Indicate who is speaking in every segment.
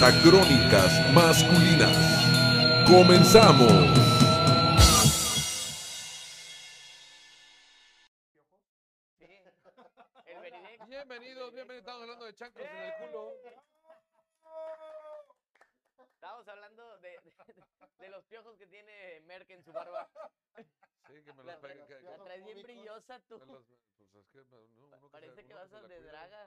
Speaker 1: acrónicas masculinas. Comenzamos.
Speaker 2: El Benedict.
Speaker 3: Bienvenidos, bienvenidos. Estamos hablando de chancros en el culo.
Speaker 2: Estábamos hablando de, de- de los piojos que tiene Merck en su barba.
Speaker 3: Sí, que me
Speaker 2: La,
Speaker 3: los peguen. que- que-
Speaker 2: la traes bien brillosa tú.
Speaker 3: me los- pues es que, no, uno se-
Speaker 2: Parece que
Speaker 3: uno
Speaker 2: vas
Speaker 3: se
Speaker 2: a
Speaker 3: la
Speaker 2: de
Speaker 3: cuida.
Speaker 2: draga.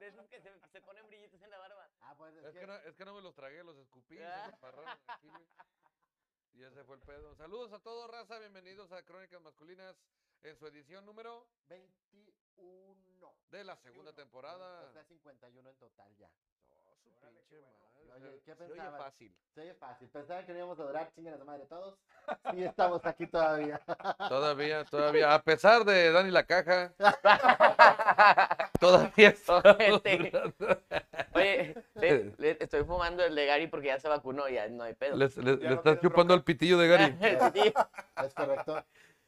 Speaker 2: De esos que se, se ponen brillitos en la barba.
Speaker 4: Ah, pues es,
Speaker 3: Es que, no, es que no me los tragué, los escupí, se
Speaker 2: Ah.
Speaker 3: me embarraron aquí, güey. Y ese fue el pedo. Saludos a todos, raza. Bienvenidos a Crónicas Masculinas en su edición número Oh,
Speaker 4: 21.
Speaker 3: de la segunda
Speaker 4: 21,
Speaker 3: temporada.
Speaker 4: O sea, 51 en total ya.
Speaker 3: Oh, su pinche madre.
Speaker 4: Oye,
Speaker 3: se-
Speaker 4: ¿qué
Speaker 3: se oye
Speaker 4: pensabas?
Speaker 3: fácil.
Speaker 4: Se oye fácil. Pensaban que no íbamos a durar, chingan a su madre todos. Sí, estamos aquí todavía.
Speaker 3: Todavía, todavía. A pesar de Dani la caja. todavía está.
Speaker 2: Ojete. Este. Oye, le- le- estoy fumando el de Gary porque ya se vacunó, ya no Eh, hay pedo.
Speaker 3: Le, le-
Speaker 4: Ya
Speaker 3: le
Speaker 4: no
Speaker 3: estás
Speaker 4: tienes bronca.
Speaker 3: chupando el pitillo de Gary.
Speaker 2: Sí.
Speaker 4: Es correcto.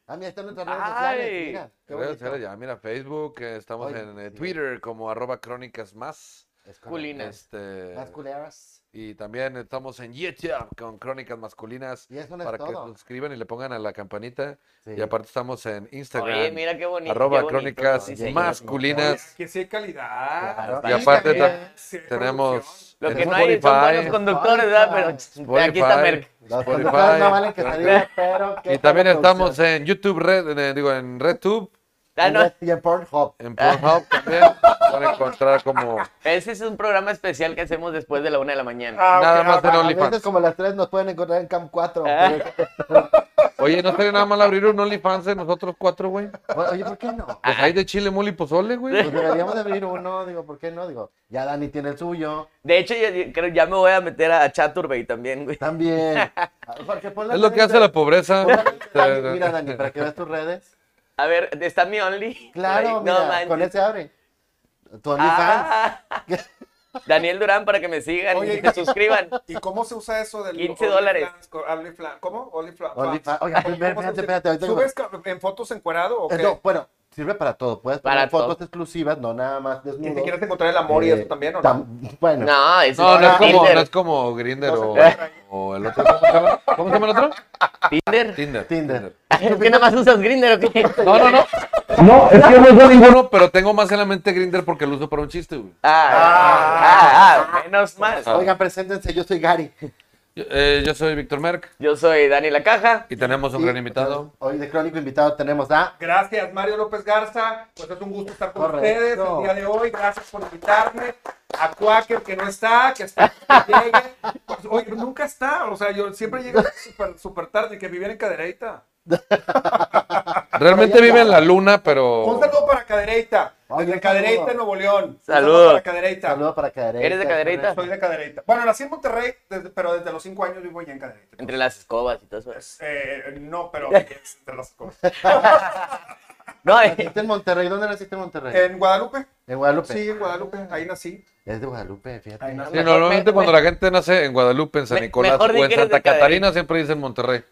Speaker 4: A mí están nuestras redes sociales.
Speaker 2: Ay.
Speaker 4: Mira, qué
Speaker 3: Redes
Speaker 4: bonito.
Speaker 3: sociales ya, mira, Facebook, eh, estamos
Speaker 4: Oye,
Speaker 3: en eh,
Speaker 4: sí.
Speaker 3: Twitter como arroba crónicas más.
Speaker 4: Es correcto.
Speaker 2: Culinas.
Speaker 3: Este,
Speaker 4: Las culeras.
Speaker 3: y también estamos en YouTube con crónicas masculinas
Speaker 4: Y eso no es
Speaker 3: para que
Speaker 4: todo.
Speaker 3: suscriban y le pongan a la campanita.
Speaker 4: Sí.
Speaker 3: Y aparte estamos en Instagram,
Speaker 2: Oye, mira qué bonito.
Speaker 3: arroba
Speaker 2: qué bonito.
Speaker 3: crónicas
Speaker 2: Sí, señor.
Speaker 3: masculinas.
Speaker 5: Que sí hay calidad.
Speaker 4: Claro.
Speaker 3: Y aparte
Speaker 4: también
Speaker 3: ta-
Speaker 5: Sí hay
Speaker 3: tenemos
Speaker 2: Lo
Speaker 3: en
Speaker 2: que no hay son buenos conductores, ¿verdad? Pero
Speaker 3: Spotify,
Speaker 2: aquí está Merck.
Speaker 4: Los
Speaker 3: Spotify,
Speaker 4: conductores no valen que
Speaker 3: claro.
Speaker 4: se diga, pero qué
Speaker 3: y también
Speaker 4: buena
Speaker 3: estamos
Speaker 4: producción.
Speaker 3: en YouTube Red, en, eh, digo, en RedTube,
Speaker 2: Ah, no,
Speaker 4: Y en Pornhub.
Speaker 3: en Pornhub también. Van a encontrar como
Speaker 2: Ese es un programa especial que hacemos después de la una de la mañana.
Speaker 5: Ah, ok,
Speaker 3: nada más
Speaker 5: ah,
Speaker 3: en
Speaker 4: A veces
Speaker 3: OnlyFans.
Speaker 4: como las tres nos pueden encontrar en Cam 4.
Speaker 2: Ah.
Speaker 3: Oye, ¿no estaría nada mal abrir un OnlyFans de nosotros cuatro, güey?
Speaker 4: Oye, ¿por qué no?
Speaker 3: Pues hay de chile, mole y pozole, güey.
Speaker 4: Pues deberíamos de abrir uno, digo, ¿por qué no? Digo, ya Dani tiene el suyo,
Speaker 2: De hecho, yo, yo creo ya me voy a meter a Chaturbey también, güey.
Speaker 4: también. Porque ponle
Speaker 3: Es lo que
Speaker 4: redes
Speaker 3: hace la
Speaker 4: de-
Speaker 3: pobreza.
Speaker 4: ponle- Dani, Mira, Dani, para que veas tus redes.
Speaker 2: A ver, ¿está mi Only?
Speaker 4: Claro,
Speaker 2: Ay,
Speaker 4: mira,
Speaker 2: manches.
Speaker 4: con ese abre. Tu OnlyFans.
Speaker 2: Ah. Daniel Durán para que me sigan y
Speaker 5: Oye,
Speaker 2: se
Speaker 5: y-
Speaker 2: suscriban.
Speaker 5: ¿Y cómo se usa eso del
Speaker 2: 15
Speaker 5: OnlyFans?
Speaker 2: dólares.
Speaker 5: Co- OnlyFans, ¿Cómo? OnlyFans.
Speaker 4: OnlyFans. Oiga,
Speaker 5: ¿Cómo
Speaker 4: espérate,
Speaker 5: se usa?
Speaker 4: espérate, ahorita
Speaker 5: ¿Subes ca- en fotos encuerado o qué?
Speaker 4: Eh, No, bueno, sirve para todo. Puedes poner
Speaker 2: Para
Speaker 4: fotos
Speaker 2: todo.
Speaker 4: exclusivas, no nada más
Speaker 5: ¿Y
Speaker 4: desnudos.
Speaker 5: si quieres encontrar el amor y
Speaker 4: Eh,
Speaker 5: eso también o no?
Speaker 4: tam- Bueno,
Speaker 2: No, es
Speaker 3: No, no es como,
Speaker 2: Tinder.
Speaker 3: no es como Grinder o,
Speaker 5: Entonces,
Speaker 3: o el otro. ¿Cómo se llama? ¿Cómo se llama el otro?
Speaker 2: Tinder. Ah,
Speaker 3: Tinder.
Speaker 4: Tinder.
Speaker 2: ¿Es que nada más usas Grindr o qué?
Speaker 3: No, no, no. No, es que no uso ninguno, pero tengo más en la mente Grinder porque lo uso para un chiste, güey.
Speaker 2: Ah, ah, ah, menos mal.
Speaker 3: Ah.
Speaker 4: Oigan, preséntense, yo soy Gary.
Speaker 3: Yo, eh, yo soy Víctor Merck
Speaker 2: Yo soy Dani La Caja.
Speaker 3: y tenemos un
Speaker 4: Y
Speaker 3: gran invitado.
Speaker 4: Hoy de Crónico Invitado tenemos a...
Speaker 5: Gracias, Mario López Garza. Pues es un gusto estar con
Speaker 4: Correcto.
Speaker 5: ustedes el día de hoy. Gracias por invitarme. A Quaker, que no está, que está que llegue. Pues, oye, nunca está. O sea, yo siempre llego súper super tarde, que viviera en Cadereyta.
Speaker 3: Realmente
Speaker 4: Pero ya-
Speaker 3: vive en la luna, pero.
Speaker 5: Un saludo para Cadereyta.
Speaker 4: Ay,
Speaker 5: Desde
Speaker 4: un
Speaker 5: Cadereyta,
Speaker 4: saludo.
Speaker 5: Nuevo León. Un
Speaker 2: Saludo.
Speaker 5: para Cadereyta.
Speaker 4: Saludo para Cadereyta.
Speaker 2: ¿Eres de Cadereyta?
Speaker 5: Soy de Cadereyta. Bueno, nací en Monterrey, desde- pero desde los cinco años vivo ya en Cadereyta.
Speaker 2: Entre las escobas y todo eso.
Speaker 5: Es, eh, no, pero es entre las cosas.
Speaker 2: No, eh,
Speaker 4: ¿Naciste en Monterrey? ¿Dónde naciste en Monterrey?
Speaker 5: ¿En Guadalupe?
Speaker 4: En Guadalupe.
Speaker 5: Sí, en Guadalupe. Ahí nací.
Speaker 4: Es de Guadalupe, fíjate.
Speaker 5: Ahí nací.
Speaker 3: Sí, normalmente
Speaker 2: Mejor-
Speaker 3: cuando la gente nace en Guadalupe, en San
Speaker 2: Me-
Speaker 3: Nicolás
Speaker 2: mejor di
Speaker 3: o en
Speaker 2: que eres
Speaker 3: Santa
Speaker 2: de Cadereyta.
Speaker 3: Catarina siempre dicen Monterrey.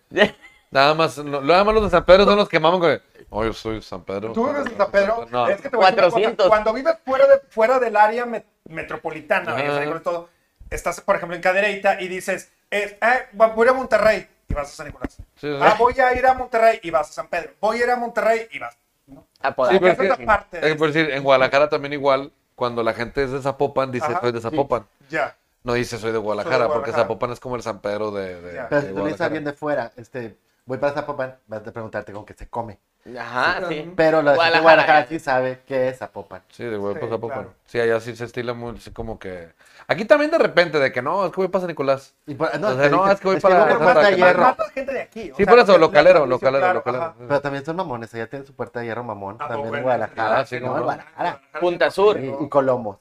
Speaker 3: Nada más, no- nada más los de San Pedro son los que maman con. Oh, yo soy de San Pedro.
Speaker 5: Tú vives en San Pedro.
Speaker 3: No.
Speaker 5: Es que te voy a decir una
Speaker 2: 400.
Speaker 5: cosa, Cuando vives fuera, de, fuera del área me- metropolitana, vaya,
Speaker 3: Ajá.
Speaker 5: San Nicolás, todo, estás, por ejemplo, en Cadereyta y dices, eh, eh, voy a ir a Monterrey y vas a San Nicolás.
Speaker 3: Sí, sí.
Speaker 5: Ah, voy a ir a Monterrey y vas a San Pedro. Voy a ir a Monterrey y vas. ¿no?
Speaker 3: Sí,
Speaker 2: apodado.
Speaker 3: pero es
Speaker 5: Esa es
Speaker 3: que-
Speaker 5: la parte de
Speaker 3: es por decir, en Guadalajara también igual, cuando la gente es de Zapopan, dice
Speaker 5: Ajá,
Speaker 3: soy de
Speaker 5: sí.
Speaker 3: Zapopan.
Speaker 5: Ya.
Speaker 3: No dice soy de Guadalajara, porque
Speaker 5: Guadalajara.
Speaker 3: Zapopan es como el San Pedro de, de-
Speaker 5: Ya.
Speaker 3: de
Speaker 4: Pero si tú le dices a
Speaker 3: Guadalajara.
Speaker 4: alguien de fuera, este, voy para Zapopan, vas a preguntarte con qué se come.
Speaker 2: Ajá, sí.
Speaker 4: Pero la gente de
Speaker 2: Guadalajara.
Speaker 4: Guadalajara sí sabe qué es Zapopan.
Speaker 3: Sí, de güey, pues
Speaker 5: Sí,
Speaker 3: Zapopan.
Speaker 5: claro.
Speaker 3: Sí, allá sí se estila muy, sí, como que... Aquí también de repente, de que no, es que voy para San Nicolás.
Speaker 4: Y por-
Speaker 3: O sea, no,
Speaker 4: dicen-
Speaker 3: es que voy
Speaker 4: yo
Speaker 3: para-
Speaker 4: voy
Speaker 3: Pero
Speaker 4: puerta
Speaker 3: para
Speaker 4: de
Speaker 3: que-
Speaker 4: hierro.
Speaker 3: Más-
Speaker 5: Mata gente de aquí. o
Speaker 3: Sí,
Speaker 5: sea,
Speaker 3: por eso,
Speaker 5: porque-
Speaker 3: localero,
Speaker 5: la-
Speaker 3: localero,
Speaker 5: claro,
Speaker 3: localero.
Speaker 5: ajá.
Speaker 4: Pero también son mamones, allá tienen su puerta de hierro mamón,
Speaker 5: ¿A
Speaker 4: también
Speaker 5: poco
Speaker 4: en
Speaker 5: en
Speaker 4: Guadalajara.
Speaker 3: Ah, sí,
Speaker 4: no,
Speaker 3: cómo
Speaker 4: en
Speaker 3: no.
Speaker 4: Guadalajara.
Speaker 2: Punta Sur.
Speaker 4: Y, y Colomos.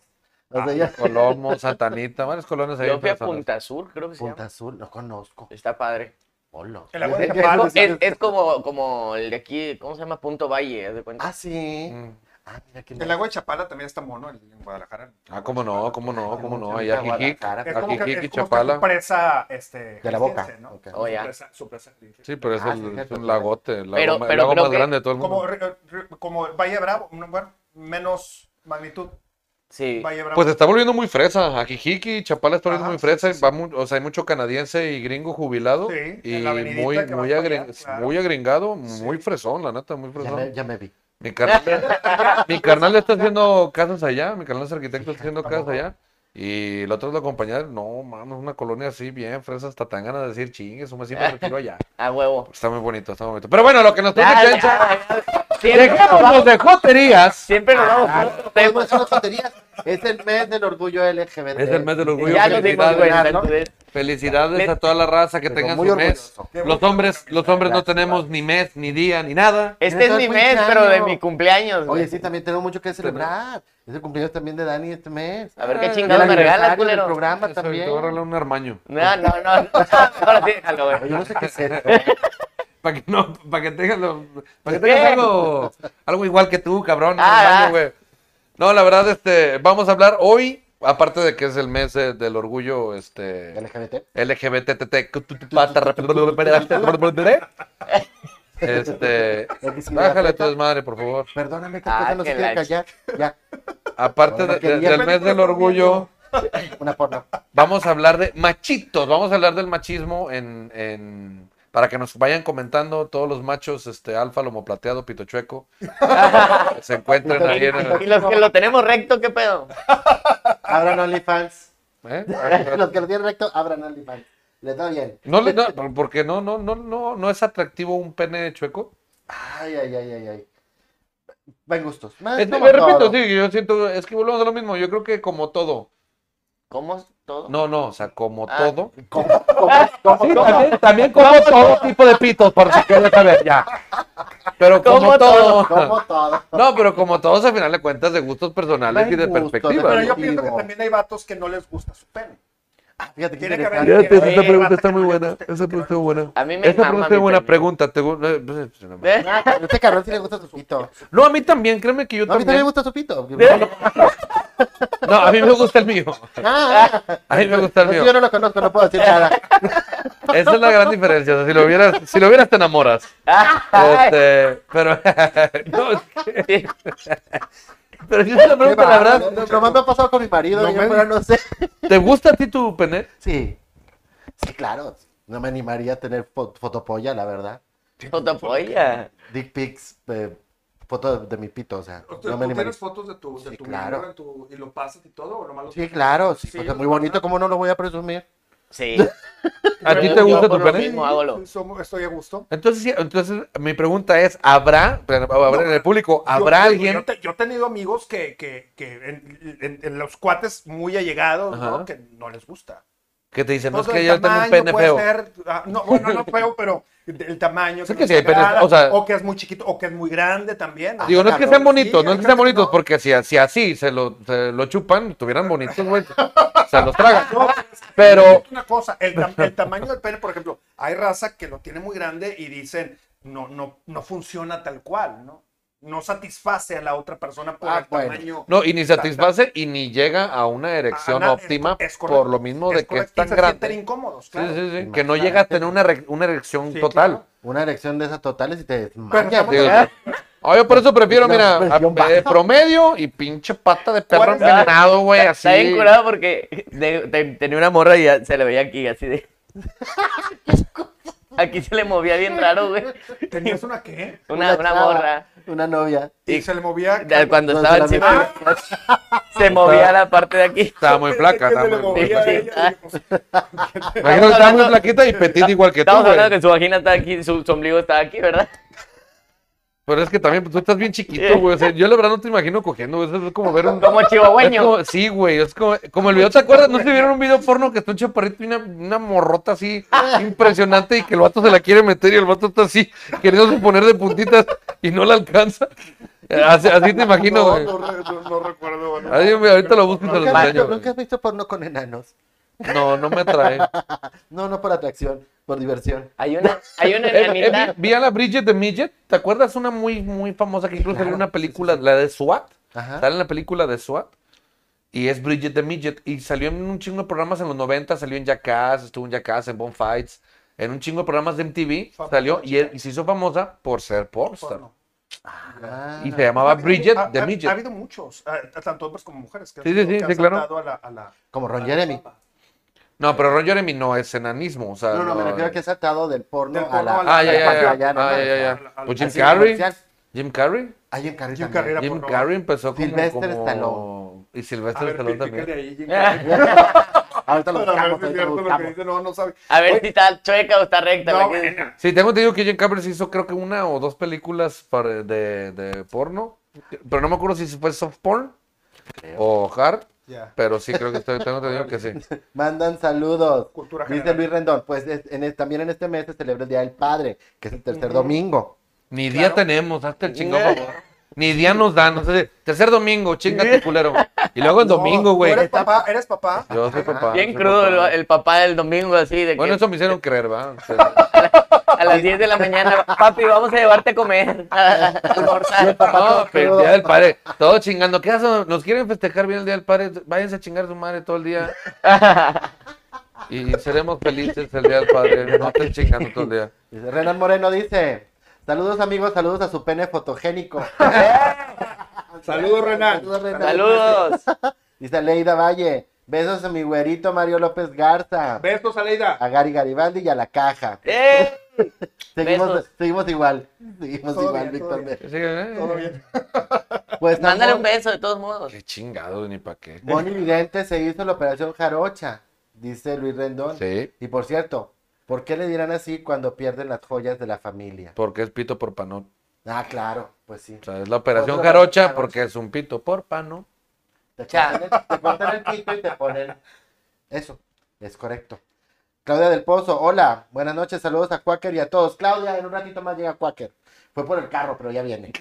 Speaker 4: O
Speaker 5: Ah,
Speaker 4: sea, ya-
Speaker 3: Colomo, Santanita, varias colonias ahí.
Speaker 2: Yo fui a
Speaker 3: interesantes.
Speaker 2: Punta Sur, creo que se
Speaker 4: Punta
Speaker 2: llama.
Speaker 4: Azul, lo conozco.
Speaker 2: Está padre.
Speaker 4: Hola.
Speaker 5: El agua de
Speaker 2: Es,
Speaker 5: Qué padre,
Speaker 2: co-
Speaker 5: sí.
Speaker 2: es- es como, como el de aquí, ¿cómo se llama? Punto Valle, haz de cuenta.
Speaker 4: Ah, sí.
Speaker 3: Mm.
Speaker 4: Ah, mira qué
Speaker 5: El agua de Chapala también está mono el- en Guadalajara.
Speaker 3: Ah, cómo no, cómo
Speaker 5: pues,
Speaker 3: no, cómo no. Allá
Speaker 4: Guadalajara,
Speaker 3: Jijic,
Speaker 4: pero-
Speaker 5: Es
Speaker 3: a
Speaker 5: como que
Speaker 3: Jijic y
Speaker 5: es como
Speaker 3: Chapala.
Speaker 5: su presa, este,
Speaker 4: De la boca.
Speaker 5: jalisciense, ¿no?
Speaker 4: ok.
Speaker 2: Oh, ya.
Speaker 5: Su presa- su presa jalisciense.
Speaker 3: Sí, pero es,
Speaker 4: Ah,
Speaker 3: el-
Speaker 4: sí,
Speaker 3: es
Speaker 4: cierto,
Speaker 3: un
Speaker 4: sí.
Speaker 3: lagote, el lago,
Speaker 2: Pero-
Speaker 3: ma- el
Speaker 2: pero
Speaker 3: lago
Speaker 2: creo
Speaker 3: más
Speaker 2: que-
Speaker 3: grande de todo el mundo.
Speaker 5: Como, re- re- como el Valle Bravo, no, bueno, menos magnitud.
Speaker 2: Sí.
Speaker 5: Valle Bravo.
Speaker 3: Pues está volviendo muy fresa. Ajijiki, Chapala está volviendo
Speaker 5: Ajá,
Speaker 3: muy fresa.
Speaker 5: sí,
Speaker 3: Va mu- o sea, hay mucho canadiense y gringo jubilado.
Speaker 5: Sí,
Speaker 3: y
Speaker 5: en la avenidita
Speaker 3: muy,
Speaker 5: que va
Speaker 3: muy,
Speaker 5: para
Speaker 3: agre-
Speaker 5: allá, claro.
Speaker 3: muy agringado,
Speaker 5: Sí.
Speaker 3: muy fresón, la neta, muy
Speaker 4: Ya
Speaker 3: fresón.
Speaker 4: me, ya me vi.
Speaker 3: Mi, carnal, mi carnal le está haciendo casas allá, mi carnal es arquitecto, está haciendo casas allá. Y el otro es la compañía, no, mames, una colonia así, bien fresa, hasta tan ganas de decir chingue, eso me siempre retiro allá.
Speaker 2: A huevo.
Speaker 3: Está muy bonito, está muy bonito. Pero bueno, lo que nos toca,
Speaker 2: Ya,
Speaker 3: chancha,
Speaker 2: ya, ya. Siempre nos vamos-
Speaker 3: dejémonos de joterías.
Speaker 2: siempre nos vamos por otro tema.
Speaker 4: Podemos hacer pues, unas tonterías. Es el mes del orgullo LGBT.
Speaker 3: Es el mes del orgullo.
Speaker 2: Ya lo dimos, güey.
Speaker 3: felicidades, ¿no?
Speaker 2: entonces,
Speaker 3: Felicidades
Speaker 2: Me-
Speaker 3: a toda la raza que
Speaker 4: Pero
Speaker 3: tengan
Speaker 4: muy
Speaker 3: su mes.
Speaker 4: orgulloso.
Speaker 5: Qué
Speaker 3: Los
Speaker 5: bonito
Speaker 3: hombres,
Speaker 5: caminar.
Speaker 3: los hombres no
Speaker 4: Gracias,
Speaker 3: tenemos ni mes, ni día, ni nada.
Speaker 2: Este es
Speaker 4: Mira,
Speaker 2: mi
Speaker 4: todo es
Speaker 2: mes, pero de
Speaker 4: cumpleaños.
Speaker 2: mi cumpleaños. güey.
Speaker 4: Oye, sí, también tenemos mucho que celebrar. Es el cumpleaños también de Dani este mes.
Speaker 2: A ver qué
Speaker 3: Ah,
Speaker 2: chingados
Speaker 4: el
Speaker 2: me regalas,
Speaker 4: aniversario del
Speaker 2: culero.
Speaker 4: programa
Speaker 3: Eso, y Te voy a regalar
Speaker 4: también.
Speaker 3: un armaño.
Speaker 2: No, no, no. no. Ahora sí, déjalo, güey.
Speaker 4: Oye, Yo no sé qué es esto.
Speaker 3: Para que no, para que tengas lo- pa' que
Speaker 2: ¿Qué?
Speaker 3: tengas algo, algo igual que tú, cabrón. no
Speaker 2: Ah,
Speaker 3: mames,
Speaker 2: ah.
Speaker 3: güey. No, la verdad, este, vamos a hablar hoy, aparte de que es el mes eh, del orgullo, este.
Speaker 4: LGBT.
Speaker 3: LGBT. Este. Bájale tu desmadre, por favor.
Speaker 4: Perdóname,
Speaker 2: Ah,
Speaker 4: Carpeta, no se
Speaker 2: que
Speaker 4: quiere
Speaker 2: la
Speaker 4: callar. Ya,
Speaker 3: Aparte de- de- del mes del orgullo,
Speaker 4: una porno.
Speaker 3: vamos a hablar de machitos. Vamos a hablar del machismo en. en para que nos vayan comentando todos los machos, este, alfa, lomo plateado, pito chueco, se encuentran ahí en el-
Speaker 2: Y los que lo tenemos recto, ¿qué pedo?
Speaker 4: Abran OnlyFans.
Speaker 3: ¿Eh?
Speaker 4: Los que lo tienen recto, abran OnlyFans. Les doy bien.
Speaker 3: No, le- no, porque no, no, no, no, no es atractivo un pene chueco.
Speaker 4: Ay, ay, ay, ay, ay. Buen gustos. Más
Speaker 3: Es,
Speaker 4: como
Speaker 3: me repito,
Speaker 4: todo.
Speaker 3: sí, yo siento, es que volvemos a lo mismo. Yo creo que como todo,
Speaker 2: ¿Cómo es todo?
Speaker 3: no, no, o sea, como
Speaker 2: Ah.
Speaker 3: todo.
Speaker 4: ¿Cómo, cómo, cómo,
Speaker 3: Sí,
Speaker 4: cómo?
Speaker 3: también, también como todo tipo de pitos, por si quieres saber, ya. Pero como,
Speaker 2: Como
Speaker 3: todo.
Speaker 2: todo.
Speaker 4: Como todo.
Speaker 3: No, pero como todos, al final de cuentas, de gustos personales
Speaker 4: Hay
Speaker 3: y de
Speaker 4: gustos,
Speaker 5: Pero
Speaker 3: perspectivas.
Speaker 5: yo
Speaker 3: ¿no?
Speaker 5: pienso que
Speaker 4: Digo.
Speaker 5: también hay vatos que no les gusta su pene.
Speaker 4: Fíjate que
Speaker 5: Tiene que
Speaker 4: interesante.
Speaker 5: haber-
Speaker 3: Fíjate, pues, esa
Speaker 2: Eh,
Speaker 3: pregunta
Speaker 5: basta
Speaker 3: está
Speaker 5: que
Speaker 3: muy
Speaker 5: no le
Speaker 3: buena.
Speaker 5: guste, que
Speaker 3: Esa
Speaker 5: no le
Speaker 3: pregunta está buena.
Speaker 2: A mí me
Speaker 3: Esa
Speaker 2: mama
Speaker 3: pregunta
Speaker 2: mi
Speaker 3: es buena
Speaker 2: pene.
Speaker 3: pregunta. te gu- pues,
Speaker 2: ¿Eh?
Speaker 4: Ah, pero Este cabrón sí le gusta su pito.
Speaker 3: No, a mí también, créeme que yo
Speaker 4: No, a mí también me gusta
Speaker 3: también.
Speaker 4: su pito.
Speaker 3: No, a mí me gusta el mío.
Speaker 4: Ah, ah.
Speaker 3: A mí me gusta el
Speaker 4: No,
Speaker 3: mío.
Speaker 4: Yo no lo conozco, no puedo decir nada.
Speaker 3: Esa es la gran diferencia. o sea, si lo vieras, si lo vieras te enamoras.
Speaker 2: Ah, Ay,
Speaker 3: Este, pero no, es que-
Speaker 2: sí.
Speaker 3: pero si es una
Speaker 4: Qué
Speaker 3: pregunta, la
Speaker 4: bárbaro,
Speaker 3: verdad,
Speaker 4: no, Nomás me ha pasado con mi marido,
Speaker 5: No
Speaker 4: yo
Speaker 5: me-
Speaker 4: fuera no sé.
Speaker 3: ¿te gusta a ti tu pene?
Speaker 4: Sí. Sí, claro. No me animaría a tener fo- fotopolla, la verdad.
Speaker 2: Fotopolla.
Speaker 4: Dick pics, eh, foto de, de mi pito, o sea.
Speaker 5: ¿Tú,
Speaker 4: No me animaría.
Speaker 5: tienes fotos de tu, de
Speaker 4: Sí,
Speaker 5: tu
Speaker 4: claro.
Speaker 5: miembro en tu- y lo pasas y todo? ¿O nomás lo-
Speaker 4: Sí, claro. Sí,
Speaker 5: Sí,
Speaker 4: o sea,
Speaker 5: yo-
Speaker 4: muy bonito, ¿cómo no lo voy a presumir?
Speaker 2: Sí.
Speaker 3: ¿A
Speaker 2: Yo-
Speaker 3: ti te
Speaker 2: yo
Speaker 3: gusta
Speaker 2: por
Speaker 3: tu
Speaker 2: lo
Speaker 3: pene?
Speaker 2: mismo hágalo.
Speaker 5: Sí, somo- estoy a gusto.
Speaker 3: Entonces, sí, entonces mi pregunta es, ¿habrá, pero, habrá en el público, habrá
Speaker 5: Yo-
Speaker 3: alguien?
Speaker 5: Yo, te- yo he tenido amigos que, que, que en, en- en los cuates muy allegados, ¿no?
Speaker 3: Ajá.
Speaker 5: Que no les gusta.
Speaker 3: Que te dicen, no, es
Speaker 5: Entonces,
Speaker 3: que
Speaker 5: el
Speaker 3: yo tengo un
Speaker 5: tamaño
Speaker 3: pene
Speaker 5: puede
Speaker 3: feo.
Speaker 5: ser, ah, no, bueno, no feo, pero el tamaño.
Speaker 3: Sí
Speaker 5: no
Speaker 3: que sí
Speaker 5: te
Speaker 3: hay penes,
Speaker 5: agrada,
Speaker 3: o sea-
Speaker 5: o que es muy chiquito, o que es muy grande también.
Speaker 3: Digo, no es que
Speaker 5: Cabrón,
Speaker 3: sean bonitos,
Speaker 5: sí,
Speaker 3: no es
Speaker 5: hay
Speaker 3: que sean
Speaker 5: gente
Speaker 3: bonitos,
Speaker 5: no.
Speaker 3: porque si así, así se lo, se lo chupan, estuvieran bonitos, güey, se los tragan.
Speaker 5: No,
Speaker 3: Pero,
Speaker 5: es una cosa, el, tam- el tamaño del pene, por ejemplo, hay raza que lo tiene muy grande y dicen, no, no, no funciona tal cual, ¿no? No satisface a la otra persona por
Speaker 4: Ah,
Speaker 5: el
Speaker 4: bueno.
Speaker 5: tamaño.
Speaker 3: No, y ni satisface y ni llega a una erección
Speaker 5: Ana, es-
Speaker 3: óptima
Speaker 5: es correcto,
Speaker 3: por lo mismo
Speaker 5: es
Speaker 3: de que es
Speaker 5: correcto, y
Speaker 3: tan
Speaker 5: se
Speaker 3: grande.
Speaker 5: sienten incómodos,
Speaker 3: Sí,
Speaker 5: claro.
Speaker 3: sí, sí,
Speaker 4: Imagínate.
Speaker 3: que no llega a tener una, erec- una erección
Speaker 5: Sí,
Speaker 3: total.
Speaker 4: Una erección de esas totales y te desmayas.
Speaker 5: Pero estamos
Speaker 3: Digo,
Speaker 5: hablando-
Speaker 3: Ah, yo por eso prefiero,
Speaker 4: No,
Speaker 3: mira,
Speaker 4: pues,
Speaker 3: a-
Speaker 4: guión bajo.
Speaker 3: eh, promedio y pinche pata de perro
Speaker 5: ¿Cuál es?
Speaker 3: envenenado, güey, así.
Speaker 2: Está bien curado porque de- de- tenía una morra y ya se le veía aquí, así de. Aquí se le movía bien raro, güey.
Speaker 5: ¿Tenías una qué?
Speaker 2: Una, una
Speaker 4: chava,
Speaker 2: morra.
Speaker 4: Una novia.
Speaker 5: Y se le movía.
Speaker 2: De- Cuando
Speaker 4: No,
Speaker 2: estaba
Speaker 4: solamente-
Speaker 2: encima, se movía la parte de aquí.
Speaker 3: Estaba muy flaca,
Speaker 5: Que se
Speaker 3: estaba
Speaker 5: le
Speaker 3: muy
Speaker 5: movía
Speaker 3: flaca.
Speaker 5: a ella, y-
Speaker 3: Imagino que estaba muy
Speaker 2: hablando-
Speaker 3: flaquita y petit igual que tú,
Speaker 2: Estamos hablando
Speaker 3: güey.
Speaker 2: que su vagina está aquí, su, su ombligo está aquí, ¿verdad?
Speaker 3: Pero es que también pues, tú estás bien chiquito, güey. o sea, yo la verdad no te imagino cogiendo, güey. eso Es como ver un...
Speaker 2: Como
Speaker 3: Es
Speaker 2: chihuahueño.
Speaker 3: como- sí, güey, es como, como el video, ¿te acuerdas? ¿No se vieron un video porno que está un chaparrito y una, una morrota así impresionante y que el vato se la quiere meter y el vato está así queriéndose poner de puntitas y no la alcanza? Así, así te imagino,
Speaker 5: No,
Speaker 3: güey.
Speaker 5: no, re- no, no recuerdo. no.
Speaker 3: Ahí, güey, eh. ahorita lo busco y se los
Speaker 4: ¿Nunca has,
Speaker 3: daño,
Speaker 4: visto,
Speaker 3: güey.
Speaker 4: nunca has visto porno con enanos?
Speaker 3: No, no me atrae.
Speaker 4: No, no por atracción, por diversión.
Speaker 2: Hay una, hay una
Speaker 3: Eh, eh,
Speaker 2: enanita.
Speaker 3: vi, vi a la Bridget de Midget, ¿te acuerdas? Una muy, muy famosa que incluso salió en una película, la de SWAT.
Speaker 4: Ajá.
Speaker 3: Sale en la película de SWAT. Y es Bridget the Midget. Y salió en un chingo de programas en los 90. Salió en Jackass, estuvo en Jackass, en Bone Fights. En un chingo de programas de MTV.
Speaker 5: Famosa
Speaker 3: salió y,
Speaker 5: chica.
Speaker 3: y se hizo famosa por ser pornstar.
Speaker 5: Porno.
Speaker 4: Ah.
Speaker 3: Y se llamaba Bridget
Speaker 5: Ha-
Speaker 3: the
Speaker 5: ha- Ha
Speaker 3: Midget.
Speaker 5: habido muchos, ah, tanto hombres como mujeres, que,
Speaker 3: Sí, sí,
Speaker 5: han-
Speaker 3: sí,
Speaker 5: que han
Speaker 3: sí, claro.
Speaker 5: saltado a la, a la-
Speaker 4: Como
Speaker 5: a
Speaker 4: Ron
Speaker 5: la
Speaker 4: Jeremy.
Speaker 5: fama.
Speaker 3: No, pero Ron Jeremy no es enanismo. O sea,
Speaker 4: No, no, me refiero a que ha saltado del porno
Speaker 5: Del
Speaker 4: a la.
Speaker 5: porno
Speaker 3: Ah, ya,
Speaker 4: a la
Speaker 3: ya, ya.
Speaker 4: pantalla, ¿no?
Speaker 3: Ah, ya, ya,
Speaker 5: A la- a
Speaker 3: ya.
Speaker 5: la-
Speaker 3: Pues Jim
Speaker 4: Así
Speaker 3: Carrey.
Speaker 4: comercial.
Speaker 3: Jim Carrey.
Speaker 4: Hay un Carrey
Speaker 5: Jim
Speaker 4: también.
Speaker 5: Carrey. Era
Speaker 3: Jim
Speaker 5: por-
Speaker 3: Carrey empezó como...
Speaker 4: Sylvester
Speaker 3: como-
Speaker 4: Stallone.
Speaker 3: Y
Speaker 5: A
Speaker 3: Sylvester
Speaker 5: ver,
Speaker 3: Stallone
Speaker 5: pícale
Speaker 3: también.
Speaker 5: ahí, Jim Carrey,
Speaker 4: Ahorita lo buscamos,
Speaker 5: para ver si es
Speaker 4: ahorita lo
Speaker 5: cierto lo que
Speaker 4: buscamos. Ah,
Speaker 5: dice, no, no sabe.
Speaker 2: A ver
Speaker 5: Oye,
Speaker 2: si está chueca o está recta.
Speaker 5: no,
Speaker 2: güey.
Speaker 5: bueno.
Speaker 3: Sí, tengo entendido que Jim Carrey se hizo creo que una o dos películas para- de, de porno. Pero no me acuerdo si fue soft porn o hard.
Speaker 5: Ya.
Speaker 3: Pero sí creo que estoy, tengo entendido que sí.
Speaker 4: Mandan saludos.
Speaker 5: Cultura
Speaker 4: Dice
Speaker 5: general.
Speaker 4: Luis Rendón, pues es- en el- también en este mes se celebra el Día del Padre, que es el tercer domingo.
Speaker 3: Ni día tenemos, hasta el chingón
Speaker 2: Eh.
Speaker 3: favor. Ni día nos dan. o sea, tercer domingo, chinga tu culero. Y luego el
Speaker 5: Eh. No,
Speaker 3: domingo,
Speaker 5: ¿tú
Speaker 3: güey.
Speaker 5: ¿Eres papá? ¿Eres papá?
Speaker 3: Yo soy papá.
Speaker 2: Bien
Speaker 3: soy
Speaker 2: crudo el,
Speaker 3: papá.
Speaker 2: el papá del domingo así de que
Speaker 3: Bueno, eso me hicieron creer, ¿va? O sea,
Speaker 2: a las 10 de la mañana, papi, vamos a llevarte a comer. a almorzar".
Speaker 3: No, pero el día del padre. Todo chingando. ¿Qué hacen? ¿Nos quieren festejar bien el día del padre? Váyanse a chingar a su madre todo el día. Y seremos felices el día del padre. No estén chingando todo el día.
Speaker 4: Dice, Renan Moreno dice, saludos amigos, saludos a su pene fotogénico.
Speaker 5: Saludos, Renan.
Speaker 4: Saludos, Renan.
Speaker 2: Saludos.
Speaker 4: Dice Leida Valle, besos a mi güerito Mario López Garza,
Speaker 5: Besos, Aleida.
Speaker 4: a Gary Garibaldi y a la caja.
Speaker 2: ¡Eh!
Speaker 4: Seguimos,
Speaker 2: besos.
Speaker 4: seguimos igual, seguimos
Speaker 5: Todo
Speaker 4: igual,
Speaker 5: bien, todo
Speaker 4: Víctor.
Speaker 5: bien.
Speaker 3: Sí, eh.
Speaker 5: Todo bien.
Speaker 4: Pues
Speaker 2: Mándale
Speaker 4: Moni-
Speaker 2: un beso de todos modos.
Speaker 3: Qué chingado, ni pa' qué.
Speaker 4: Moni Vidente se hizo la operación jarocha, dice Luis Rendón.
Speaker 3: Sí,
Speaker 4: Y por cierto, ¿por qué le dirán así cuando pierden las joyas de la familia?
Speaker 3: porque es pito por pano.
Speaker 4: Ah, claro, pues sí.
Speaker 3: O sea, es la operación
Speaker 4: Otra
Speaker 3: jarocha
Speaker 4: jarocha.
Speaker 3: porque es un pito por pano.
Speaker 4: Te cortan, el, te cortan el pito y te ponen. Eso, es correcto. Claudia del Pozo, hola, buenas noches, saludos a Quaker y a todos. Claudia, en un ratito más llega Quaker. Fue por el carro, pero ya viene.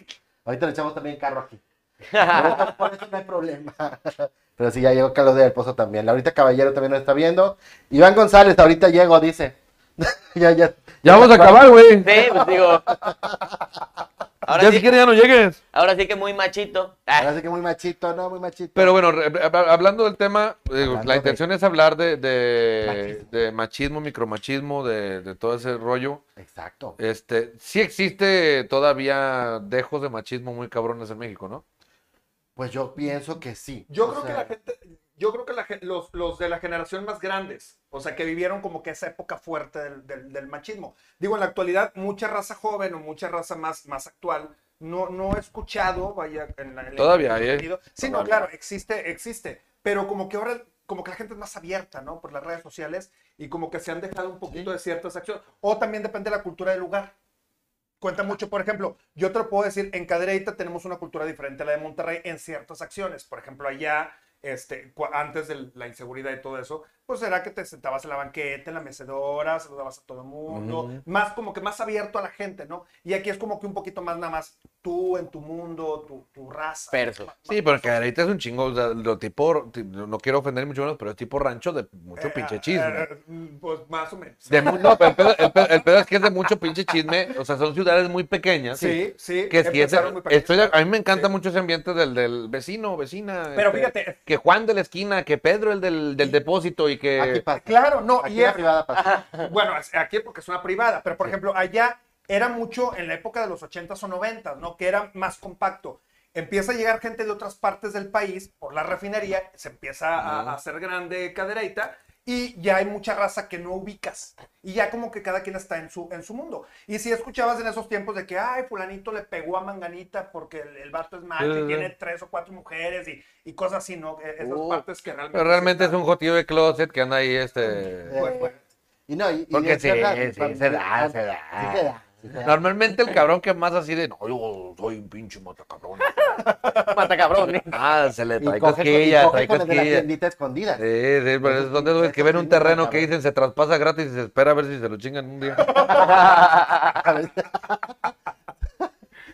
Speaker 4: Ahorita le echamos también carro aquí. Por eso, por eso no hay problema. Pero sí, ya llegó Claudia del Pozo también. Laurita Caballero también nos está viendo. Iván González, ahorita llego, dice. ya, ya.
Speaker 3: Ya vamos a acabar, güey.
Speaker 2: Sí, pues digo. Ahora
Speaker 3: Ya si
Speaker 2: sí,
Speaker 3: quieres ya no llegues.
Speaker 2: ahora sí que muy machito. Ah,
Speaker 4: Ahora sí que muy machito, ¿no? Muy machito.
Speaker 3: Pero bueno, re- re- hab- hablando del tema, digo,
Speaker 4: Hablando
Speaker 3: la
Speaker 4: de-
Speaker 3: intención es hablar de, de, de machismo, micromachismo, de, de todo ese rollo.
Speaker 4: Exacto.
Speaker 3: Este, sí existe todavía dejos de machismo muy cabrones en México, ¿no?
Speaker 4: Pues yo pienso que sí.
Speaker 5: Yo
Speaker 4: O
Speaker 5: creo que
Speaker 4: sea,
Speaker 5: la gente, yo creo que la gen- los, los de la generación más grandes, o sea, que vivieron como que esa época fuerte del, del- del machismo. Digo, en la actualidad, mucha raza joven o mucha raza más, más actual, no, no he escuchado, vaya, en la, en la-
Speaker 3: Todavía hay, ¿eh?
Speaker 5: sentido. Sí, no,
Speaker 3: Todavía.
Speaker 5: claro, existe, existe, pero como que ahora, como que la gente es más abierta, ¿no? Por las redes sociales y como que se han dejado un poquito de ciertas acciones, o también depende de la cultura del lugar cuenta mucho. Por ejemplo, yo te lo puedo decir, en Cadereyta tenemos una cultura diferente a la de Monterrey en ciertas acciones. Por ejemplo, allá, este, cua- antes de la inseguridad y todo eso, pues era que te sentabas en la banqueta, en la mecedora, saludabas a todo el mundo,
Speaker 3: Ujú.
Speaker 5: más como que más abierto a la gente, ¿no? Y aquí es como que un poquito más nada más tú en tu mundo, tu, tu raza.
Speaker 2: Perso.
Speaker 3: Sí, porque ahorita es un chingo, o sea, lo tipo, ti- no quiero ofender mucho menos, pero es tipo rancho de mucho
Speaker 5: Eh,
Speaker 3: pinche
Speaker 5: eh,
Speaker 3: chisme.
Speaker 5: eh, pues más o menos.
Speaker 3: De mu- no, pero el pedo, el pedo- el pedo es que es de mucho pinche chisme, o sea, son ciudades muy pequeñas.
Speaker 5: Sí, sí.
Speaker 3: Que sí, ese-
Speaker 5: empezaron muy pequeños.
Speaker 3: estoy de- a mí me encanta
Speaker 5: Sí.
Speaker 3: mucho ese ambiente del, del vecino, vecina.
Speaker 5: Pero
Speaker 3: este,
Speaker 5: fíjate,
Speaker 3: que Juan de la esquina, que Pedro el del, del depósito y
Speaker 4: Aquí
Speaker 3: que...
Speaker 4: pasa.
Speaker 5: claro, no,
Speaker 4: Aquí
Speaker 5: y
Speaker 4: la
Speaker 5: es-
Speaker 4: privada pasa.
Speaker 5: Bueno, es- aquí porque es una privada, pero por ejemplo, allá era mucho en la época de los 80s o 90s, ¿no? Que era más compacto. Empieza a llegar gente de otras partes del país por la refinería, se empieza a, a hacer grande cadereita y ya hay mucha raza que no ubicas. Y ya como que cada quien está en su, en su mundo. Y si escuchabas en esos tiempos de que, ay, fulanito le pegó a Manganita porque el, el vato es macho
Speaker 3: Sí, sí,
Speaker 5: y
Speaker 3: sí.
Speaker 5: tiene tres o cuatro mujeres y, y cosas así, ¿no? E- Esas
Speaker 2: Uh,
Speaker 5: partes que realmente... Pues,
Speaker 3: Pero realmente es
Speaker 5: están-
Speaker 3: un jotillo de closet que anda ahí, este...
Speaker 5: Bueno, bueno.
Speaker 4: Y no, y, y
Speaker 3: Porque
Speaker 4: es
Speaker 3: sí,
Speaker 4: verdad,
Speaker 3: sí,
Speaker 4: pa-
Speaker 3: se da,
Speaker 4: sí, sí
Speaker 3: se da.
Speaker 4: se da, sí se da.
Speaker 3: Normalmente el cabrón que más así de, no, yo soy un pinche matacabrón.
Speaker 2: Mata cabrón.
Speaker 3: Ah, se le
Speaker 4: Y
Speaker 3: trae
Speaker 4: coge con- y
Speaker 3: cosquilla,
Speaker 4: coge
Speaker 3: trae
Speaker 4: con el de la
Speaker 3: cosquilla.
Speaker 4: tiendita escondida.
Speaker 3: Sí, sí, pero
Speaker 4: Esos
Speaker 3: es donde los que
Speaker 4: pinches
Speaker 3: ven un
Speaker 4: matacabrón.
Speaker 3: terreno que dicen se traspasa gratis y se espera a ver si se lo chingan un día.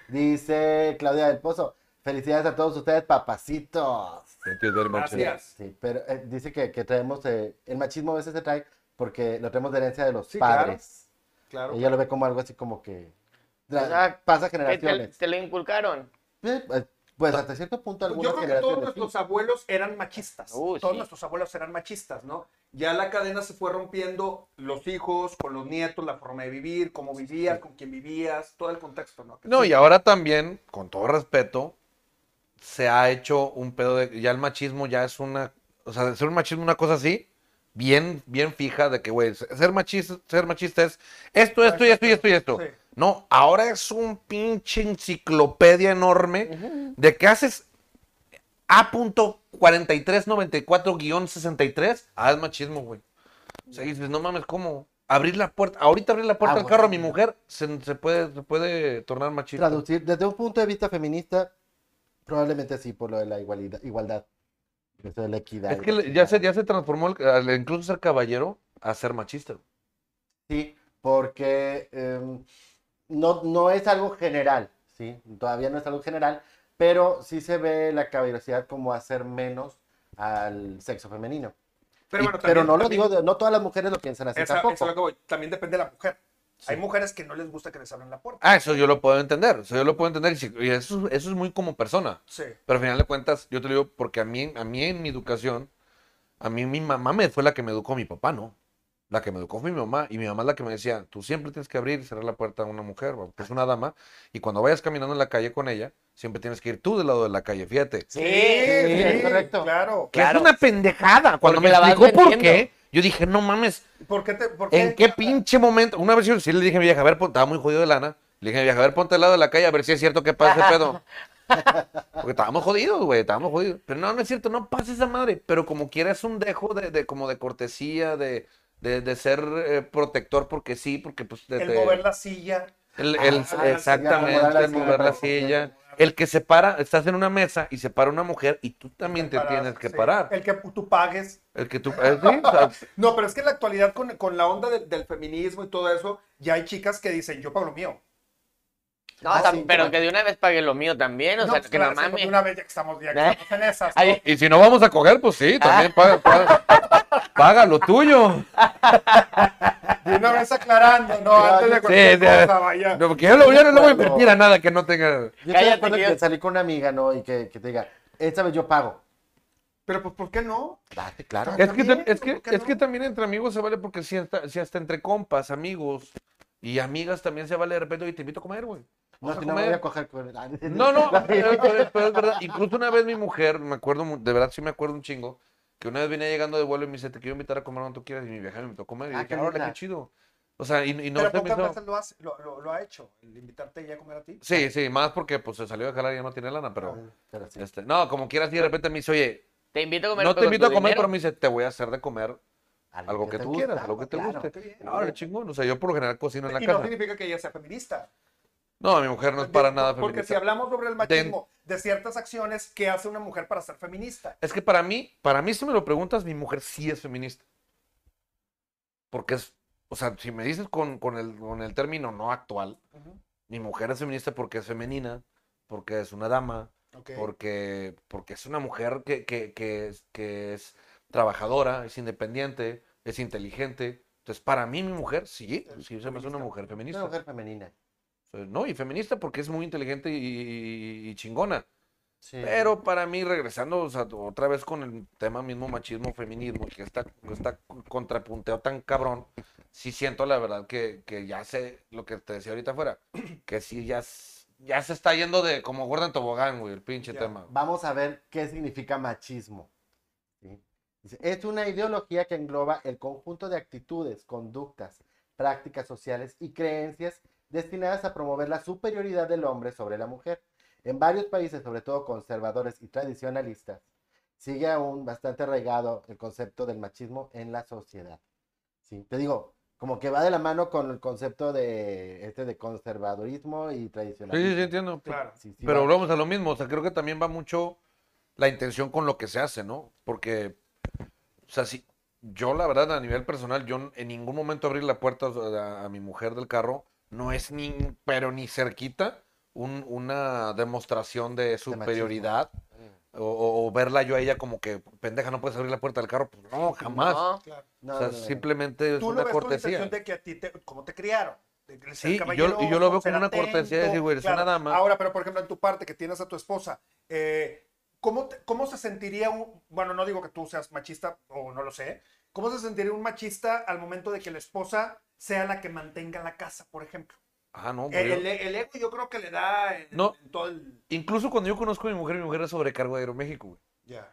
Speaker 4: Dice Claudia del Pozo, felicidades a todos ustedes, papacitos.
Speaker 3: Thank you very much.
Speaker 5: Gracias.
Speaker 4: Sí, pero eh, dice que, que traemos, eh, el machismo a veces se trae porque lo traemos de herencia de los
Speaker 5: Sí, claro,
Speaker 4: padres.
Speaker 5: Claro.
Speaker 4: Ella lo ve como algo así como que tra-
Speaker 2: O sea,
Speaker 4: pasa
Speaker 2: ¿Qué ¿Te,
Speaker 4: generaciones.
Speaker 2: te lo inculcaron?
Speaker 4: Eh, eh, Pues hasta cierto punto algunas
Speaker 5: Yo creo que
Speaker 4: generaciones
Speaker 5: todos
Speaker 4: sí.
Speaker 5: nuestros abuelos eran machistas.
Speaker 2: Uh,
Speaker 5: todos
Speaker 2: sí.
Speaker 5: nuestros abuelos eran machistas, ¿no? Ya la cadena se fue rompiendo, los hijos, con los nietos, la forma de vivir, cómo vivías, con quién vivías, todo el contexto, ¿no? Que
Speaker 3: No,
Speaker 5: sí.
Speaker 3: y ahora también, con todo respeto, se ha hecho un pedo de. Ya el machismo ya es una. O sea, de ser un machismo una cosa así, bien, bien fija, de que, güey, ser machista, ser machista es esto, esto y esto y esto y esto.
Speaker 5: Sí.
Speaker 3: No, ahora es un pinche enciclopedia enorme de que haces A.4394-63. Ah, es machismo, güey. O sea, dices, no mames, ¿cómo? Abrir la puerta, ahorita abrir la puerta
Speaker 4: Ah,
Speaker 3: al carro a mi
Speaker 4: bueno.
Speaker 3: mujer se, se puede, se puede tornar machista.
Speaker 4: Traducir, desde un punto de vista feminista, probablemente sí, por lo de la igualidad. igualdad. Eso de la equidad.
Speaker 3: Es
Speaker 4: y
Speaker 3: que
Speaker 4: la
Speaker 3: le- ya
Speaker 4: chingada.
Speaker 3: se, ya se transformó el- al incluso ser caballero a ser machista. güey.
Speaker 4: Sí, porque em, no, no es algo general, ¿sí? Todavía no es algo general, pero sí se ve la caballerosidad como hacer menos al sexo femenino.
Speaker 5: Pero,
Speaker 4: Y-
Speaker 5: bueno,
Speaker 4: pero
Speaker 5: también-
Speaker 4: no lo
Speaker 5: también-
Speaker 4: digo, de- no todas las mujeres lo piensan así
Speaker 5: Esa-
Speaker 4: tampoco.
Speaker 5: eso es lo que voy. También depende de la mujer.
Speaker 4: Sí.
Speaker 5: Hay mujeres que no les gusta que les abran la puerta.
Speaker 3: Ah, eso yo lo puedo entender. Eso yo lo puedo entender. y si- Y eso, eso es muy como persona.
Speaker 5: Sí.
Speaker 3: Pero al final de cuentas, yo te lo digo porque a mí, a mí en mi educación, a mí mi mamá me fue la que me educó, mi papá no. La que me educó fue mi mamá y mi mamá es la que me decía, tú siempre tienes que abrir y cerrar la puerta a una mujer, porque es una dama, y cuando vayas caminando en la calle con ella, siempre tienes que ir tú del lado de la calle, fíjate.
Speaker 2: Sí,
Speaker 4: sí,
Speaker 5: sí,
Speaker 4: correcto.
Speaker 5: Claro.
Speaker 3: Que
Speaker 2: Claro.
Speaker 3: es una pendejada. Cuando
Speaker 2: Porque
Speaker 3: me
Speaker 2: la vas
Speaker 3: explicó por
Speaker 2: vendiendo.
Speaker 3: qué, yo dije, no mames,
Speaker 5: ¿Por qué te, por
Speaker 3: ¿En qué pinche momento? Una vez yo sí le dije a mi vieja, a ver, pon- estaba muy jodido de lana. Le dije a mi vieja, a ver, ponte al lado de la calle a ver si es cierto que pasa ese pedo. Porque estábamos jodidos, güey, estábamos jodidos. Pero no, no es cierto, no pasa esa madre. Pero como quiera es un dejo de, de- como de cortesía, de, de, de ser eh, protector porque sí, porque pues... de-
Speaker 5: El
Speaker 3: de-
Speaker 5: mover la silla.
Speaker 3: el-
Speaker 4: Ah,
Speaker 3: el-
Speaker 4: la silla, acomodar
Speaker 3: exactamente,
Speaker 4: la
Speaker 3: el mover la
Speaker 4: silla.
Speaker 3: silla. El que se para, estás en una mesa y se para una mujer y tú también te
Speaker 5: parar,
Speaker 3: tienes que
Speaker 5: sí.
Speaker 3: parar.
Speaker 5: El que tú pagues.
Speaker 3: El que tú... eh, sí, o sea,
Speaker 5: No, pero es que en la actualidad con, con la onda del- del feminismo y todo eso, ya hay chicas que dicen, yo pago lo mío.
Speaker 2: No,
Speaker 4: Ah,
Speaker 2: o sea,
Speaker 4: sí,
Speaker 2: pero
Speaker 4: claro.
Speaker 2: que de una vez pague lo mío también, o sea,
Speaker 3: pues,
Speaker 2: que
Speaker 5: pues claro,
Speaker 2: no mames.
Speaker 5: sí, Una vez ya que estamos, ya que
Speaker 2: ¿Eh?
Speaker 5: estamos en esas. ¿no?
Speaker 2: Ay,
Speaker 3: Y si no vamos a coger, pues sí, también
Speaker 5: Ah.
Speaker 3: paga, paga, paga lo tuyo.
Speaker 5: De una vez aclarando, ¿no?
Speaker 4: Claro,
Speaker 5: Antes de
Speaker 4: sí,
Speaker 5: cualquier
Speaker 3: sí.
Speaker 5: cosa, vaya.
Speaker 3: No, porque yo, lo- yo no le voy a invertir a nada que no tenga.
Speaker 4: Yo estoy de
Speaker 2: Cállate,
Speaker 4: acuerdo
Speaker 2: que
Speaker 4: en que
Speaker 2: yo-
Speaker 4: salir con una amiga, ¿no? Y que, que te diga, esta vez yo pago.
Speaker 5: Pero pues, ¿por qué no?
Speaker 4: Date, claro.
Speaker 3: Es que, tam-
Speaker 5: También,
Speaker 3: es, que,
Speaker 5: ¿por qué
Speaker 3: es que
Speaker 5: no?
Speaker 3: también entre amigos se vale porque si hasta, si hasta entre compas, amigos y amigas también se vale de repente, y te invito a comer, güey.
Speaker 4: No,
Speaker 3: Vamos a
Speaker 4: si no me
Speaker 3: comer.
Speaker 4: voy a coger con Ah,
Speaker 3: No, no, pero, pero- pero es verdad. Incluso una vez mi mujer, me acuerdo, mu- de verdad sí me acuerdo un chingo, que una vez venía llegando de vuelo y me dice, te quiero invitar a comer cuando tú quieras. Y mi vieja me invitó a comer. Y
Speaker 4: Ah,
Speaker 3: dije,
Speaker 4: qué
Speaker 3: órale,
Speaker 4: linda.
Speaker 3: qué chido. O sea, y, y no
Speaker 5: pero
Speaker 3: se me
Speaker 5: pocas
Speaker 3: hizo-
Speaker 5: veces lo, hace- lo, lo- lo ha hecho, el invitarte ya a comer a ti.
Speaker 3: Sí, sí, más porque pues se salió de jalar y ya no tiene lana, pero...
Speaker 4: Pero sí.
Speaker 3: Este, no, como quieras, y de repente me dice, oye,
Speaker 2: Te invito a comer
Speaker 3: no
Speaker 2: pero con
Speaker 3: te invito a
Speaker 2: tu
Speaker 3: comer,
Speaker 2: dinero.
Speaker 3: pero me dice, te voy a hacer de comer algo que,
Speaker 4: te
Speaker 3: tú
Speaker 4: gusta,
Speaker 3: quieras, algo que te
Speaker 4: claro.
Speaker 5: qué
Speaker 3: guste.
Speaker 5: bien.
Speaker 3: Ahora, chingón, o sea, yo por lo general cocino en la
Speaker 5: y no
Speaker 3: casa.
Speaker 5: significa que ella sea feminista.
Speaker 3: No, mi mujer no es para nada
Speaker 5: Porque
Speaker 3: feminista.
Speaker 5: si hablamos sobre el machismo, de ciertas acciones, ¿qué hace una mujer para ser feminista?
Speaker 3: Es que para mí, para mí si me lo preguntas, mi mujer sí es feminista. Porque es, o sea, si me dices con, con el, con el término no actual,
Speaker 5: Ujú.
Speaker 3: mi mujer es feminista porque es femenina, porque es una dama,
Speaker 5: Ok.
Speaker 3: porque, porque es una mujer que, que, que es, que es trabajadora, es independiente, es inteligente. Entonces, para mí, mi mujer, sí,
Speaker 5: Es
Speaker 3: sí se me hace una
Speaker 5: feminista.
Speaker 3: mujer
Speaker 4: Una
Speaker 3: feminista.
Speaker 4: mujer femenina.
Speaker 3: Eh, No, y feminista porque es muy inteligente y, y- y chingona.
Speaker 4: Sí.
Speaker 3: Pero para mí, regresando o sea, otra vez con el tema mismo machismo, feminismo, que está, está contrapunteo tan cabrón, sí siento la verdad que, que ya sé lo que te decía ahorita afuera, que sí ya, s- ya se está yendo de como gorda en tobogán, güey, el pinche
Speaker 5: Ya.
Speaker 3: tema.
Speaker 4: vamos a ver qué significa machismo. ¿sí? Dice, Es una ideología que engloba el conjunto de actitudes, conductas, prácticas sociales y creencias destinadas a promover la superioridad del hombre sobre la mujer. En varios países, sobre todo conservadores y tradicionalistas, sigue aún bastante arraigado el concepto del machismo en la sociedad. ¿sí? Te digo, como que va de la mano con el concepto de, este, de conservadurismo y
Speaker 3: Sí,
Speaker 4: tradicionalismo.
Speaker 3: sí, sí, entiendo.
Speaker 5: Claro.
Speaker 4: Sí, sí,
Speaker 3: Pero
Speaker 4: va.
Speaker 3: volvemos a lo mismo, o sea, creo que también va mucho la intención con lo que se hace, ¿no? Porque, o sea, si yo la verdad a nivel personal, yo en ningún momento abrí la puerta a, a mi mujer del carro, no es ni, pero ni cerquita un- una demostración de superioridad. o, o- o verla yo a ella como que, pendeja, no puedes abrir la puerta del carro. Pues no, jamás.
Speaker 2: No,
Speaker 5: claro.
Speaker 4: No,
Speaker 3: o sea,
Speaker 4: no, no, no.
Speaker 3: simplemente es
Speaker 5: Tú lo
Speaker 3: una
Speaker 5: ves con la
Speaker 3: cortesía.
Speaker 5: intención de que a ti, te, como te criaron. el
Speaker 3: Sí, y yo-
Speaker 5: caballero,
Speaker 3: y yo lo veo como
Speaker 5: ser
Speaker 3: una cortesía de decir, güey, eres una dama.
Speaker 5: Ahora, pero por ejemplo, en tu parte que tienes a tu esposa, eh, ¿cómo, te- ¿cómo se sentiría un. Bueno, no digo que tú seas machista o no lo sé. ¿Cómo se sentiría un machista al momento de que la esposa sea la que mantenga la casa, por ejemplo?
Speaker 3: Ah, no, pues
Speaker 5: El,
Speaker 3: yo-
Speaker 5: Eh, el- el ego yo creo que le da en,
Speaker 3: No.
Speaker 5: en todo el.
Speaker 3: Incluso cuando yo conozco a mi mujer, mi mujer era sobrecargo de Aeroméxico, güey.
Speaker 5: Ya.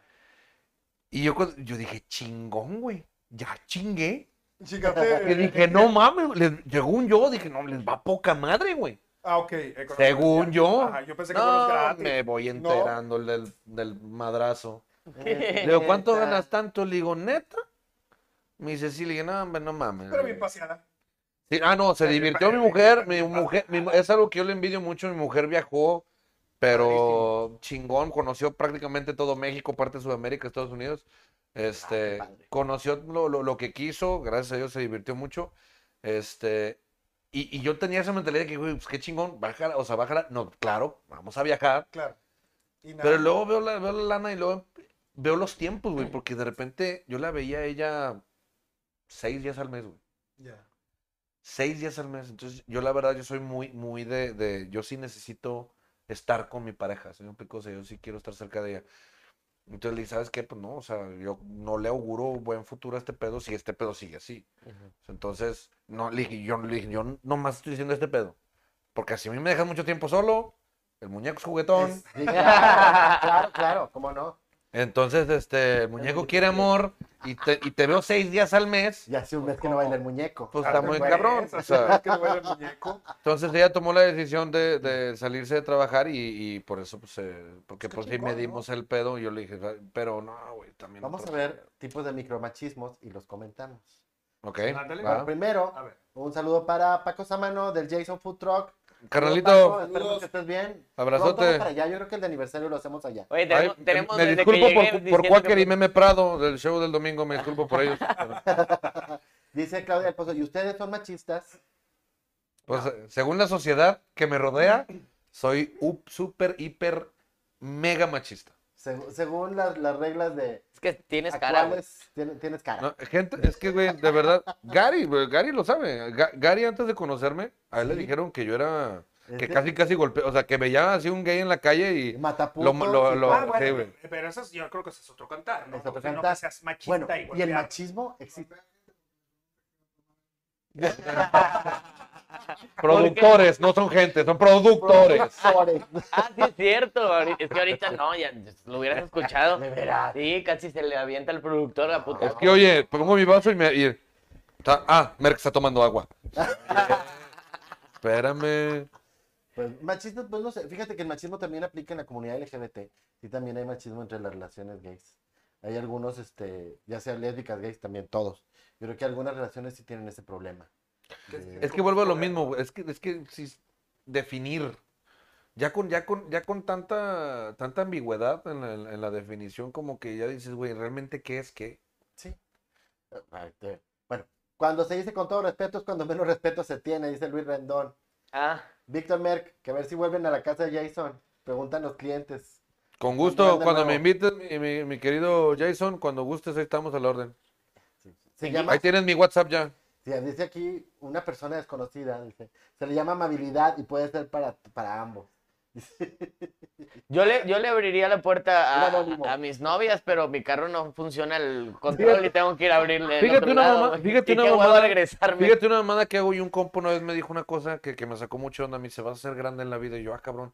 Speaker 3: Y yo, cuando- yo dije, chingón, güey. Ya chingué.
Speaker 5: Fíjate.
Speaker 3: Que dije, no mames, les- según yo, dije, no, les va poca madre, güey.
Speaker 5: Ah, ok. económico,
Speaker 3: Según
Speaker 5: ya.
Speaker 3: yo.
Speaker 5: Ajá, yo pensé que
Speaker 3: No,
Speaker 5: fueron gratis.
Speaker 3: me voy
Speaker 5: No.
Speaker 3: enterando del, del madrazo.
Speaker 4: Eh,
Speaker 3: Le digo, ¿cuánto
Speaker 4: neta.
Speaker 3: ganas tanto? Le digo, neta. Me dice, sí, le dije, no, hombre, no mames.
Speaker 5: Pero bien paseada.
Speaker 3: Sí, ah, no, se
Speaker 5: Pero bien
Speaker 3: divirtió mi
Speaker 5: pa-
Speaker 3: mujer, mi
Speaker 5: bien pa-
Speaker 3: mujer, mi mu- es algo que yo le envidio mucho, mi mujer viajó, pero chingón, conoció prácticamente todo México, parte de Sudamérica, Estados Unidos, este,
Speaker 4: padre.
Speaker 3: conoció lo, lo- lo que quiso, gracias a Dios se divirtió mucho, este, y, y yo tenía esa mentalidad de que, güey, pues qué chingón, bájala, o sea, bájala, no, claro, vamos a viajar,
Speaker 5: Claro. Y nada.
Speaker 3: pero luego veo la, veo la lana y luego veo los tiempos, güey, porque de repente yo la veía a ella seis días al mes, güey
Speaker 5: Ya.
Speaker 3: seis días al mes. Entonces, yo la verdad, yo soy muy, muy de, de- yo sí necesito estar con mi pareja, soy un pico, o sea, yo sí quiero estar cerca de ella. Entonces le dije, ¿sabes qué? Pues no, o sea, yo no le auguro buen futuro a este pedo si este pedo sigue así. Entonces, no, le dije, yo, le dije, yo nomás estoy diciendo este pedo. Porque así a mí me dejan mucho tiempo solo, el muñeco es juguetón.
Speaker 4: Es- sí, claro, claro, claro, cómo no.
Speaker 3: Entonces, este, el muñeco quiere amor y te, y te veo seis días al mes.
Speaker 4: Y hace un mes que no baila el muñeco.
Speaker 3: Pues está
Speaker 5: Ah,
Speaker 3: muy
Speaker 5: pues,
Speaker 3: cabrón.
Speaker 5: eso,
Speaker 3: o sea.
Speaker 5: que no vaya el muñeco.
Speaker 3: Entonces ella tomó la decisión de, de salirse de trabajar y, y por eso, pues, eh, porque
Speaker 5: Pues qué
Speaker 3: por si
Speaker 5: chingón,
Speaker 3: medimos el pedo, y yo le dije, pero no, güey, también.
Speaker 4: Vamos a
Speaker 3: otros-
Speaker 4: ver tipos de micromachismos y los comentamos.
Speaker 3: Ok.
Speaker 5: Ándale,
Speaker 3: va.
Speaker 4: Pero primero,
Speaker 5: A ver.
Speaker 4: un saludo para Paco Samano del Jason Food Truck. Paco,
Speaker 3: Carnalito,
Speaker 4: esperemos que estés bien.
Speaker 3: Abrazote.
Speaker 4: Pronto vamos para allá, yo creo que el de aniversario lo hacemos allá.
Speaker 2: Oye,
Speaker 3: ay,
Speaker 2: tenemos, tenemos
Speaker 3: me
Speaker 2: desde que
Speaker 3: disculpo
Speaker 2: llegué
Speaker 3: por,
Speaker 2: diciendo
Speaker 3: por
Speaker 2: que-
Speaker 3: Quaker y Meme Prado del show del domingo, me disculpo por ellos.
Speaker 4: Dice Claudia del Pozo, ¿y ustedes son machistas?
Speaker 3: Pues, eh, según la sociedad que me rodea, soy up- súper, hiper, mega machista.
Speaker 4: Seg- según las, las reglas de
Speaker 2: Es que tienes cara, güey.
Speaker 4: actuales, tienes, tienes cara.
Speaker 3: No, gente, es que, güey, de verdad, Gary, güey, Gary lo sabe. Ga- Gary, antes de conocerme, a él le
Speaker 4: Sí.
Speaker 3: dijeron que yo era.
Speaker 4: Es
Speaker 3: Que
Speaker 4: de-
Speaker 3: casi, casi golpeó. O sea, que veía así un gay en la calle y.
Speaker 4: Matapuntos
Speaker 3: lo- lo-
Speaker 4: y-
Speaker 3: lo-
Speaker 5: Ah,
Speaker 4: Ah,
Speaker 5: bueno,
Speaker 3: sí, güey.
Speaker 5: pero eso es, yo creo que ese es otro cantar, ¿no?
Speaker 4: Es otro
Speaker 5: Que no
Speaker 4: cantar.
Speaker 5: que seas machista
Speaker 4: Bueno,
Speaker 5: y,
Speaker 4: y el
Speaker 5: golpeado.
Speaker 4: machismo existe.
Speaker 3: Productores, no son gente, son productores.
Speaker 4: Productores.
Speaker 2: Ah, sí, es cierto. ahori- Es que ahorita no, ya lo hubieras escuchado.
Speaker 4: De veras.
Speaker 2: Sí, casi se le avienta al productor la puta.
Speaker 3: Es que, oye, pongo mi vaso y me. y- Ta- ah, Merck está tomando agua. Espérame.
Speaker 4: Pues, machismo, pues no sé. Fíjate que el machismo también aplica en la comunidad LGBT. Sí, también hay machismo entre las relaciones gays. Hay algunos, este, ya sean lésbicas, gays, también todos. Yo creo que algunas relaciones sí tienen ese problema.
Speaker 5: Que-
Speaker 3: Es que vuelvo a lo mismo, güey, es que, es que si- definir. Ya con, ya con, ya con tanta, tanta ambigüedad en la, en la definición, como que ya dices, güey, ¿realmente qué es qué?
Speaker 4: Ay, te- Bueno, cuando se dice con todo respeto es cuando menos respeto se tiene, dice Luis Rendón.
Speaker 2: Ah,
Speaker 4: Víctor Merck, que a ver si vuelven a la casa de Jason. Preguntan los clientes.
Speaker 3: Con
Speaker 4: Igual
Speaker 3: gusto,
Speaker 4: de
Speaker 3: cuando
Speaker 4: nuevo.
Speaker 3: me inviten, mi, mi- mi querido Jason, cuando gustes, ahí estamos a la orden.
Speaker 4: Se llama,
Speaker 3: Ahí tienes mi WhatsApp ya.
Speaker 4: Sí, dice aquí una persona desconocida, dice, se le llama amabilidad y puede ser para, para ambos.
Speaker 2: yo le, yo le abriría la puerta
Speaker 4: Un
Speaker 2: a,
Speaker 4: anónimo.
Speaker 2: a mis novias, pero mi carro no funciona el control y tengo que ir a abrirle. el
Speaker 3: Fíjate
Speaker 2: otro
Speaker 3: una
Speaker 2: lado,
Speaker 3: mamá-
Speaker 2: güey.
Speaker 3: fíjate
Speaker 2: Y
Speaker 3: una
Speaker 2: qué hueva
Speaker 3: mamada-
Speaker 2: regresarme.
Speaker 3: Fíjate una mamada que hago y un compo una vez me dijo una cosa que, que me sacó mucho onda. Me dice, vas a ser grande en la vida. Y yo, ah, cabrón.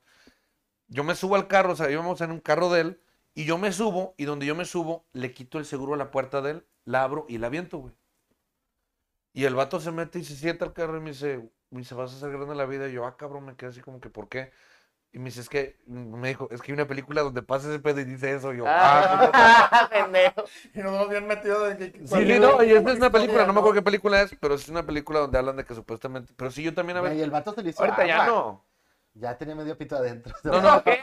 Speaker 3: Yo me subo al carro, o sea, íbamos en un carro de él. Y yo me subo, y donde yo me subo, le quito el seguro a la puerta de él, la abro y la aviento, güey. Y el vato se mete y se sienta al carro y me dice, me dice, vas a ser grande en la vida. Y yo, ah, cabrón, me quedé así como que, ¿por qué? Y me dice, es que, me dijo, es que hay una película donde pasa ese pedo y dice eso. Y yo, ah,
Speaker 2: Ah, pendejo.
Speaker 5: Y nos hemos bien metido de que...
Speaker 3: Sí, sí, no, y esta es una película, no me acuerdo qué película es, pero es una película donde hablan de que supuestamente. Pero sí, yo también a
Speaker 4: Y
Speaker 3: veces.
Speaker 4: el vato se le hizo
Speaker 3: Ahorita
Speaker 4: agua.
Speaker 3: ya no.
Speaker 4: Ya tenía medio pito adentro.
Speaker 3: No, no, ¿qué?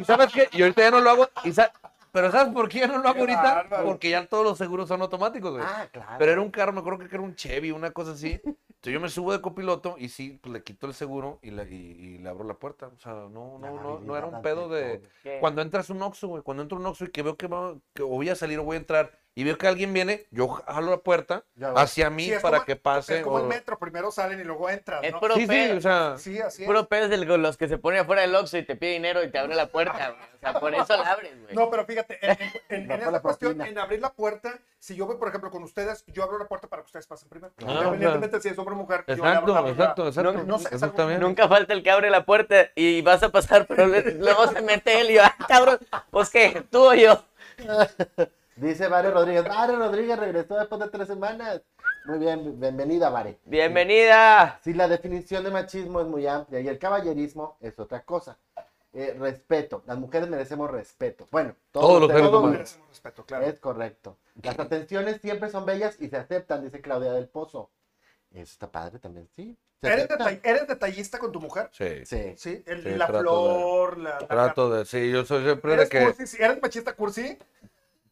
Speaker 3: ¿Y sabes qué? Y ahorita ya no lo hago. y sa- Pero ¿sabes por qué ya no lo hago
Speaker 5: Qué
Speaker 3: ahorita?
Speaker 5: bárbaro.
Speaker 3: Porque ya todos los seguros son automáticos, güey.
Speaker 4: Ah, claro.
Speaker 3: Pero era un carro, me acuerdo que era un Chevy, una cosa así. Entonces yo me subo de copiloto y sí, pues le quito el seguro y, le- y- y le abro la puerta. O sea, no, no,
Speaker 4: La
Speaker 3: no, no
Speaker 4: amabilidad
Speaker 3: era un
Speaker 4: ante
Speaker 3: pedo de.
Speaker 4: todo.
Speaker 2: ¿Qué?
Speaker 3: Cuando entras un Oxxo, güey, cuando entro un Oxxo y que veo que, va- que o voy a salir o voy a entrar y veo que alguien viene, yo jalo la puerta
Speaker 4: Ya voy.
Speaker 3: hacia mí
Speaker 5: Sí, es
Speaker 3: para
Speaker 5: como-
Speaker 3: que pase.
Speaker 5: Es como el
Speaker 3: o-
Speaker 5: metro, primero salen y luego entras,
Speaker 2: Es
Speaker 5: ¿no?
Speaker 2: puro
Speaker 3: Sí, sí,
Speaker 2: pedo.
Speaker 3: o sea,
Speaker 5: Sí, así es.
Speaker 2: Puro pedo es de los que se pone afuera del Oxxo y te pide dinero y te abre la puerta, güey. O sea, por eso la abres, güey.
Speaker 3: pues,
Speaker 5: No, pero fíjate, en, en- en-
Speaker 4: No,
Speaker 5: en
Speaker 4: por la
Speaker 5: esta cuestión,
Speaker 4: propina.
Speaker 5: en abrir la puerta, si yo voy, por ejemplo, con ustedes, yo abro la puerta para que ustedes pasen primero.
Speaker 3: Claro.
Speaker 5: Independientemente si es hombre o mujer, yo le abro la
Speaker 3: Exacto,
Speaker 5: puerta.
Speaker 3: exacto, exacto.
Speaker 5: No, no sé, es algo-
Speaker 3: exactamente.
Speaker 2: Nunca falta el que abre la puerta y vas a pasar, pero le- luego se mete él y yo, "Ah, cabrón, pues qué, tú o yo.
Speaker 4: Dice Vare Rodríguez. Vare Rodríguez regresó después de tres semanas. Muy bien, bienvenida, Vare.
Speaker 2: Bienvenida.
Speaker 4: Si la definición de machismo es muy amplia y el caballerismo es otra cosa. Eh, respeto. Las mujeres merecemos respeto. Bueno,
Speaker 3: Todos los
Speaker 4: ustedes
Speaker 3: seres
Speaker 5: Todos
Speaker 3: humanos.
Speaker 4: merecen.
Speaker 5: merecemos respeto, claro.
Speaker 4: Es correcto. Las atenciones siempre son bellas y se aceptan, dice Claudia del Pozo. Eso está padre también, sí. Se
Speaker 5: ¿Eres,
Speaker 4: aceptan.
Speaker 5: detall- eres detallista con tu mujer?
Speaker 3: Sí.
Speaker 4: Sí.
Speaker 5: Sí, el-
Speaker 3: Sí,
Speaker 5: la
Speaker 3: trato de-
Speaker 5: flor, la... la
Speaker 3: Trato de, sí, yo soy
Speaker 5: carta.
Speaker 3: siempre de
Speaker 5: ¿Eres,
Speaker 3: que,
Speaker 5: cursi? ¿Eres machista cursi?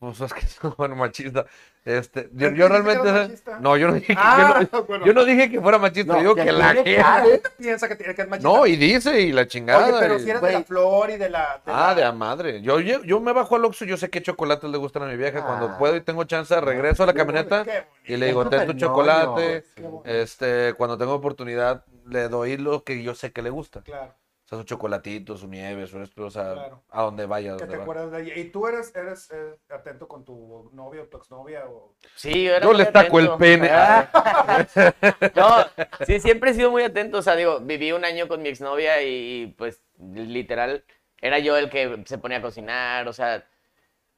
Speaker 3: pues es que soy un machista. Este, yo,
Speaker 5: Pero
Speaker 3: yo
Speaker 5: tú dijiste que eras
Speaker 3: realmente,
Speaker 5: machista.
Speaker 3: no, yo no dije, que-
Speaker 5: Ah,
Speaker 3: yo, no,
Speaker 5: bueno.
Speaker 3: yo no dije que fuera machista,
Speaker 4: No,
Speaker 3: digo
Speaker 4: que
Speaker 3: que la
Speaker 4: tiene
Speaker 3: gente,
Speaker 4: cara.
Speaker 5: ¿Qué piensa que, te- que es machista?
Speaker 3: no, y dice, y la chingada.
Speaker 5: Oye, pero
Speaker 3: y-
Speaker 5: si eres de
Speaker 4: güey.
Speaker 5: la flor y de la... de
Speaker 3: Ah,
Speaker 5: la-
Speaker 3: de a madre. Yo, yo, yo me bajo al Oxxo, yo sé qué chocolates le gustan a mi vieja.
Speaker 4: Ah.
Speaker 3: Cuando puedo y tengo chance, regreso a la camioneta
Speaker 5: Qué bonito.
Speaker 3: y le
Speaker 4: Es
Speaker 3: digo, ten tu
Speaker 4: súper
Speaker 3: chocolate.
Speaker 4: ñoño, sí.
Speaker 3: Este, cuando tengo oportunidad, le doy lo que yo sé que le gusta. O
Speaker 5: Claro,
Speaker 3: sea, su chocolatito, su nieve, su esto, o sea,
Speaker 5: Claro.
Speaker 3: a donde vaya, a
Speaker 5: que
Speaker 3: donde
Speaker 5: te
Speaker 3: vaya.
Speaker 5: acuerdas de ella. ¿Y tú eres, eres eh, atento con tu novia o tu exnovia? O...
Speaker 2: Sí, yo era
Speaker 3: Yo
Speaker 2: muy
Speaker 3: le taco el
Speaker 2: atento.
Speaker 3: pene.
Speaker 2: No, sí, siempre he sido muy atento. O sea, digo, viví un año con mi exnovia y, y, pues literal era yo el que se ponía a cocinar. O sea,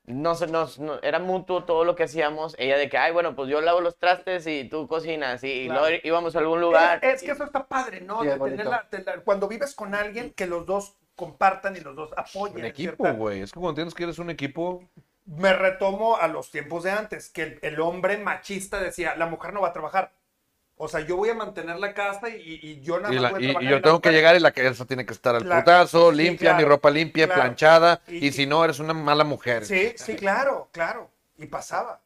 Speaker 2: no sé, no, no- era mutuo todo lo que hacíamos. Ella de que, ay, bueno, pues yo lavo los trastes y tú cocinas. Y
Speaker 5: Claro.
Speaker 2: luego íbamos a algún lugar.
Speaker 5: Es, es que eso está padre, ¿no?
Speaker 4: ah, Sí, es
Speaker 5: De tener
Speaker 4: bonito.
Speaker 5: la- de la- cuando vives con alguien, que los dos compartan y los dos apoyen.
Speaker 3: Un
Speaker 5: en
Speaker 3: equipo,
Speaker 5: cierta-
Speaker 3: güey. Es que cuando tienes que eres un equipo,
Speaker 5: Me retomo a los tiempos de antes, que el, el hombre machista decía, la mujer no va a trabajar. O sea, yo voy a mantener la casa y, y yo nada
Speaker 3: y,
Speaker 5: más
Speaker 3: la-
Speaker 5: voy a
Speaker 3: y- y
Speaker 5: trabajar
Speaker 3: yo
Speaker 5: la
Speaker 3: tengo que
Speaker 5: mujer-
Speaker 3: llegar y la que esa tiene que estar al
Speaker 5: Claro.
Speaker 3: putazo,
Speaker 5: Sí,
Speaker 3: limpia, mi
Speaker 5: claro.
Speaker 3: ropa limpia,
Speaker 5: Claro.
Speaker 3: planchada.
Speaker 5: Y-
Speaker 3: Y, si no, eres una mala mujer.
Speaker 5: Sí, sí, claro, claro. Y pasaba.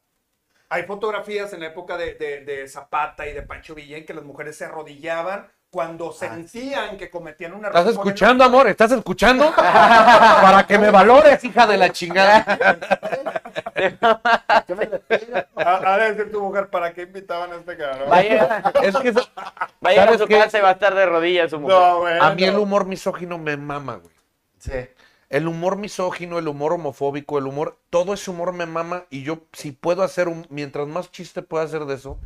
Speaker 5: Hay fotografías en la época de, de- de Zapata y de Pancho Villén que las mujeres se arrodillaban cuando sentían que cometían un error.
Speaker 3: ¿Estás escuchando, amor? ¿Estás escuchando? Para que me valores, hija de la chingada.
Speaker 4: Yo me retiro.
Speaker 5: A, a Ah, decir tu mujer, ¿para qué invitaban a este cabrón?
Speaker 2: Va a llegar,
Speaker 3: Es que esa-
Speaker 2: va a, llegar a
Speaker 3: ¿Sabes
Speaker 2: su
Speaker 3: qué?
Speaker 2: casa y va a estar de rodillas su mujer.
Speaker 5: No, bueno.
Speaker 3: a mí el humor misógino me mama, güey.
Speaker 4: Sí.
Speaker 3: El humor misógino, el humor homofóbico, el humor, todo ese humor me mama y yo si puedo hacer un, mientras más chiste pueda hacer de eso,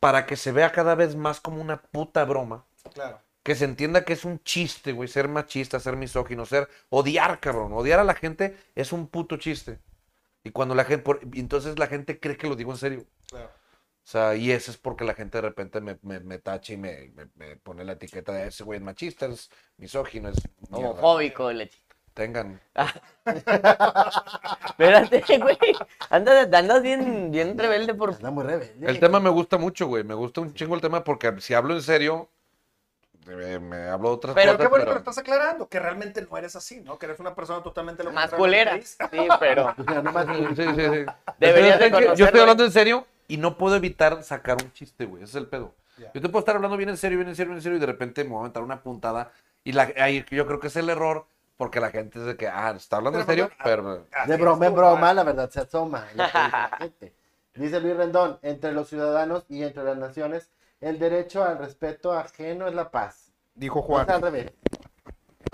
Speaker 3: para que se vea cada vez más como una puta broma,
Speaker 5: Claro.
Speaker 3: que se entienda que es un chiste, güey, ser machista, ser misógino, ser odiar, cabrón, odiar a la gente es un puto chiste. Y cuando la gente, por- y entonces la gente cree que lo digo en serio.
Speaker 5: Claro.
Speaker 3: O sea, y eso es porque la gente de repente me, me, me tacha y me, me- me pone la etiqueta de ese güey es machista, es misógino, es mierda".
Speaker 2: Homofóbico, la chica.
Speaker 3: Tengan.
Speaker 2: Espérate, güey. Andas, andas bien, bien rebelde por.
Speaker 4: Anda muy rebelde.
Speaker 3: El tema me gusta mucho, güey. Me gusta un chingo el tema porque si hablo en serio, eh, me hablo de otras
Speaker 5: Pero qué
Speaker 3: cosas.
Speaker 5: bueno que lo estás aclarando, que realmente no eres así, ¿no? Que eres una persona totalmente lo
Speaker 2: Más
Speaker 5: contrario de
Speaker 2: culera.
Speaker 5: lo que dices.
Speaker 2: Sí, pero.
Speaker 4: Pues Mira, nomás-
Speaker 3: Sí, sí, sí.
Speaker 2: Deberías de
Speaker 3: Entonces, yo- Yo
Speaker 2: conocerlo,
Speaker 3: estoy hablando en serio y no puedo evitar sacar un chiste, güey. Ese es el pedo.
Speaker 5: Ya.
Speaker 3: Yo te puedo estar hablando bien en serio, bien en serio, bien en serio y de repente me voy a aventar una puntada. Y la, ahí yo creo que es el error porque la gente es de que, ah, está hablando en
Speaker 5: Pero,
Speaker 3: serio, pero...
Speaker 5: Así
Speaker 4: De
Speaker 5: es
Speaker 4: broma en
Speaker 5: Ah, tú,
Speaker 4: broma,
Speaker 5: ¿vale?
Speaker 4: la verdad se asoma. lo que dice la gente. Dice Luis Rendón, entre los ciudadanos y entre las naciones, el derecho al respeto ajeno es la paz.
Speaker 5: Dijo
Speaker 4: No
Speaker 5: Juan.
Speaker 4: es al revés.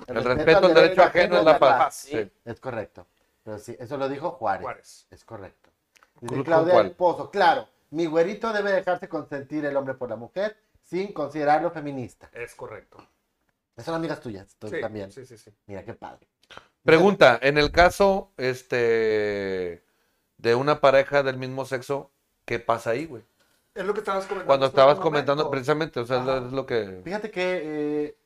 Speaker 3: El respeto al derecho ajeno es la paz. Sí.
Speaker 4: Es correcto. Pero sí, eso lo dijo Juárez.
Speaker 5: Juárez.
Speaker 4: Es correcto.
Speaker 3: Cruz
Speaker 4: Dice
Speaker 3: con
Speaker 4: Claudia
Speaker 3: cuál.
Speaker 4: del Pozo, claro, mi güerito debe dejarse consentir el hombre por la mujer sin considerarlo feminista.
Speaker 5: Es correcto.
Speaker 4: Esas son amigas tuyas, tú
Speaker 5: Sí,
Speaker 4: también.
Speaker 5: sí, sí, sí.
Speaker 4: Mira qué padre.
Speaker 3: Pregunta, en el caso este de una pareja del mismo sexo, ¿qué pasa ahí, güey?
Speaker 5: Es lo que estabas comentando.
Speaker 3: Cuando
Speaker 5: hace un
Speaker 3: estabas
Speaker 5: momento.
Speaker 3: comentando precisamente, o sea, es lo-
Speaker 5: Ajá.
Speaker 3: es lo que...
Speaker 4: Fíjate que eh,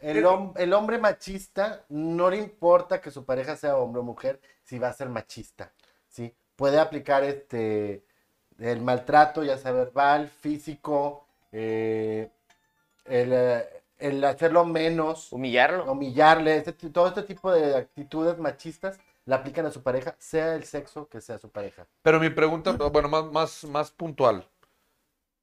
Speaker 4: el,
Speaker 5: Pero-
Speaker 4: hom- el hombre machista no le importa que su pareja sea hombre o mujer si va a ser machista, ¿sí? Puede aplicar este el maltrato, ya sea verbal, físico, eh, el, eh, el hacerlo menos,
Speaker 2: Humillarlo.
Speaker 4: humillarle, este ti- todo este tipo de actitudes machistas la aplican a su pareja, sea el sexo que sea su pareja.
Speaker 3: Pero mi pregunta, bueno, más, más, más puntual.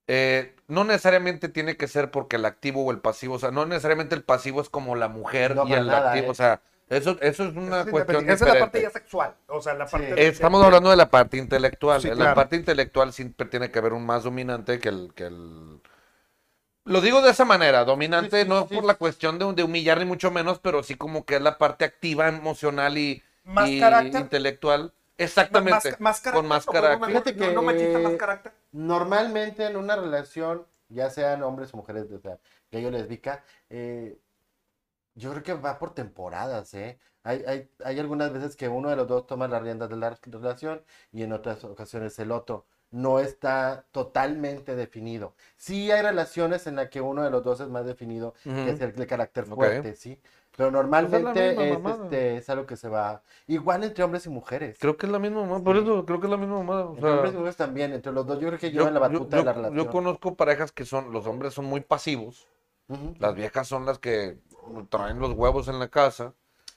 Speaker 3: Eh, no necesariamente tiene que ser porque el activo o el pasivo, o sea, no necesariamente el pasivo es como la mujer
Speaker 4: No,
Speaker 3: y
Speaker 4: para
Speaker 3: el
Speaker 4: nada,
Speaker 3: activo,
Speaker 4: ¿eh?
Speaker 3: o sea, Eso, eso es una
Speaker 5: Es
Speaker 3: cuestión
Speaker 5: independiente. Esa es la parte
Speaker 3: diferente.
Speaker 5: ya sexual. O sea, la
Speaker 4: Sí.
Speaker 5: parte. de-
Speaker 3: Estamos hablando de la parte intelectual.
Speaker 5: Sí,
Speaker 3: en la
Speaker 5: claro.
Speaker 3: parte intelectual siempre tiene que haber un más dominante que el... Que el... Lo digo de esa manera, dominante
Speaker 4: Sí, sí,
Speaker 3: no
Speaker 4: sí.
Speaker 3: por la cuestión de, de humillar ni mucho menos, pero sí como que es la parte activa, emocional y,
Speaker 5: Más
Speaker 3: y
Speaker 5: carácter.
Speaker 3: intelectual.
Speaker 5: Más-
Speaker 3: Exactamente,
Speaker 5: Más, más carácter.
Speaker 3: con más
Speaker 5: o con
Speaker 3: carácter.
Speaker 5: un
Speaker 4: Fíjate
Speaker 5: mejor- No,
Speaker 4: que-
Speaker 5: no machista, más carácter.
Speaker 4: Normalmente en una relación, ya sean hombres o mujeres, o sea, gay o lesbica, eh, yo creo que va por temporadas, ¿eh? Hay, hay, hay algunas veces que uno de los dos toma las riendas de la relación y en otras ocasiones el otro. No está totalmente definido. Sí hay relaciones en las que uno de los dos es más definido,
Speaker 3: Ujú.
Speaker 4: que es el de carácter
Speaker 3: Ok. Pues
Speaker 4: fuerte, ¿sí? Pero normalmente
Speaker 3: misma
Speaker 4: es,
Speaker 3: mamada.
Speaker 4: este, es algo que se va... Igual entre hombres y mujeres.
Speaker 3: Creo que es la misma mamá, por
Speaker 4: Sí.
Speaker 3: eso creo que es la misma mamá. o
Speaker 4: entre
Speaker 3: sea,
Speaker 4: hombres y mujeres también. Entre los dos yo creo que
Speaker 3: yo,
Speaker 4: llevan la
Speaker 3: yo-
Speaker 4: batuta de
Speaker 3: yo-
Speaker 4: la
Speaker 3: yo
Speaker 4: relación.
Speaker 3: conozco parejas que son, los hombres son muy pasivos,
Speaker 4: Ujú.
Speaker 3: las viejas son las que traen los huevos en la casa.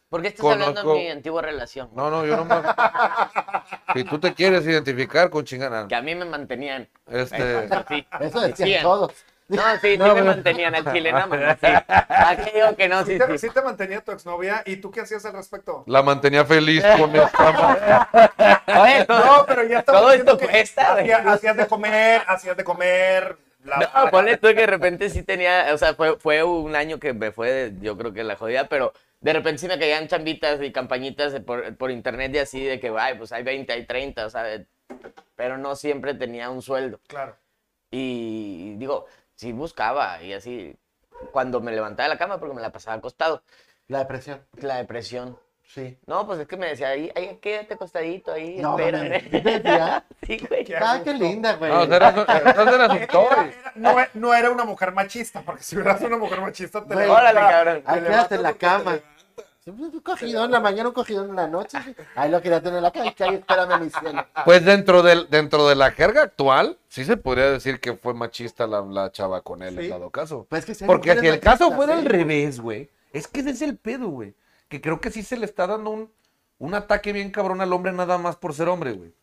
Speaker 2: ¿Por qué estás hablando
Speaker 3: Conozco-
Speaker 2: de mi antigua relación?
Speaker 3: No, no, yo no me- Si tú te quieres identificar con chingana,
Speaker 2: Que a mí me mantenían.
Speaker 3: este,
Speaker 2: Sí.
Speaker 4: Eso
Speaker 2: Sí,
Speaker 4: decían
Speaker 2: sí,
Speaker 4: todos.
Speaker 2: No, sí,
Speaker 3: No,
Speaker 2: sí me
Speaker 3: pero-
Speaker 2: mantenían al chile, nada más. Sí. ¿A qué digo que no?
Speaker 5: Sí
Speaker 2: Ah, Sí,
Speaker 5: te,
Speaker 2: sí.
Speaker 5: sí te mantenía tu exnovia y tú qué hacías al respecto.
Speaker 3: la mantenía feliz con esta ma-
Speaker 2: Oye, todo-
Speaker 5: No, pero ya estamos
Speaker 2: Todo
Speaker 5: diciendo
Speaker 2: esto
Speaker 5: que
Speaker 2: cuesta, güey.
Speaker 5: hacía- Hacías de comer, hacías de comer. La,
Speaker 2: No, ponle tú que de repente sí tenía, o sea, fue, fue un año que me fue, de- yo creo que la jodida, pero de repente sí me caían chambitas y campañitas de por, por internet y así de que, ay, pues hay 20, hay 30, o sea, de- pero no siempre tenía un sueldo.
Speaker 5: Claro.
Speaker 2: Y digo, sí buscaba y así, cuando me levantaba de la cama porque me la pasaba acostado,
Speaker 4: La depresión,
Speaker 2: la depresión.
Speaker 4: sí.
Speaker 2: No, pues es que me decía, ahí, ahí quédate acostadito ahí,
Speaker 4: No, mames, ¿sí te
Speaker 2: espérame.
Speaker 4: decía?
Speaker 2: sí, güey.
Speaker 5: Qué
Speaker 4: Ah, qué
Speaker 5: gusto.
Speaker 4: linda, güey.
Speaker 3: No, o sea, era, entonces era su
Speaker 5: Era-
Speaker 3: toy.
Speaker 5: era- no, e- no era una mujer machista, porque si hubieras una mujer machista te
Speaker 4: Güey,
Speaker 5: levanta-
Speaker 2: Órale, cabrón.
Speaker 5: te
Speaker 4: Ay,
Speaker 5: levanta
Speaker 4: quédate en
Speaker 5: lo
Speaker 4: la
Speaker 5: que
Speaker 4: cama.
Speaker 5: te levanta.
Speaker 4: Siempre Un cogido en la mañana, un cogido en la noche. Ahí lo quería tener en la calle. Ahí espérame, mi cielo.
Speaker 3: Pues dentro del, dentro de la jerga actual, sí se podría decir que fue machista la, la chava con él
Speaker 5: Sí.
Speaker 3: en dado caso.
Speaker 4: Pues es que sí hay
Speaker 3: Porque si
Speaker 4: mujeres
Speaker 3: el caso
Speaker 4: machistas,
Speaker 3: fuera al
Speaker 4: ¿eh?
Speaker 3: revés, güey, es que ese es el pedo, güey. Que creo que sí se le está dando un, un ataque bien cabrón al hombre nada más por ser hombre, güey.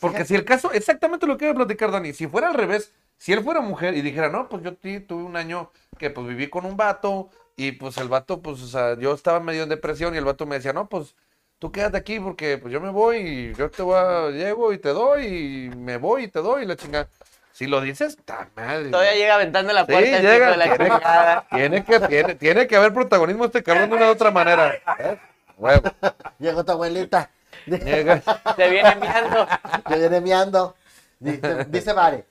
Speaker 3: Porque si el caso, exactamente lo que iba a platicar Dani, si fuera al revés, si él fuera mujer y dijera, no, pues yo ti- tuve un año que pues viví con un vato y pues el vato, pues, o sea, yo estaba medio en depresión y el vato me decía, no, pues tú quédate aquí porque pues yo me voy y yo te voy a, llego y te doy y me voy y te doy y la chingada. Si lo dices, ta madre.
Speaker 2: Todavía
Speaker 3: güey".
Speaker 2: llega aventando la
Speaker 3: Sí,
Speaker 2: puerta el hijo
Speaker 3: llega,
Speaker 2: de la
Speaker 3: tiene,
Speaker 2: chingada.
Speaker 3: tiene que, tiene, tiene que haber protagonismo este cabrón de una u otra manera. ¿eh? Huevo,
Speaker 4: Llegó tu abuelita.
Speaker 3: llega.
Speaker 2: Te viene mirando.
Speaker 4: Yo viene miando. Dice, dice Vare,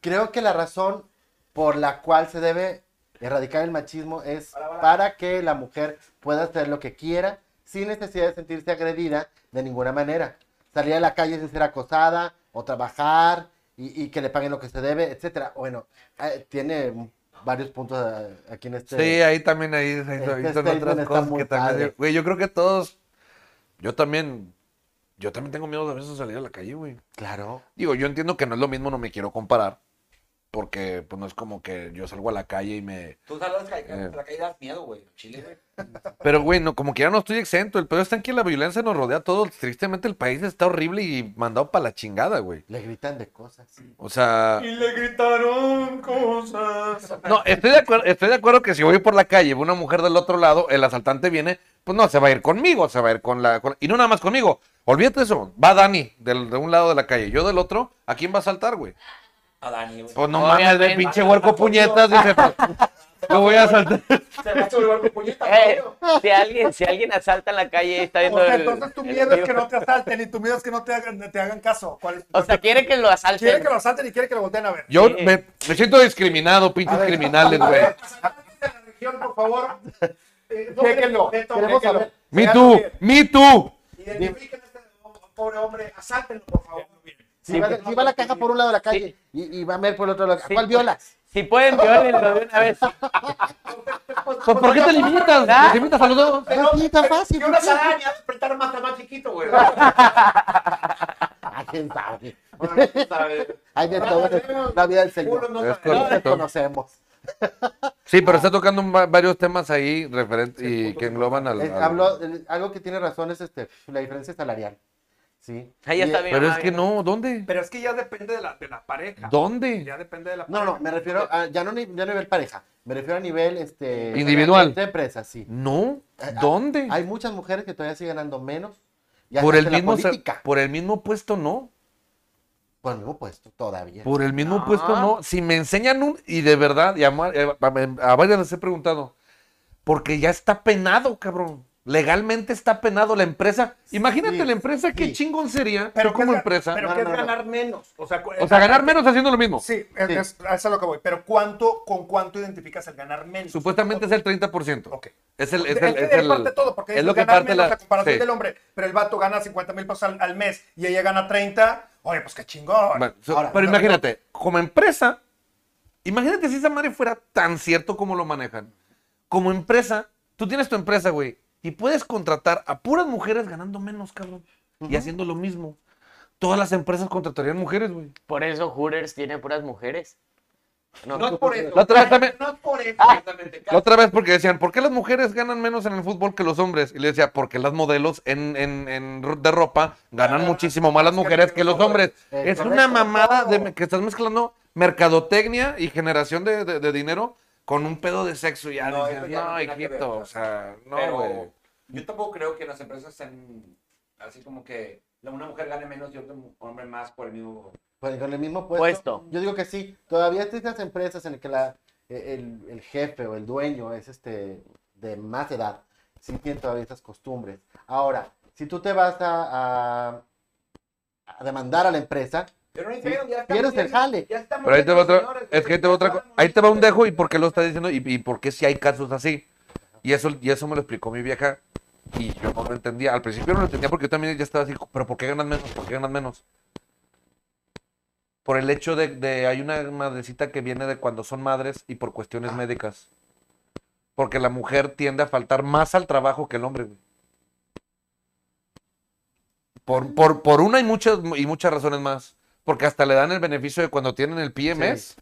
Speaker 4: creo que la razón por la cual se debe erradicar el machismo es para que la mujer pueda hacer lo que quiera sin necesidad de sentirse agredida de ninguna manera. Salir a la calle sin ser acosada o trabajar y, y que le paguen lo que se debe, etcétera. Bueno, eh, tiene varios puntos eh, aquí en este.
Speaker 3: Sí, ahí también ahí, ahí son
Speaker 4: statement
Speaker 3: otras
Speaker 4: este está
Speaker 3: cosas
Speaker 4: muy
Speaker 3: que también.
Speaker 4: padre.
Speaker 3: Güey, yo creo que todos. Yo también. Yo también tengo miedo de a veces de salir a la calle, güey.
Speaker 4: Claro.
Speaker 3: Digo, yo entiendo que no es lo mismo, no me quiero comparar. Porque, pues, no es como que yo salgo a la calle y me.
Speaker 6: Tú salas a
Speaker 3: Eh.
Speaker 6: la calle y das miedo, güey. Chile, güey.
Speaker 3: Pero, güey, no, como que ya no estoy exento. El pedo está en que la violencia nos rodea a todos. Tristemente, el país está horrible y mandado para la chingada, güey.
Speaker 4: Le gritan de cosas.
Speaker 3: O sea.
Speaker 5: Y le gritaron cosas.
Speaker 3: No, estoy de acuerdo, estoy de acuerdo que si voy por la calle y veo una mujer del otro lado, el asaltante viene, pues no, se va a ir conmigo, se va a ir con la... con- Y no nada más conmigo. Olvídate eso. Va Dani del- de un lado de la calle, yo del otro. ¿A quién va a asaltar, güey?
Speaker 6: A Dani, güey.
Speaker 3: Pues no mames,
Speaker 2: Obviamente.
Speaker 3: de pinche huerco puñetas, dice. pues, Yo voy a asaltar.
Speaker 6: Se va a subir con puñeta,
Speaker 2: Eh,
Speaker 6: güey.
Speaker 2: si, alguien, si alguien asalta en la calle y está viendo
Speaker 5: O sea,
Speaker 2: el-
Speaker 5: entonces tu
Speaker 2: el
Speaker 5: miedo es
Speaker 2: vivo.
Speaker 5: que no te asalten y tu miedo es que no te hagan, te hagan caso. ¿Cuál es?
Speaker 2: O sea, quiere que lo asalten.
Speaker 5: quiere que lo asalten y quiere que lo volteen a ver.
Speaker 3: Yo
Speaker 2: Sí.
Speaker 3: me, me siento discriminado, pinches criminales, güey.
Speaker 5: Asaltantes de la región, por favor. Eh, no,
Speaker 4: Chéquenlo,
Speaker 5: respeto,
Speaker 4: queremos
Speaker 5: chéquenlo.
Speaker 4: saber.
Speaker 3: Me
Speaker 5: Sean
Speaker 3: too,
Speaker 5: bien.
Speaker 3: me too.
Speaker 5: Identifiquen a este pobre hombre, asáltenlo, por favor.
Speaker 4: Si, va, si va la caja por un lado de la calle y, y va a ver por el otro lado.
Speaker 2: Sí.
Speaker 4: ¿Cuál violas?
Speaker 2: Si pueden, violenlo de una vez.
Speaker 3: Pues, ¿por qué te limitas?
Speaker 2: Ah.
Speaker 3: Te limitas a los dos.
Speaker 4: Pero
Speaker 5: pues,
Speaker 4: sí, tan fácil.
Speaker 6: Que unas arañas apretaron más a más chiquito, güey.
Speaker 4: Ah, quién sabe.
Speaker 6: ¿Sabes?
Speaker 4: Hay de todo en la vida del
Speaker 6: Uno
Speaker 4: Señor.
Speaker 6: no
Speaker 3: Es
Speaker 6: sabe.
Speaker 4: No
Speaker 3: correcto.
Speaker 4: conocemos.
Speaker 3: Sí, pero está tocando va- varios temas ahí referentes y que engloban al...
Speaker 4: Es-
Speaker 3: al-
Speaker 4: hablo- el- algo que tiene razón es este, la diferencia salarial. Sí.
Speaker 2: Ahí está
Speaker 4: Y-
Speaker 2: bien.
Speaker 3: Pero es que no, ¿dónde?
Speaker 5: Pero es que ya depende de la, de la pareja.
Speaker 3: ¿Dónde?
Speaker 5: Ya depende de la
Speaker 4: No, no, me refiero a, ya no ni- ya a nivel pareja, me refiero a nivel este
Speaker 3: Individual.
Speaker 4: de empresa, sí.
Speaker 3: No,
Speaker 5: ah,
Speaker 4: Eh,
Speaker 3: ¿dónde?
Speaker 4: Hay muchas mujeres que todavía siguen ganando menos. y
Speaker 3: Por
Speaker 4: hasta
Speaker 3: el
Speaker 4: en la
Speaker 3: mismo sa-
Speaker 4: política.
Speaker 3: por el mismo puesto no.
Speaker 4: Por el mismo puesto, todavía.
Speaker 3: Por el mismo
Speaker 2: No.
Speaker 3: puesto, no. Si me enseñan un. Y de verdad, y a, Mar- eh, a- a varias les he preguntado. Porque ya está penado, cabrón. Legalmente está penado la empresa. Imagínate
Speaker 4: Sí,
Speaker 3: la empresa, qué
Speaker 4: sí.
Speaker 3: chingón sería.
Speaker 5: Pero
Speaker 3: Pero como
Speaker 5: ¿qué es ga-
Speaker 3: empresa.
Speaker 5: Pero
Speaker 4: No,
Speaker 5: ¿qué
Speaker 4: no,
Speaker 5: es
Speaker 4: no.
Speaker 5: ganar menos? O sea, cu-
Speaker 3: o sea, ganar menos haciendo lo mismo.
Speaker 5: Sí, es,
Speaker 4: Sí.
Speaker 5: es- a eso es lo que voy. Pero ¿cuánto, ¿con cuánto identificas el ganar menos?
Speaker 3: Supuestamente es el 30%.
Speaker 5: Ok.
Speaker 3: Es el.
Speaker 5: Es,
Speaker 3: Es, el, es el-
Speaker 5: parte todo, porque
Speaker 3: es
Speaker 5: dices
Speaker 3: lo que
Speaker 5: ganar
Speaker 3: parte
Speaker 5: menos
Speaker 3: la.
Speaker 5: a comparación
Speaker 3: sí.
Speaker 5: del hombre, pero el vato gana 50 mil pesos al, al mes y ella gana 30. Oye, pues qué chingón.
Speaker 3: Bueno, so-
Speaker 4: Ahora,
Speaker 3: pero
Speaker 5: no,
Speaker 3: imagínate, como empresa, imagínate si esa madre fuera tan cierto como lo manejan. Como empresa, tú tienes tu empresa, güey, y puedes contratar a puras mujeres ganando menos, cabrón, y haciendo lo mismo. Todas las empresas contratarían mujeres, güey.
Speaker 2: Por eso Hooters tiene puras mujeres. No,
Speaker 6: No es por eso.
Speaker 3: La otra vez también- Ah.
Speaker 6: No es por eso, exactamente.
Speaker 3: La otra vez porque decían, ¿por qué las mujeres ganan menos en el fútbol que los hombres? Y le decía, porque las modelos en, en- en ro- de ropa ganan muchísimo más las mujeres que los hombres.
Speaker 4: Eh,
Speaker 3: es
Speaker 4: correcto.
Speaker 3: una mamada de me- que estás mezclando mercadotecnia y generación de, de- de dinero con un pedo de sexo. Y ya
Speaker 6: No,
Speaker 3: dices,
Speaker 6: eso ya no
Speaker 3: no,
Speaker 6: tiene nada que
Speaker 3: hijito,
Speaker 6: ver.
Speaker 3: o sea, no,
Speaker 6: Pero
Speaker 3: güey.
Speaker 6: yo tampoco creo que las empresas sean así como que la- una mujer gane menos y otro mu- hombre más por el mismo.
Speaker 4: Por- Pues, con el mismo puesto.
Speaker 2: Puesto.
Speaker 4: Yo digo que sí. Todavía hay estas empresas en las que la, e, el, el jefe o el dueño es este de más edad. Sí tienen todavía estas costumbres. Ahora, si tú te vas a, a, a demandar a la empresa,
Speaker 6: Pero no hay
Speaker 4: Sí.
Speaker 6: pedo, ya
Speaker 4: Pierdes
Speaker 6: estamos
Speaker 4: el jale.
Speaker 6: Ya estamos
Speaker 3: Pero ahí te va
Speaker 6: viendo,
Speaker 3: otra,
Speaker 6: señores,
Speaker 3: es que ahí te va otra co- ahí te va un dejo y por qué lo está diciendo y, y por qué si hay casos así. Y eso, y eso me lo explicó mi vieja y yo no lo entendía. Al principio no lo entendía porque yo también ya estaba así, pero ¿por qué ganas menos? ¿Por qué ganas menos? Por el hecho de, de hay una madrecita que viene de cuando son madres y por cuestiones
Speaker 5: Ah.
Speaker 3: médicas. Porque la mujer tiende a faltar más al trabajo que el hombre. güey. Por,
Speaker 5: Mm.
Speaker 3: por, por una y muchas, y muchas razones más. Porque hasta le dan el beneficio de cuando tienen el PMS,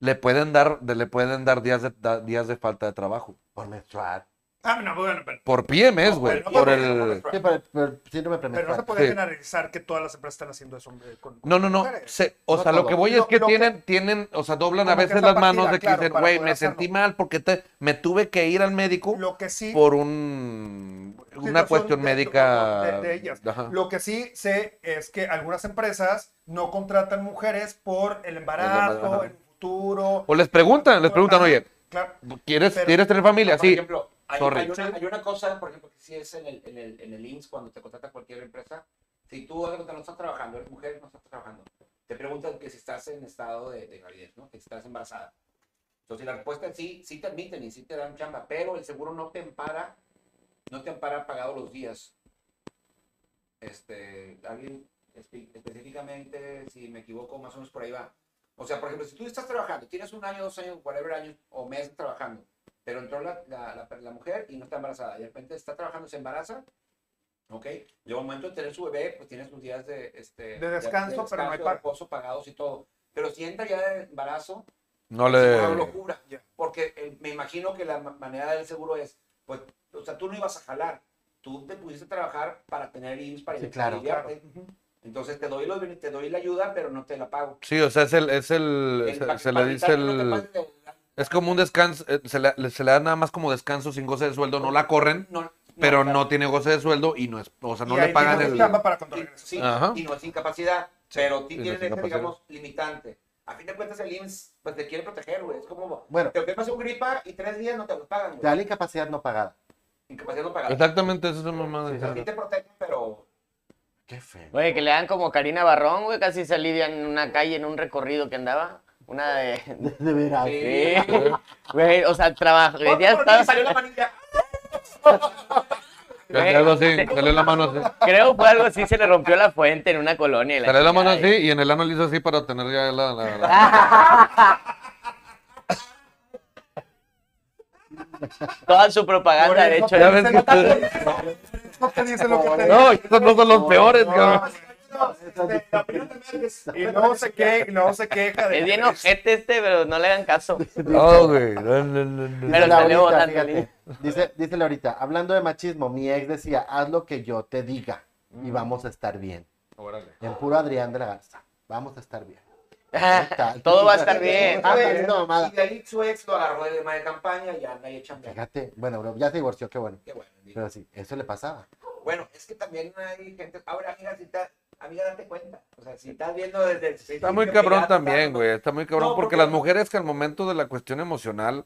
Speaker 3: le pueden dar, de- le pueden dar días de, da- días de falta de trabajo.
Speaker 4: por menstruar.
Speaker 5: Ah, no, bueno, pero,
Speaker 3: Por PMS,
Speaker 5: No,
Speaker 3: güey.
Speaker 5: bueno,
Speaker 3: por
Speaker 5: bueno,
Speaker 3: el-
Speaker 5: bueno, bueno.
Speaker 4: Sí, por el- por el síndrome
Speaker 5: pero no se
Speaker 4: premenstrual.
Speaker 5: puede
Speaker 3: Sí.
Speaker 5: generalizar que todas las empresas están haciendo eso hombre, con, con
Speaker 3: No, no, no.
Speaker 5: mujeres.
Speaker 3: se- o
Speaker 4: No
Speaker 3: sea, lo
Speaker 4: todo.
Speaker 3: que voy es
Speaker 5: Lo-
Speaker 3: que
Speaker 5: lo que-
Speaker 3: tienen, tienen, o sea, doblan a
Speaker 5: Como que
Speaker 3: veces
Speaker 5: esa
Speaker 3: las manos
Speaker 5: partida,
Speaker 3: de que
Speaker 5: claro,
Speaker 3: dicen,
Speaker 5: para
Speaker 3: güey,
Speaker 5: poder
Speaker 3: me
Speaker 5: hacerlo".
Speaker 3: sentí mal porque te, me tuve que ir al médico
Speaker 5: Lo que sí.
Speaker 3: por un, una
Speaker 5: situación
Speaker 3: cuestión
Speaker 5: de-
Speaker 3: médica.
Speaker 5: de- de ellas.
Speaker 3: Ajá.
Speaker 5: Lo que sí sé es que algunas empresas no contratan mujeres por el
Speaker 3: El embarazo,
Speaker 5: embarazo,
Speaker 3: ajá.
Speaker 5: el futuro.
Speaker 3: O les preguntan, les preguntan,
Speaker 5: Ajá,
Speaker 3: oye,
Speaker 5: Claro.
Speaker 3: ¿quieres,
Speaker 5: Pero-
Speaker 3: ¿quieres tener familia?
Speaker 6: Por
Speaker 3: Sí.
Speaker 6: ejemplo, hay,
Speaker 3: Sorry.
Speaker 6: hay una, hay una cosa, por ejemplo, que sí es en el, en el, en el IMSS cuando te contrata cualquier empresa. Si tú haz de cuenta, no estás trabajando, eres mujer, no estás trabajando. Te preguntan que si estás en estado de, de gravidez, ¿no? Que si estás embarazada. Entonces, la respuesta es sí, sí te admiten y sí te dan chamba, pero el seguro no te ampara, no te ampara pagado los días. Este, alguien espe- específicamente, si me equivoco, más o menos por ahí va. O sea, por ejemplo, si tú estás trabajando, tienes un año, dos años, whatever años o mes trabajando, pero entró la, la, la- la mujer y no está embarazada. Y de repente está trabajando, se embaraza. Ok. Llega un momento de tener su bebé, pues tienes tus días de, este,
Speaker 5: De descanso, pero no hay
Speaker 6: de
Speaker 5: pago.
Speaker 6: reposo pagados y todo. Pero si entra ya de embarazo,
Speaker 3: No
Speaker 6: es
Speaker 3: le.
Speaker 6: una locura.
Speaker 5: Ya.
Speaker 6: Porque eh, me imagino que la ma- manera del seguro es, pues, o sea, tú no ibas a jalar. Tú te pudiste trabajar para tener IMSS, para
Speaker 4: Sí, claro,
Speaker 6: lidiarte. Entonces te doy, los, bene- te doy la ayuda, pero no te la pago.
Speaker 3: Sí, o sea, es el, es el,
Speaker 6: El-
Speaker 3: se,
Speaker 6: para-
Speaker 3: se
Speaker 6: para
Speaker 3: le dice
Speaker 6: evitar que no te
Speaker 3: el,
Speaker 6: pasen de-
Speaker 3: es como un descanso, eh, se le, le- se le da nada más como descanso sin goce de sueldo, no la corren,
Speaker 6: no-
Speaker 3: pero
Speaker 6: claro.
Speaker 3: no tiene goce de sueldo y no es, o sea, no
Speaker 5: Y
Speaker 3: le
Speaker 5: ahí
Speaker 3: pagan
Speaker 5: tienes
Speaker 3: el,
Speaker 5: chamba para cuando
Speaker 6: Sí,
Speaker 5: regreses.
Speaker 6: sí,
Speaker 3: Ajá.
Speaker 6: y no es incapacidad, pero ti
Speaker 3: no es
Speaker 6: tienen ese,
Speaker 3: incapacidad.
Speaker 6: digamos, limitante. A fin de cuentas, el IMSS pues, te quiere proteger, güey. Es como,
Speaker 4: Bueno.
Speaker 6: te enfermas de un gripa y tres días no te los pagan,
Speaker 4: Te da
Speaker 6: güey.
Speaker 4: la incapacidad no pagada.
Speaker 6: Incapacidad no pagada.
Speaker 3: exactamente, esa es una mamada.
Speaker 6: O sea, sí te protegen, pero
Speaker 4: Qué feo.
Speaker 2: Oye, que le dan como Karina Barrón, güey, casi se alivia en una calle, en un recorrido que andaba. Una de.
Speaker 4: De, de veras.
Speaker 2: Ah, Sí. Güey, o sea, trabajo. güey, Ya
Speaker 6: Otro por mí,
Speaker 2: estaba.
Speaker 6: salió la manilla.
Speaker 3: Salió algo así, salió la mano así,
Speaker 2: Creo fue algo así, se le rompió la fuente en una colonia. y
Speaker 3: salió la mano así
Speaker 2: chingada,
Speaker 3: y en el ano le hizo así para tener ya la, la- la-
Speaker 2: y Toda su
Speaker 5: Por
Speaker 2: propaganda, de
Speaker 5: eso
Speaker 2: hecho.
Speaker 3: Ya
Speaker 5: te
Speaker 2: es-
Speaker 3: ves
Speaker 5: dicen-
Speaker 3: que ustedes-
Speaker 5: No te dicen lo que te
Speaker 3: No,
Speaker 5: dicen.
Speaker 3: estos no son los peores, cabrón.
Speaker 5: No, este, la opinión de Márquez. Y no sé qué, y no se queja de
Speaker 2: Es bien
Speaker 5: que-
Speaker 2: ojete este, pero no le hagan caso.
Speaker 5: Oh,
Speaker 3: No, güey, no, no, no, no.
Speaker 2: Pero
Speaker 4: Laurita,
Speaker 2: salió botando,
Speaker 4: fíjate. Dice, dice Laurita, hablando de machismo, mi ex decía, haz lo que yo te diga. y vamos a estar bien.
Speaker 6: Órale.
Speaker 4: En puro Adrián de la Garza. Vamos a estar bien. tal.
Speaker 2: Todo va a estar bien.
Speaker 4: Ah,
Speaker 6: A
Speaker 4: es
Speaker 6: ver,
Speaker 4: una mamada.
Speaker 6: y de ahí su ex lo agarró de madre de campaña y anda ahí echando.
Speaker 4: Fíjate, bueno, bro, ya se divorció, qué bueno.
Speaker 6: Qué bueno. digo.
Speaker 4: Pero sí, eso le pasaba.
Speaker 6: Bueno, es que también hay gente. Ahora, amiga, si está, amiga, date cuenta. O sea, si estás viendo desde el
Speaker 3: Está
Speaker 6: principio
Speaker 3: muy
Speaker 6: que
Speaker 3: cabrón
Speaker 6: ya
Speaker 3: también,
Speaker 6: está-
Speaker 3: güey. Está muy cabrón
Speaker 6: No,
Speaker 3: porque
Speaker 6: porque-
Speaker 3: las mujeres que al momento de la cuestión emocional,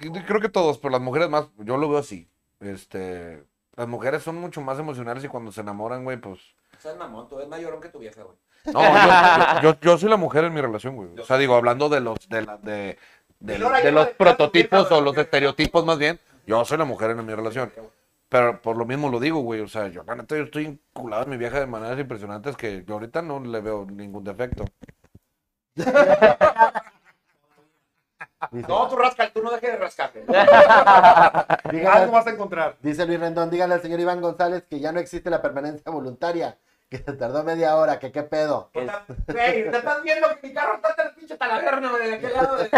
Speaker 3: y creo que todos, pero las mujeres más, yo lo veo así. Este, las mujeres son mucho más emocionales y cuando se enamoran, güey, pues.
Speaker 6: O sea, mamón, tú eres mayorón que tu vieja, güey.
Speaker 3: No, yo, yo, yo- yo soy la mujer en mi relación, güey. O sea, digo, hablando de los, de la- de, de-
Speaker 6: Ahora
Speaker 3: de
Speaker 6: ya
Speaker 3: los
Speaker 6: no-
Speaker 3: prototipos o los estereotipos más bien, yo soy la mujer en mi relación. Pero por lo mismo lo digo, güey. O sea, yo la neta, yo estoy vinculado a mi vieja de maneras impresionantes que yo ahorita no le veo ningún defecto.
Speaker 4: Dice,
Speaker 6: No, tú rascas, tú no dejes de rascarte.
Speaker 4: dígale-
Speaker 5: Algo vas a encontrar.
Speaker 4: Dice Luis Rendón, dígale al señor Iván González que ya no existe la permanencia voluntaria, que se tardó media hora, que qué pedo.
Speaker 6: Güey, te estás viendo que mi carro está hasta el pinche talaverna, güey, de aquel lado de-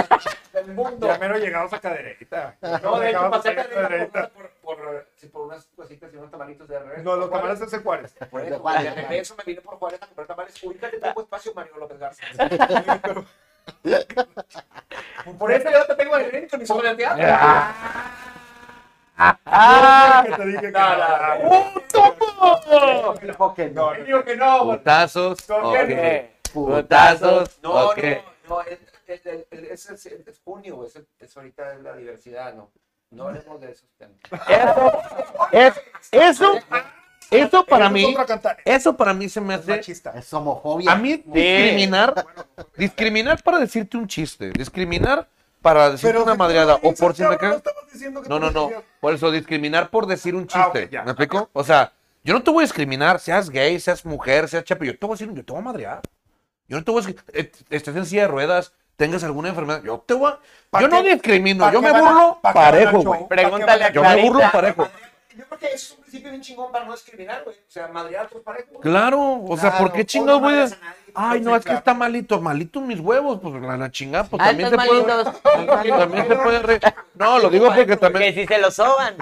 Speaker 6: del mundo.
Speaker 5: Ya mero llegamos a caderita.
Speaker 6: No, de hecho,
Speaker 5: Llegamos a
Speaker 6: pasé caderita
Speaker 5: caderita.
Speaker 6: por, por, por, sí, por unas cositas y unos tamalitos de regreso.
Speaker 5: No, los tamales es el Juárez.
Speaker 6: Por
Speaker 4: De
Speaker 6: eso,
Speaker 4: Juárez,
Speaker 6: de
Speaker 4: Juárez.
Speaker 6: regreso me vine por Juárez a comprar tamales. Ubícate poco espacio, Mario López Garza. por eso yo no te tengo el evento ni sobre el teatro.
Speaker 3: Ah.
Speaker 5: Que te dije que
Speaker 6: No, no, no.
Speaker 4: Dijo que no.
Speaker 5: No,
Speaker 6: Te digo que no, güey.
Speaker 3: Putazos.
Speaker 5: No,
Speaker 3: ok.
Speaker 2: Eh,
Speaker 3: Putazos.
Speaker 6: No,
Speaker 3: ok.
Speaker 6: no, no, es, es, es, es, es- es junio, güey, es, es ahorita es la diversidad, no. No hablemos de esos temas.
Speaker 3: Eso, es- eso, eso para
Speaker 5: Esa es
Speaker 3: mí,
Speaker 5: otra cantar.
Speaker 3: eso para mí se me hace.
Speaker 5: Machista.
Speaker 4: Es homofobia.
Speaker 3: A mí discriminar, discriminar para decirte un chiste, discriminar para decirte una
Speaker 5: si tú
Speaker 3: madreada
Speaker 5: lo
Speaker 3: o
Speaker 5: dices,
Speaker 3: por si me
Speaker 5: cabrón,
Speaker 3: cagas.
Speaker 5: estabas diciendo que
Speaker 3: No,
Speaker 5: tú
Speaker 3: no, no.
Speaker 5: decías-
Speaker 3: Por eso, discriminar por decir un
Speaker 5: Ah,
Speaker 3: chiste.
Speaker 5: ok, ya.
Speaker 3: ¿Me explico? O sea, yo no te voy a discriminar, seas gay, seas mujer, seas chapa. Yo te voy a decir, yo te voy a madrear. Yo no te voy a. discri- eh, Estés en silla de ruedas, tengas alguna enfermedad. Yo te voy a.
Speaker 5: ¿Pa'
Speaker 3: Yo no
Speaker 5: qué-
Speaker 3: discrimino,
Speaker 5: pa'
Speaker 3: yo
Speaker 5: qué
Speaker 3: me
Speaker 5: van a-
Speaker 3: burlo
Speaker 5: pa' qué van a
Speaker 3: parejo,
Speaker 5: show?
Speaker 3: güey.
Speaker 5: ¿Pa' qué
Speaker 2: Pregúntale
Speaker 5: van
Speaker 2: a
Speaker 3: Yo me burlo
Speaker 2: Clarita.
Speaker 3: parejo.
Speaker 6: Yo creo que eso es un principio bien chingón para no discriminar, güey. O sea, madrear a tus parejos. güey.
Speaker 3: Claro, o sea, ¿por
Speaker 4: Claro,
Speaker 3: qué chingados
Speaker 6: o no
Speaker 3: voy a...
Speaker 6: madreas a nadie,
Speaker 3: Ay,
Speaker 6: pues,
Speaker 3: no,
Speaker 6: sí,
Speaker 3: es que
Speaker 6: claro.
Speaker 3: está malito, malito mis huevos, pues la, la chingada, pues también
Speaker 2: Altos
Speaker 3: se puede...
Speaker 2: malditos.
Speaker 3: También se puede re- No, lo digo porque
Speaker 2: Que
Speaker 3: también...
Speaker 2: si se lo soban.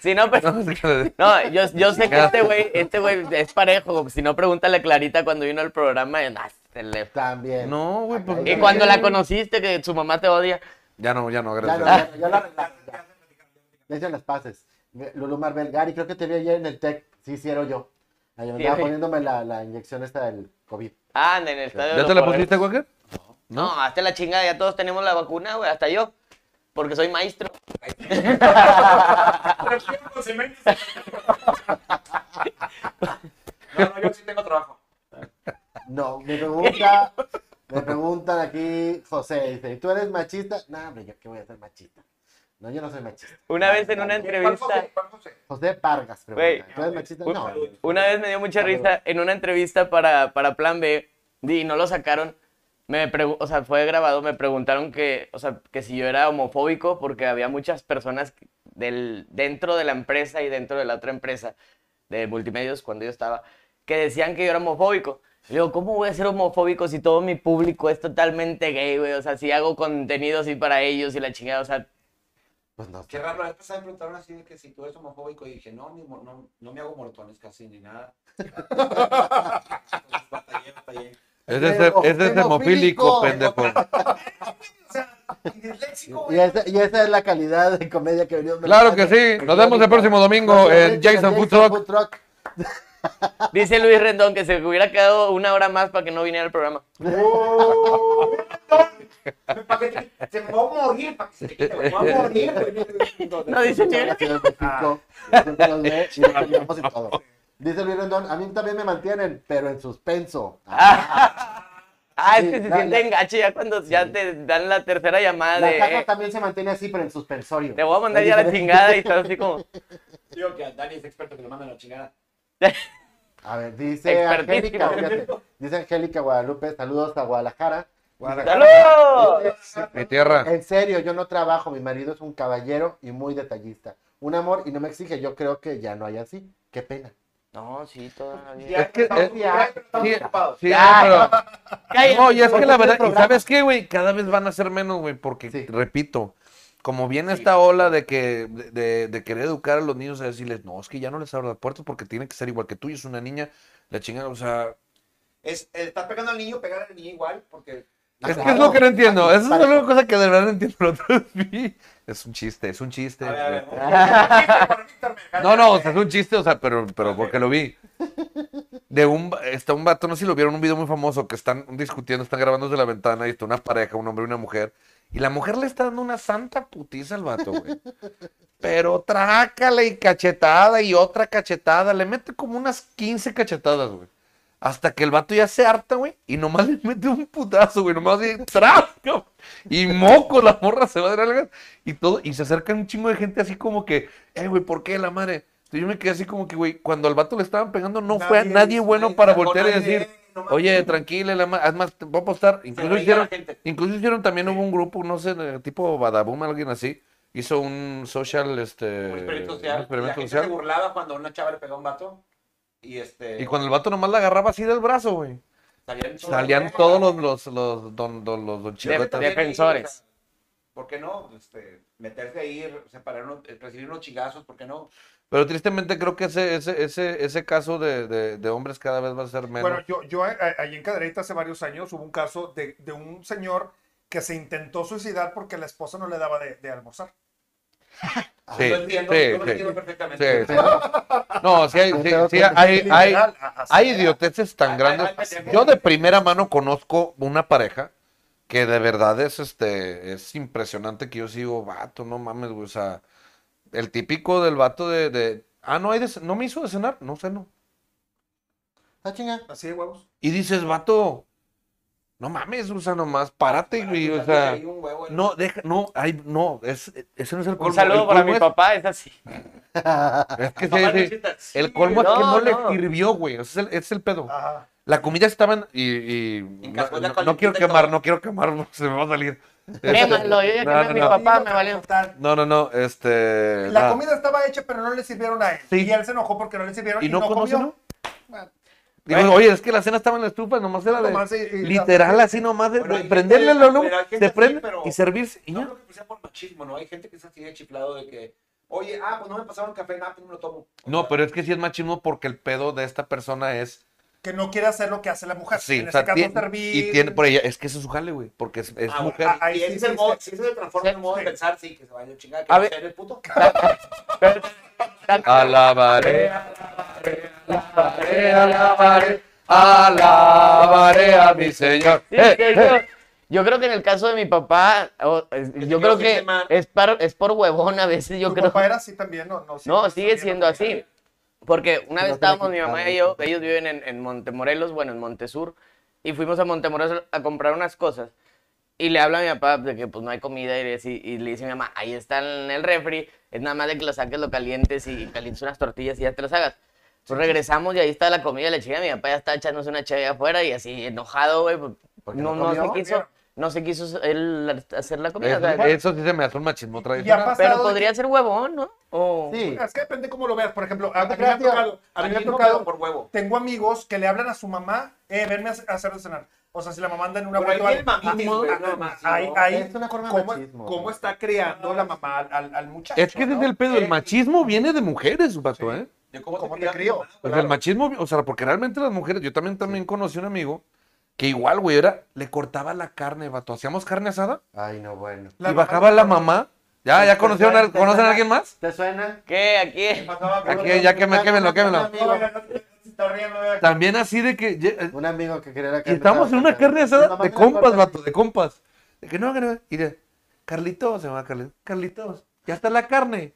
Speaker 2: Si no, pero- No, yo, yo sé que este güey este güey es parejo. Si no, pregúntale a Clarita cuando vino al programa. eh, ah, se le-
Speaker 4: También.
Speaker 3: No, güey, pues...
Speaker 2: Y cuando la conociste, que su mamá te odia.
Speaker 3: Ya no, ya no,
Speaker 4: Ya,
Speaker 3: gracias.
Speaker 4: no, ya, ya la arreglaste, ya. Ya se las pases. Lulu Marvel, Gary, creo que te vi ayer en el TEC. Sí, sí, era yo. Ahí
Speaker 2: Sí,
Speaker 4: andaba
Speaker 2: güey.
Speaker 4: poniéndome la, la inyección esta del COVID.
Speaker 2: Anda, Ah, en el estadio.
Speaker 3: ¿Ya
Speaker 2: de
Speaker 3: te la
Speaker 2: los
Speaker 3: pusiste,
Speaker 2: Poderes.
Speaker 3: Walker?
Speaker 2: No, hasta la chingada, ya todos tenemos la vacuna, güey, hasta yo. Porque soy maestro.
Speaker 6: No, no, yo sí tengo trabajo.
Speaker 4: No, me pregunta, me preguntan aquí, José, dice, ¿tú eres machista? No, hombre, yo qué voy a ser machista. No, yo no soy machista.
Speaker 2: Una vez en una
Speaker 6: ¿Cuál
Speaker 2: entrevista,
Speaker 6: José? ¿Cuál José?
Speaker 4: José Vargas pregunta,
Speaker 2: Güey.
Speaker 4: ¿tú eres machista?
Speaker 2: Un-
Speaker 4: No.
Speaker 2: una vez me dio mucha risa en una entrevista para, para Plan B y no lo sacaron. Me pregu- o sea, fue grabado, me preguntaron que, o sea, que si yo era homofóbico porque había muchas personas del, dentro de la empresa y dentro de la otra empresa de multimedios cuando yo estaba que decían que yo era homofóbico. Y digo, ¿cómo voy a ser homofóbico si todo mi público es totalmente gay, güey? O sea, si hago contenido así para ellos y la chingada, o sea,
Speaker 4: Pues no.
Speaker 6: Qué raro, la vez pasada me preguntaron así de que si tú eres homofóbico y dije, no, ni mo- no, no me hago mortones casi ni nada. Entonces, batallé, batallé.
Speaker 3: Ese es de- ese es hemofílico, pendejo.
Speaker 6: O sea, y disléxico,
Speaker 4: Y
Speaker 6: güey.
Speaker 4: esa, y esa es la calidad de comedia que venimos.
Speaker 3: Claro que sí. Nos vemos el próximo domingo en Jason Food Truck.
Speaker 4: Truck.
Speaker 2: dice Luis Rendón que se hubiera quedado una hora más para que no viniera al programa.
Speaker 6: Pa' que te- Se me va a morir, para que se te quite, güey. Me va a morir, güey.
Speaker 2: No dice ni
Speaker 4: La Ciudad de México,
Speaker 2: Ah.
Speaker 4: siempre los ve y los cambiamos y todo. Dice Luis Rendón, a mí también me mantienen, pero en suspenso.
Speaker 2: Ah, es
Speaker 4: Sí,
Speaker 2: que se
Speaker 4: la-
Speaker 2: siente
Speaker 4: la-
Speaker 2: engache ya cuando ya te dan la tercera llamada
Speaker 4: La
Speaker 2: de.
Speaker 4: caja
Speaker 2: eh,
Speaker 4: también se mantiene así, pero en suspensorio.
Speaker 2: te voy a mandar
Speaker 4: Es
Speaker 2: ya la
Speaker 4: diferente.
Speaker 2: chingada y estás así como.
Speaker 6: Digo que Dani es experto que lo manda a la chingada.
Speaker 4: A ver, dice Angélica,
Speaker 2: Expertísimo.
Speaker 4: fíjate. dice Angélica Guadalupe, saludos a Guadalajara.
Speaker 2: ¡Saludos!
Speaker 4: Dice,
Speaker 3: Mi tierra.
Speaker 4: En serio, yo no trabajo, mi marido es un caballero y muy detallista. Un amor y no me exige, yo creo que ya no hay así. Qué pena.
Speaker 2: No, sí, todavía.
Speaker 6: Ya,
Speaker 3: Es que-
Speaker 6: estamos-
Speaker 4: es-
Speaker 6: ya estamos
Speaker 3: sí,
Speaker 6: ocupados.
Speaker 3: Sí,
Speaker 2: Ya.
Speaker 3: pero-
Speaker 2: Cállate.
Speaker 3: No, y es que la
Speaker 4: Porque
Speaker 3: verdad,
Speaker 4: este
Speaker 3: ¿y sabes qué, güey? Cada vez van a ser menos, güey, porque,
Speaker 4: Sí.
Speaker 3: repito, como viene esta ola de que de, de- de querer educar a los niños a decirles, no, es que ya no les abro las puertas porque tiene que ser igual que tú y es una niña, la chingada, o sea,
Speaker 6: Es, eh, estás pegando al niño, pegar al niño igual, porque
Speaker 3: es que es
Speaker 4: Ah, claro.
Speaker 3: lo que no entiendo,
Speaker 4: Ah,
Speaker 3: eso es
Speaker 4: parejo.
Speaker 3: una cosa que de verdad no entiendo, la otra vez vi. es un chiste, es un chiste.
Speaker 6: A ver, a ver,
Speaker 3: este.
Speaker 5: Permítame,
Speaker 3: No, no, o sea, es un chiste, o sea, pero, pero porque lo vi. De un, va- está un vato, no sé si lo vieron, un video muy famoso que están discutiendo, están grabando desde la ventana y está una pareja, un hombre y una mujer. Y la mujer le está dando una santa putiza al vato, güey. Pero trácala y cachetada y otra cachetada. Le mete como unas 15 cachetadas, güey. Hasta que el vato ya se harta, güey. Y nomás le mete un putazo, güey. Nomás de ¡tras! cabrón! Y moco, la morra se va de largas. Y todo. Y se acerca un chingo de gente así como que, eh, güey, ¿por qué la madre? Entonces yo me quedé así como que, güey, cuando al vato le estaban pegando, no fue a
Speaker 5: Nadie
Speaker 3: nadie
Speaker 5: hizo
Speaker 3: bueno
Speaker 5: nada,
Speaker 3: para
Speaker 5: no,
Speaker 3: voltear y
Speaker 5: nadie,
Speaker 3: decir,
Speaker 5: no mames.
Speaker 3: oye, tranquila, la ma- haz más, te- voy a apostar. Incluso
Speaker 6: reía la
Speaker 3: hicieron,
Speaker 6: gente.
Speaker 3: incluso hicieron también hubo un grupo, no sé, de tipo Badaboom, alguien así. Hizo un social, este.
Speaker 6: un experimento
Speaker 3: un
Speaker 6: social.
Speaker 3: experimento
Speaker 6: la gente
Speaker 3: social.
Speaker 6: se burlaba cuando una chava le pegó a un vato. Y este.
Speaker 3: Y cuando el vato nomás la agarraba así del brazo, güey.
Speaker 6: salían, todos-
Speaker 3: Salían todos los, los, los don, don, los don
Speaker 6: Pero
Speaker 3: Chicotas.
Speaker 6: también,
Speaker 2: defensores.
Speaker 6: o sea, ¿Por qué no? Este, meterse ahí, re- separar uno- eh, recibir unos chingazos, ¿por qué no?
Speaker 3: Pero tristemente creo que ese, ese, ese, ese caso de, de, de hombres cada vez va a ser menos.
Speaker 5: Bueno, yo, yo eh, ahí en Cadereyta hace varios años hubo un caso de, de un señor que se intentó suicidar porque la esposa no le daba de, de almorzar.
Speaker 3: sí,
Speaker 6: lo entiendo,
Speaker 3: sí,
Speaker 6: yo lo
Speaker 3: sí.
Speaker 6: entiendo
Speaker 3: Sí,
Speaker 6: perfectamente.
Speaker 3: sí. No, sí hay, sí,
Speaker 4: Pero
Speaker 3: sí
Speaker 4: que-
Speaker 3: hay, hay,
Speaker 5: Literal, a- así
Speaker 3: hay
Speaker 5: era.
Speaker 3: idioteces tan
Speaker 6: Ay,
Speaker 3: grandes.
Speaker 6: ay, ay,
Speaker 3: Yo de primera mano conozco una pareja que de verdad es este es impresionante que yo sigo, vato, no mames, güey. O sea, el típico del vato de, de ah, no hay de ce- no me hizo de cenar, no sé, no.
Speaker 4: Ah, chinga.
Speaker 5: Así de huevos.
Speaker 3: Y dices, vato, no mames, o sea, nomás, párate, güey. O sea,
Speaker 6: Hay un huevo en-
Speaker 3: no, deja, no, hay, no, es, ese no es el colmo.
Speaker 2: Un saludo
Speaker 3: el
Speaker 2: para
Speaker 3: colmo
Speaker 2: mi
Speaker 3: es-
Speaker 2: papá, es así.
Speaker 3: Es que
Speaker 6: Papá,
Speaker 3: sí, sí.
Speaker 6: Luchita, sí,
Speaker 3: El colmo es que
Speaker 2: No,
Speaker 3: no, le
Speaker 2: no.
Speaker 3: sirvió, güey. Ese es el, ese es el pedo.
Speaker 5: Ajá.
Speaker 3: La comida estaba en- y, y no,
Speaker 6: cazuela
Speaker 3: no-
Speaker 6: con
Speaker 3: no quiero
Speaker 6: lentita y
Speaker 3: quemar,
Speaker 6: todo.
Speaker 3: no quiero quemar, se me va a salir. Este,
Speaker 2: Quémalo, yo ya quemé
Speaker 3: no,
Speaker 2: a
Speaker 3: no,
Speaker 2: mi
Speaker 3: no.
Speaker 2: papá, me valió.
Speaker 5: Total.
Speaker 3: no, no, no, este.
Speaker 5: La
Speaker 3: nada.
Speaker 5: comida estaba hecha, pero no le sirvieron a él.
Speaker 3: Sí.
Speaker 5: Y él se enojó porque no le sirvieron
Speaker 3: ¿Y no, conoce,
Speaker 5: comió.
Speaker 3: no? Digo, oye, es que la cena estaba en la estufa, nomás era de.
Speaker 5: Nomás y- y-
Speaker 3: literal, así nomás de,
Speaker 6: Bueno,
Speaker 3: de
Speaker 6: hay
Speaker 3: prenderle
Speaker 6: gente-
Speaker 3: el olor,
Speaker 6: pero hay gente
Speaker 3: se
Speaker 6: así,
Speaker 3: prende
Speaker 6: pero-
Speaker 3: y servirse. Y
Speaker 6: No
Speaker 3: ya.
Speaker 6: creo que sea por machismo, ¿no? Hay gente que se así de chiflado de que, oye, ah, pues no me pasaron café, nada, pues no lo tomo. O
Speaker 3: No,
Speaker 6: sea,
Speaker 3: pero es que sí es machismo porque el pedo de esta persona es.
Speaker 5: Que no quiere hacer lo que hace la mujer.
Speaker 6: Pues,
Speaker 3: Sí,
Speaker 5: en
Speaker 3: o sea,
Speaker 5: este caso,
Speaker 3: tiene-
Speaker 5: servir.
Speaker 3: y tiene por ella. Es que ese es su jale, güey, porque es, es
Speaker 6: ah, bueno,
Speaker 3: mujer.
Speaker 6: ah,
Speaker 5: ahí
Speaker 6: y
Speaker 5: sí
Speaker 6: ese es el
Speaker 5: existe.
Speaker 6: modo, si ese se transforma en modo de
Speaker 5: Sí.
Speaker 6: pensar, sí, que se vaya a chingar, que
Speaker 2: A
Speaker 6: no
Speaker 2: ver-
Speaker 6: sea el puto. ah,
Speaker 3: Alabaré, alabaré, alabaré, alabaré a mi Señor.
Speaker 2: Sí,
Speaker 3: Eh,
Speaker 2: de
Speaker 3: eh,
Speaker 2: hecho, yo creo que en el caso de mi papá, o- es- yo creo que
Speaker 6: quemar.
Speaker 2: es, par- es por huevón a veces, yo
Speaker 5: Tu
Speaker 2: creo.
Speaker 5: papá era así también, ¿no? No, sí,
Speaker 2: No,
Speaker 5: sí,
Speaker 2: sigue
Speaker 5: también,
Speaker 2: siendo
Speaker 5: ¿no?
Speaker 2: así. Porque una
Speaker 4: Sí,
Speaker 2: vez
Speaker 4: no tiene
Speaker 2: estábamos mi mamá
Speaker 4: quitado.
Speaker 2: y yo, ellos viven en, en Montemorelos, bueno, en Montesur, y fuimos a Montemorelos a comprar unas cosas. Y le habla a mi papá de que pues no hay comida y le, dice, y le dice mi mamá, ahí está en el refri, es nada más de que lo saques, lo calientes y calientes unas tortillas y ya te las hagas. Entonces regresamos y ahí está la comida, la chica, mi papá ya está echándose una chévere afuera y así enojado, güey, pues,
Speaker 4: Porque
Speaker 2: no,
Speaker 4: no
Speaker 2: no se
Speaker 4: comió,
Speaker 2: quiso, no se quiso él hacer la comida. o sea,
Speaker 3: eh, Eso sí se me hace un machismo
Speaker 5: Y ha
Speaker 3: tradicional.
Speaker 5: pasado
Speaker 2: pero
Speaker 5: de que-
Speaker 2: podría ser huevón, ¿no? O-
Speaker 4: Sí.
Speaker 5: Es que depende cómo lo veas. Por ejemplo, a mí me ha
Speaker 4: Gracias.
Speaker 5: tocado, a mí me ha
Speaker 6: Aquí no
Speaker 5: tocado
Speaker 6: veo por huevo.
Speaker 5: Tengo amigos que le hablan a su mamá, eh, venme a hacer- a hacer de cenar. O sea, si la mamá anda en una
Speaker 6: Pero ahí
Speaker 5: vuelta o
Speaker 6: viene el
Speaker 5: algo,
Speaker 6: mamitis,
Speaker 5: ah,
Speaker 6: güey,
Speaker 5: ah,
Speaker 6: no,
Speaker 5: ah,
Speaker 6: no,
Speaker 5: ahí-
Speaker 6: no.
Speaker 5: ahí,
Speaker 4: Es una forma de
Speaker 5: ¿cómo,
Speaker 4: machismo,
Speaker 5: cómo
Speaker 4: güey.
Speaker 5: está creando la mamá al, al- al muchacho?
Speaker 3: Es que ese es
Speaker 5: ¿no?
Speaker 3: el pedo, el
Speaker 6: Eh,
Speaker 3: machismo viene de mujeres, vato, ¿eh?
Speaker 6: ¿De cómo,
Speaker 5: ¿Cómo te
Speaker 6: criaste,
Speaker 5: crió?
Speaker 6: mamá?
Speaker 3: O sea,
Speaker 6: Claro.
Speaker 3: Pues el machismo, o sea, porque realmente las mujeres, yo también, también conocí un amigo que igual, güey, era, le cortaba la carne, vato. Hacíamos carne asada
Speaker 4: Ay, no, bueno.
Speaker 5: La
Speaker 3: y
Speaker 5: mamá-
Speaker 3: bajaba la mamá. Ah, ¿Ya,
Speaker 4: Este,
Speaker 3: ya conocieron a,
Speaker 4: ¿Te
Speaker 3: conocen
Speaker 4: suena?
Speaker 3: a alguien más?
Speaker 4: ¿Te suena?
Speaker 2: ¿Qué? Aquí.
Speaker 3: Aquí, ya que me quemen, lo quemen.
Speaker 4: Un amigo,
Speaker 3: También así de que... ye- eh,
Speaker 4: un amigo que quería la
Speaker 3: Y estábamos en una carne asada de compas, vato,
Speaker 4: bato
Speaker 3: de compas. De que no, que no. Y de, Carlitos, se llama Carlitos. Carlitos, ya está la carne.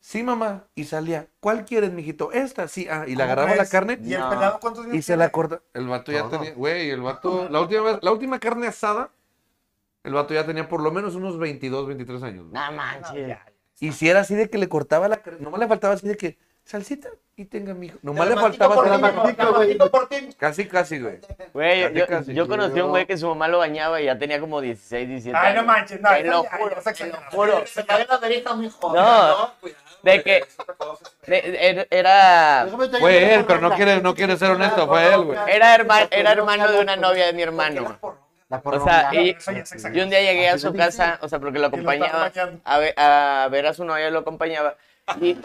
Speaker 3: Sí, mamá. Y salía, ¿cuál quieres, mijito? Esta, sí. Ah, y le agarraba la
Speaker 5: ¿Ves?
Speaker 3: carne
Speaker 5: ¿Y el
Speaker 2: No.
Speaker 5: pelado cuántos años
Speaker 3: y se
Speaker 5: tiene?
Speaker 3: la corta. El vato ya
Speaker 4: No.
Speaker 3: tenía, güey, el vato, la última vez, la última carne asada, el vato ya tenía por lo menos unos 22, 23 años. güey.
Speaker 2: No manches.
Speaker 3: Y si era así de que le cortaba la carne, nomás le faltaba así de que, salsita, y tenga mi hijo. Nomás
Speaker 6: Te
Speaker 3: le
Speaker 6: la mastico
Speaker 3: faltaba
Speaker 6: por
Speaker 3: así
Speaker 6: ti,
Speaker 3: de-
Speaker 4: mamá. mastico,
Speaker 6: te la
Speaker 4: güey.
Speaker 6: mastico por ti.
Speaker 3: Casi, casi, güey.
Speaker 2: Güey,
Speaker 3: Casi,
Speaker 2: yo,
Speaker 3: casi.
Speaker 2: yo conocí a un güey que su mamá lo bañaba y ya tenía como 16, 17
Speaker 5: Ay, no
Speaker 2: años.
Speaker 5: manches, no,
Speaker 2: Te
Speaker 5: eso
Speaker 2: lo
Speaker 5: ya-
Speaker 2: juro,
Speaker 5: ya se
Speaker 2: te lo
Speaker 5: exageraron.
Speaker 2: juro.
Speaker 6: Se me ven las orejas, mijo.
Speaker 2: No,
Speaker 6: cuidado,
Speaker 2: de
Speaker 6: güey,
Speaker 2: que-
Speaker 6: es otra cosa.
Speaker 2: De- er- Era,
Speaker 3: Fue él, pero no quiere, no quiere ser honesto, fue él, güey.
Speaker 2: era, herma- era hermano de una novia de mi hermano.
Speaker 6: Por-
Speaker 4: La
Speaker 2: O
Speaker 4: pornografía.
Speaker 2: sea, y,
Speaker 5: Eso ya es exacto.
Speaker 2: y un día llegué a
Speaker 4: Así
Speaker 2: su
Speaker 4: le
Speaker 2: casa, o sea, porque lo
Speaker 5: Y lo
Speaker 2: acompañaba
Speaker 5: estaba bañando.
Speaker 2: a ver a, ver a su novia, lo acompañaba. Y,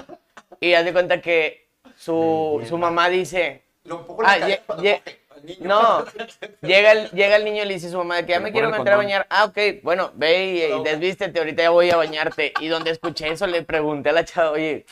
Speaker 2: y haz de cuenta que su, su mamá dice,
Speaker 6: Lo un poco le
Speaker 2: Ah,
Speaker 6: cae
Speaker 2: ye-
Speaker 6: cuando
Speaker 2: ye-
Speaker 6: coge al niño.
Speaker 2: no, llega el, llega el niño y le dice a su mamá de que ya me
Speaker 3: Le pone
Speaker 2: quiero
Speaker 3: el
Speaker 2: meter a
Speaker 3: condón.
Speaker 2: bañar. Ah, ok, bueno, ve y, y desvístete, ahorita ya voy a bañarte. Y donde escuché eso le pregunté a la chava, oye,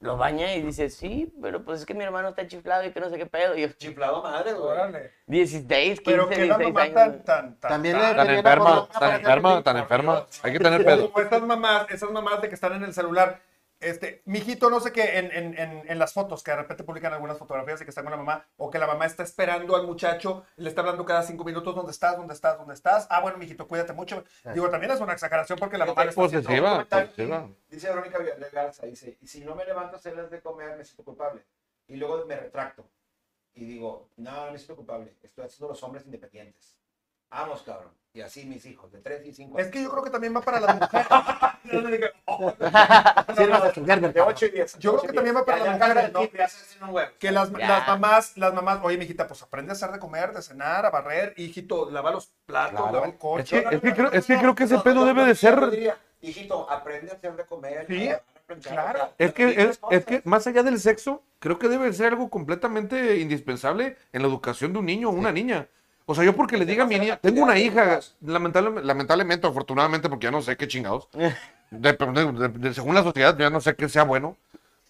Speaker 2: ¿lo baña? Y dice, sí, pero pues es que mi hermano está chiflado y que no sé qué pedo. Y yo,
Speaker 6: Chiflado a madre, güey.
Speaker 5: Órale.
Speaker 2: 16, 15,
Speaker 5: Pero que la
Speaker 2: 16
Speaker 5: mamá
Speaker 2: años.
Speaker 5: tan, tan, tan.
Speaker 4: También
Speaker 5: tan-
Speaker 4: le-
Speaker 3: Tan
Speaker 4: Tenía la
Speaker 3: enferma,
Speaker 4: pornografía
Speaker 3: tan
Speaker 4: para
Speaker 3: enferma,
Speaker 4: Netflix,
Speaker 3: tan
Speaker 4: por
Speaker 3: enferma.
Speaker 4: Dios.
Speaker 3: Hay que tener
Speaker 5: Como
Speaker 3: pedo.
Speaker 5: como estas mamás, esas mamás de que están en el celular. Este, mijito, no sé qué, en, en- en- en las fotos, que de repente publican algunas fotografías y que están con la mamá, o que la mamá está esperando al muchacho, le está hablando cada cinco minutos, ¿dónde estás? ¿Dónde estás? ¿Dónde estás? Ah, bueno, mijito, cuídate mucho. Digo, también es una exageración porque la mamá le
Speaker 3: Es
Speaker 5: está haciendo-
Speaker 3: posesiva,
Speaker 6: Comentario,
Speaker 3: posesiva.
Speaker 6: Dice Verónica Villarreal Garza, dice, y si no me levanto a hacerles de comer, me siento culpable. Y luego me retracto. Y digo, no, no me siento culpable. Estoy haciendo los hombres independientes. Vamos, cabrón. Y así mis hijos, de 3 y 5
Speaker 5: Es que yo creo que también va para las mujeres.
Speaker 4: Sirvas a tu gerber,
Speaker 6: De 8 y 10.
Speaker 5: Yo creo que también va para las mujeres, ¿no? Que las,
Speaker 2: Ya.
Speaker 5: las mamás, las mamás, oye, mijita, pues aprende a hacer de comer, de cenar, a barrer, hijito, lava los platos,
Speaker 4: Claro.
Speaker 5: lava el coche.
Speaker 3: Es que, es que creo, es que creo que ese pedo debe de ser.
Speaker 6: Hijito, aprende a hacer de comer.
Speaker 5: Sí,
Speaker 6: a planchar,
Speaker 5: claro.
Speaker 6: a-
Speaker 3: Es que, es, es que
Speaker 6: cosas.
Speaker 3: más allá del sexo, creo que debe de ser algo completamente indispensable en la educación de un niño o una niña. O sea, yo porque le diga a mi niña, tengo una hija, lamentable- lamentablemente, afortunadamente, porque ya no sé qué chingados, de- de- de- según la sociedad, ya no sé qué sea bueno,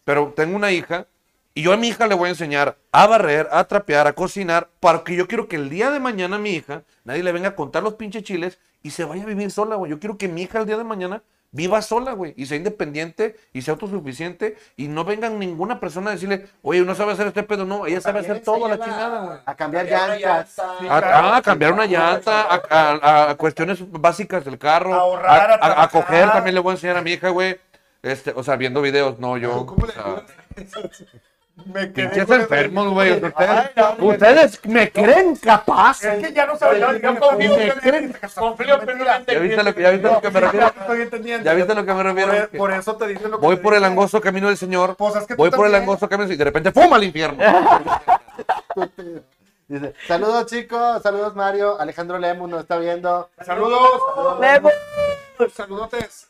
Speaker 3: pero tengo una hija y yo a mi hija le voy a enseñar a barrer, a trapear, a cocinar, para que yo quiero que el día de mañana a mi hija nadie le venga a contar los pinches chiles y se vaya a vivir sola, güey. Yo quiero que mi hija el día de mañana viva sola, güey, y sea independiente y sea autosuficiente y no venga ninguna persona a decirle, oye, no sabe hacer este pedo, no, ella sabe hacer todo a la chingada, güey.
Speaker 4: A cambiar
Speaker 6: Cambiar una
Speaker 4: llantas.
Speaker 6: llanta.
Speaker 3: A,
Speaker 5: claro.
Speaker 3: a ah, cambiar una llanta, a, a- a cuestiones básicas del carro,
Speaker 5: A ahorrar,
Speaker 3: a, a-
Speaker 5: a
Speaker 3: a
Speaker 5: trabajar.
Speaker 3: coger, también le voy a enseñar a mi hija, güey. Este, o sea, viendo videos, no, yo.
Speaker 5: ¿Cómo
Speaker 3: o
Speaker 5: le
Speaker 3: sea,
Speaker 5: Me quedé
Speaker 3: pinches
Speaker 5: con esa-
Speaker 3: enfermos, güey. Ustedes,
Speaker 5: Ay, no, güey.
Speaker 3: ustedes me creen capaz.
Speaker 5: Es que ya no sabía.
Speaker 3: Yo confío plenamente-
Speaker 5: Confío plenamente.
Speaker 3: ¿Ya viste lo que, ya viste lo que me refiero?
Speaker 5: Estoy entendiendo.
Speaker 3: ¿Ya viste lo que me refiero?
Speaker 5: Por, por eso te dicen lo que
Speaker 3: Voy
Speaker 5: te
Speaker 3: por el
Speaker 5: dicen.
Speaker 3: angosto camino del Señor.
Speaker 5: Pues es que tú
Speaker 3: Voy por el
Speaker 5: también.
Speaker 3: angosto camino y de repente ¡fuma al infierno!
Speaker 4: Dice, saludos chicos, saludos Mario, Alejandro Lemus nos está viendo.
Speaker 5: Saludos. saludos.
Speaker 2: Lemus.
Speaker 5: Saludotes.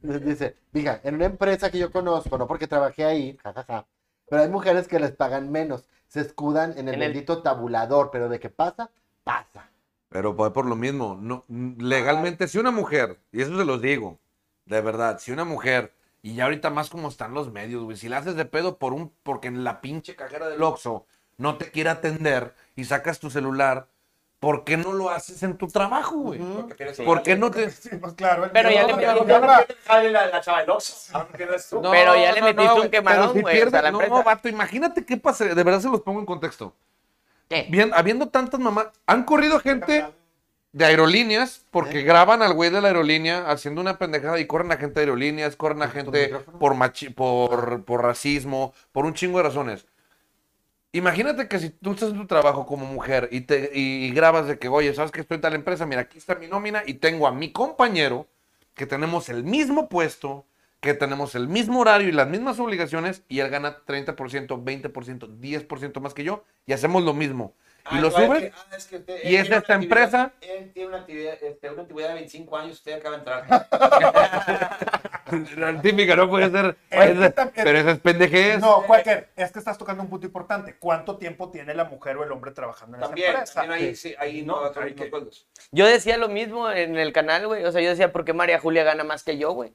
Speaker 4: Dice, diga, en una empresa que yo conozco, no porque trabajé ahí, jajaja, pero hay mujeres que les pagan menos, se escudan en el
Speaker 2: En el-
Speaker 4: bendito tabulador, pero de qué pasa, pasa.
Speaker 3: Pero pues, por lo mismo, no, mm, legalmente, si una mujer, y eso se los digo, de verdad, si una mujer, y ya ahorita más como están los medios, güey, si la haces de pedo por un, porque en la pinche cajera del Oxxo no te quiere atender y sacas tu celular, ¿por qué no lo haces en tu trabajo, güey?
Speaker 6: Porque tienes-
Speaker 3: ¿Por qué no te...?
Speaker 5: Sí, pues claro.
Speaker 2: Pero ya
Speaker 5: No,
Speaker 2: le
Speaker 5: no,
Speaker 2: metí-
Speaker 5: no, no.
Speaker 6: Jale la, la chava del Oxxo, aunque no es tú.
Speaker 3: No,
Speaker 2: Pero ya le
Speaker 3: no, no,
Speaker 2: metiste un
Speaker 3: güey,
Speaker 2: quemadón,
Speaker 3: pero si
Speaker 2: güey, o sea,
Speaker 3: pierdes-
Speaker 2: la
Speaker 3: No,
Speaker 2: empresa.
Speaker 3: vato, imagínate qué pasaría, de verdad se los pongo en contexto.
Speaker 2: ¿Qué?
Speaker 3: Bien, habiendo tantas mamás, han corrido gente de aerolíneas porque graban al güey de la aerolínea haciendo una pendejada y corren a gente de aerolíneas, corren a gente por, machi- por, por racismo, por un chingo de razones. Imagínate que si tú estás en tu trabajo como mujer y, te, y grabas de que, oye, ¿sabes que estoy en tal empresa? Mira, aquí está mi nómina y tengo a mi compañero que tenemos el mismo puesto, que tenemos el mismo horario y las mismas obligaciones y él gana 30%, 20%, 10% más que yo y hacemos lo mismo. Y
Speaker 6: Ah,
Speaker 3: lo
Speaker 6: no, es
Speaker 3: subes
Speaker 6: que- ah, es que usted- él
Speaker 3: y es
Speaker 6: tiene
Speaker 3: de esta
Speaker 6: una actividad-
Speaker 3: empresa.
Speaker 6: Él tiene una actividad, este, una antigüedad de 25 años, usted acaba de entrar.
Speaker 3: La típica, no puede ser.
Speaker 5: Oye,
Speaker 3: es de-
Speaker 5: tam- es-
Speaker 3: pero esas pendejes.
Speaker 5: No, cualquier. Es que estás tocando un punto importante. ¿Cuánto tiempo tiene la mujer o el hombre trabajando en
Speaker 6: También,
Speaker 5: esa empresa?
Speaker 6: también ahí, sí, ahí no, no, hay que-
Speaker 2: Yo decía lo mismo en el canal, güey. O sea, yo decía, ¿por qué María Julia gana más que yo, güey?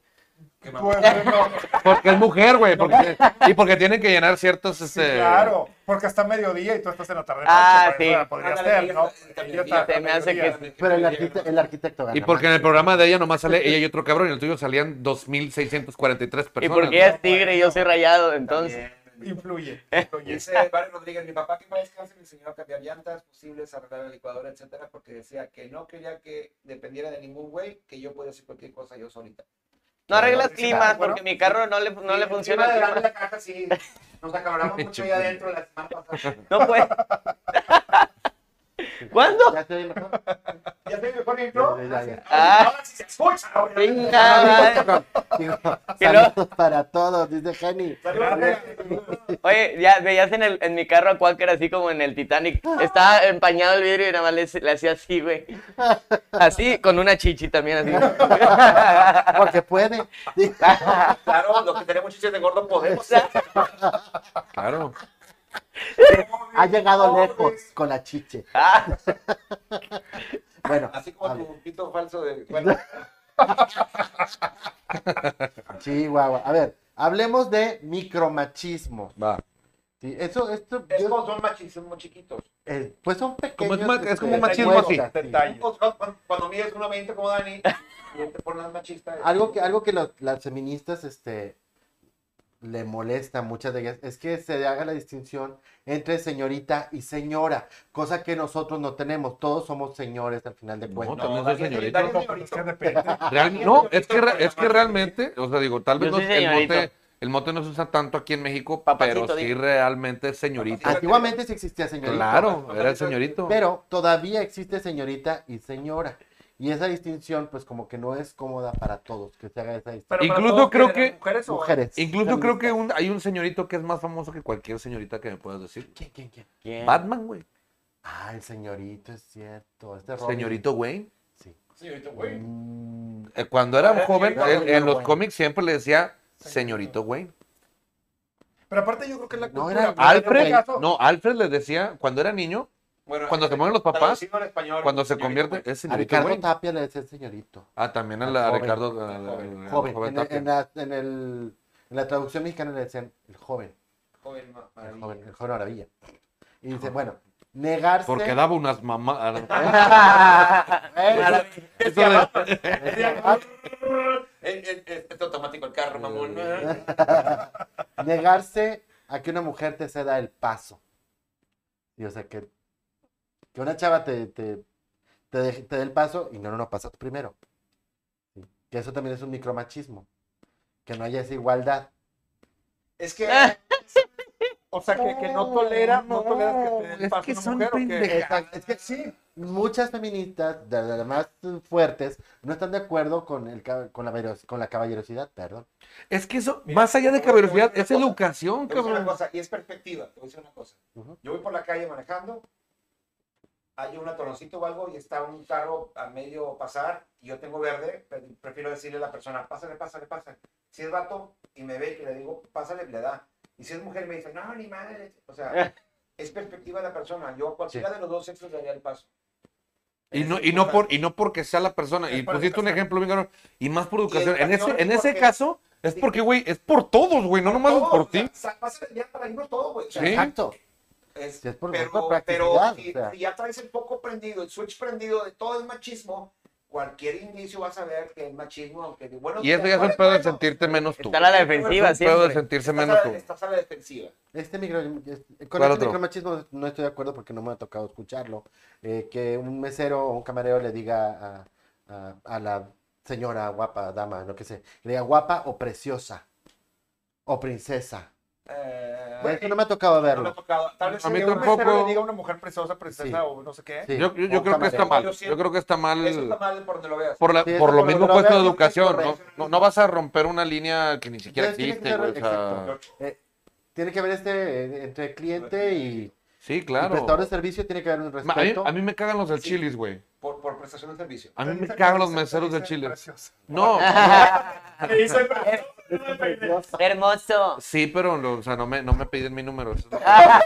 Speaker 6: que mamá.
Speaker 5: Pues, no,
Speaker 3: Porque es mujer, güey. porque- y porque tienen que llenar ciertos.
Speaker 5: sí,
Speaker 3: este,
Speaker 5: claro, porque está mediodía y tú estás en la tarde.
Speaker 2: Ah,
Speaker 5: noche,
Speaker 2: sí.
Speaker 5: pues, Podría
Speaker 6: Ándale,
Speaker 5: ser,
Speaker 6: ella
Speaker 5: ¿no?
Speaker 6: está- también,
Speaker 5: Ella está
Speaker 6: ella
Speaker 2: se me hace
Speaker 5: mediodía.
Speaker 2: que-
Speaker 4: Pero el, arquite- el arquitecto gana
Speaker 3: Y porque en
Speaker 4: más.
Speaker 3: el programa de ella nomás sale ella y otro cabrón. Y en el tuyo salían 2.643 personas.
Speaker 2: Y porque
Speaker 3: güey.
Speaker 2: ella es tigre y yo soy rayado, entonces.
Speaker 5: Influye.
Speaker 6: Y
Speaker 5: influye.
Speaker 6: Dice Vale Rodríguez, mi papá que para descanse me enseñó a cambiar llantas, fusibles, arreglar la licuadora, etcétera, porque decía que no quería que dependiera de ningún güey, que yo podía hacer cualquier cosa yo solita.
Speaker 2: No arreglas
Speaker 5: Sí,
Speaker 2: climas
Speaker 5: bueno.
Speaker 2: porque mi carro no le, no le
Speaker 6: Sí,
Speaker 2: funciona
Speaker 6: encima
Speaker 2: el
Speaker 6: de
Speaker 2: clima.
Speaker 6: la caja, sí, nos acaloramos mucho ahí adentro la semana pasada.
Speaker 2: No puede. ¿Cuándo?
Speaker 4: ¿Ya te oí mejor?
Speaker 5: Ya te mejor intro.
Speaker 4: Ya, ya, ya.
Speaker 2: Ah,
Speaker 5: Ahora sí se escucha. ahora ya.
Speaker 2: venga, madre.
Speaker 4: Digo,
Speaker 2: Que no.
Speaker 4: Ah, saludos para todos, dice Jenny.
Speaker 2: Oye, ya veías en, el, en mi carro a Quaker así como en el Titanic. Estaba empañado el vidrio y nada más le, le hacía así, güey. Así, con una chichi también, así.
Speaker 4: Porque puede. Digo,
Speaker 6: Claro, lo que tenemos chiches de gordo podemos.
Speaker 3: Claro.
Speaker 4: Ha llegado lejos con la chiche.
Speaker 2: Ah,
Speaker 4: Bueno,
Speaker 6: Así
Speaker 4: a
Speaker 6: como
Speaker 4: ver,
Speaker 6: tu pito falso de. Bueno,
Speaker 4: Chihuahua. A ver, hablemos de micromachismo.
Speaker 3: Va.
Speaker 4: Sí, eso, esto,
Speaker 6: es
Speaker 4: yo-
Speaker 6: como son machismos chiquitos.
Speaker 4: eh, pues son pequeños. este,
Speaker 3: es ma- es como
Speaker 4: detalles,
Speaker 3: machismo
Speaker 4: cosas,
Speaker 3: así.
Speaker 4: sí.
Speaker 5: Detalle.
Speaker 6: Cuando, cuando mides 1.20 como Dani, no te pones machista.
Speaker 4: Algo que, algo que lo- las feministas, este, le molesta a muchas de ellas es que se haga la distinción entre señorita y señora, cosa que nosotros no tenemos. Todos somos señores al final de cuentas.
Speaker 3: también soy
Speaker 6: Dani es-
Speaker 3: señorito.
Speaker 6: Dani es
Speaker 5: Es que
Speaker 6: señorito.
Speaker 5: depende.
Speaker 3: Real- no, es que, re- es que realmente, o sea, digo, tal vez
Speaker 2: Yo
Speaker 3: no-
Speaker 2: soy
Speaker 3: el, mote,
Speaker 2: señorito.
Speaker 3: el mote no se usa tanto aquí en México,
Speaker 2: Papacito,
Speaker 3: pero sí
Speaker 2: digo.
Speaker 3: realmente es señorita.
Speaker 4: Antiguamente sí existía señorita.
Speaker 3: Claro, era el señorito.
Speaker 4: Pero todavía existe señorita y señora. Y esa distinción, pues como que no es cómoda para todos que se haga esa distinción.
Speaker 5: Pero para
Speaker 3: Incluso
Speaker 5: todos,
Speaker 3: creo
Speaker 5: ¿las
Speaker 3: que-
Speaker 5: Mujeres o
Speaker 4: Mujeres.
Speaker 3: Incluso creo que
Speaker 4: feministas.
Speaker 3: un- hay un señorito que es más famoso que cualquier señorita que me puedas decir.
Speaker 4: ¿Quién, quién, quién?
Speaker 2: ¿quién?
Speaker 3: Batman, güey.
Speaker 4: Ah, el señorito, es cierto. Este Robin.
Speaker 3: Señorito Wayne.
Speaker 4: Sí.
Speaker 6: Señorito, güey.
Speaker 4: Mm,
Speaker 3: Eh, Cuando era
Speaker 5: Era
Speaker 3: joven,
Speaker 5: señorito
Speaker 3: él-
Speaker 4: Wayne.
Speaker 3: en los cómics siempre le decía señorito Wayne.
Speaker 5: Pero aparte yo creo que es la
Speaker 4: No,
Speaker 5: cultura.
Speaker 4: era
Speaker 5: güey.
Speaker 3: Alfred,
Speaker 5: En este caso,
Speaker 3: no, Alfred le decía, cuando era niño,
Speaker 6: Bueno,
Speaker 3: Cuando se mueren los papás,
Speaker 6: traducido al español,
Speaker 3: cuando se
Speaker 6: señorito,
Speaker 3: convierte,
Speaker 6: güey.
Speaker 3: es
Speaker 4: a
Speaker 3: señorito
Speaker 4: Ricardo
Speaker 3: Wayne.
Speaker 4: Tapia le decía el señorito.
Speaker 3: Ah, también a,
Speaker 4: Al
Speaker 3: la- a
Speaker 4: joven.
Speaker 3: Ricardo, a- a-
Speaker 6: joven.
Speaker 3: a-
Speaker 4: Joven.
Speaker 3: joven
Speaker 4: En, el-
Speaker 3: Tapia.
Speaker 4: en la, en el- en la traducción mexicana le decían el joven.
Speaker 6: Joven, ma-
Speaker 4: El
Speaker 6: maravilla.
Speaker 4: joven, el joven maravilla. Y dice, bueno, negarse.
Speaker 3: Porque daba unas mamadas.
Speaker 4: Bueno,
Speaker 3: Eso de-
Speaker 4: "Ah,
Speaker 6: Es, es- es- es automático el carro, mamón.
Speaker 4: negarse a que una mujer te ceda el paso. Y o sea, que, que una chava te, te, te, deje- te dé el paso y no, no, no, pasa tú primero. Sí. Que eso también es un micromachismo. Que no haya esa igualdad.
Speaker 6: Es que
Speaker 5: o sea, que, que no tolera, no, tolera que te den
Speaker 3: es
Speaker 5: paso
Speaker 3: que
Speaker 5: una
Speaker 3: son
Speaker 5: mujer, ¿o qué?
Speaker 3: pendejadas.
Speaker 4: Exacto, Es que sí, muchas feministas, de de las más fuertes, no están de acuerdo con, el, ca- con, la, veros- con la caballerosidad, perdón.
Speaker 3: Es que eso,
Speaker 6: Mira,
Speaker 3: más allá de
Speaker 6: te voy a decir
Speaker 3: caballerosidad,
Speaker 6: una
Speaker 3: es
Speaker 6: cosa.
Speaker 3: educación,
Speaker 6: Te voy a decir una
Speaker 3: cabrón.
Speaker 6: cosa, y es perspectiva, te voy a decir una cosa.
Speaker 4: Ujú.
Speaker 6: Yo voy por la calle manejando, hay un atoncito o algo y está un carro a medio pasar, y yo tengo verde, pero prefiero decirle a la persona, pásale, pásale, pásale. Si es vato y me ve y le digo, pásale, le da. Y si es mujer me dice, no, ni madre. O sea, es perspectiva de la persona. Yo a cualquiera de los dos sexos daría el paso.
Speaker 3: Y no, y, no por, y no porque sea la persona.
Speaker 5: Es
Speaker 3: Y
Speaker 5: por
Speaker 3: pusiste un
Speaker 5: educación.
Speaker 3: ejemplo bien cabrón. Y más por educación. En ese,
Speaker 6: educación,
Speaker 3: en ese
Speaker 6: porque-
Speaker 3: caso, es porque, güey, es por todos, güey, no nomás es
Speaker 6: Todos,
Speaker 3: por
Speaker 6: o sea,
Speaker 3: ti.
Speaker 6: sa- Pásale ya para irnos todos, güey. O sea,
Speaker 3: Sí.
Speaker 4: Exacto.
Speaker 6: Es-
Speaker 4: Si es por-
Speaker 6: pero,
Speaker 4: por
Speaker 6: pero
Speaker 4: practicidad,
Speaker 6: si,
Speaker 4: o sea.
Speaker 6: si ya traes el poco prendido, el switch prendido de todo el machismo, cualquier indicio vas a ver que el machismo, aunque de buenos
Speaker 3: Y eso
Speaker 6: días,
Speaker 3: ya es un
Speaker 6: "Ay,
Speaker 3: pedo de
Speaker 6: bueno",
Speaker 3: sentirte menos tú.
Speaker 2: Está a la defensiva
Speaker 3: Es un pedo de
Speaker 2: siempre.
Speaker 3: sentirse
Speaker 6: estás,
Speaker 3: menos
Speaker 6: a,
Speaker 3: tú.
Speaker 6: la- estás a la defensiva.
Speaker 4: Este micro, es- con
Speaker 3: ¿Cuál
Speaker 4: este
Speaker 3: otro?
Speaker 4: micromachismo no estoy de acuerdo porque no me ha tocado escucharlo. Eh, que un mesero o un camarero le diga a, a- a la señora guapa, dama, lo que sea, le diga guapa o preciosa o princesa.
Speaker 6: Eh,
Speaker 4: Bueno, eso no me ha tocado
Speaker 6: no me
Speaker 4: verlo.
Speaker 6: ha tocado. Tal vez
Speaker 3: A mí
Speaker 5: Que
Speaker 6: sería
Speaker 5: un
Speaker 6: un
Speaker 5: mesero
Speaker 3: tampoco.
Speaker 5: le diga a una mujer preciosa, princesa
Speaker 4: Sí.
Speaker 5: o no sé qué.
Speaker 4: Sí,
Speaker 3: Yo, yo-
Speaker 4: o
Speaker 3: yo
Speaker 4: un
Speaker 3: creo que está
Speaker 4: camarero.
Speaker 3: mal.
Speaker 6: Yo
Speaker 3: Yo
Speaker 6: siento-
Speaker 3: creo que está mal.
Speaker 6: mes- Eso está mal por donde lo veas.
Speaker 3: Por, la,
Speaker 4: Sí, eso
Speaker 3: por lo
Speaker 4: por
Speaker 3: mismo
Speaker 4: lo
Speaker 3: puesto de
Speaker 4: veo, sí,
Speaker 3: educación, ¿no?
Speaker 4: correcto.
Speaker 3: No, no vas a romper una línea que ni siquiera
Speaker 4: Entonces, tiene que
Speaker 3: existe,
Speaker 4: ser-
Speaker 3: güey. o sea,
Speaker 4: exacto. Eh, tiene que haber este eh, entre cliente y,
Speaker 3: sí,
Speaker 4: y prestador de
Speaker 3: claro.
Speaker 4: servicio, tiene que haber un
Speaker 3: Ma- A mí,
Speaker 4: respeto.
Speaker 3: a mí me cagan los del chilis, güey.
Speaker 6: Por, por prestación de servicio.
Speaker 3: A mí me
Speaker 5: Dice-
Speaker 3: cagan los
Speaker 5: dice-
Speaker 3: meseros del
Speaker 5: dice
Speaker 3: chilis.
Speaker 5: preciosa.
Speaker 3: No, Ah,
Speaker 2: Hermoso.
Speaker 3: sí, pero lo- o sea, no, me, no me piden mi número. eso es lo que-
Speaker 4: Ah,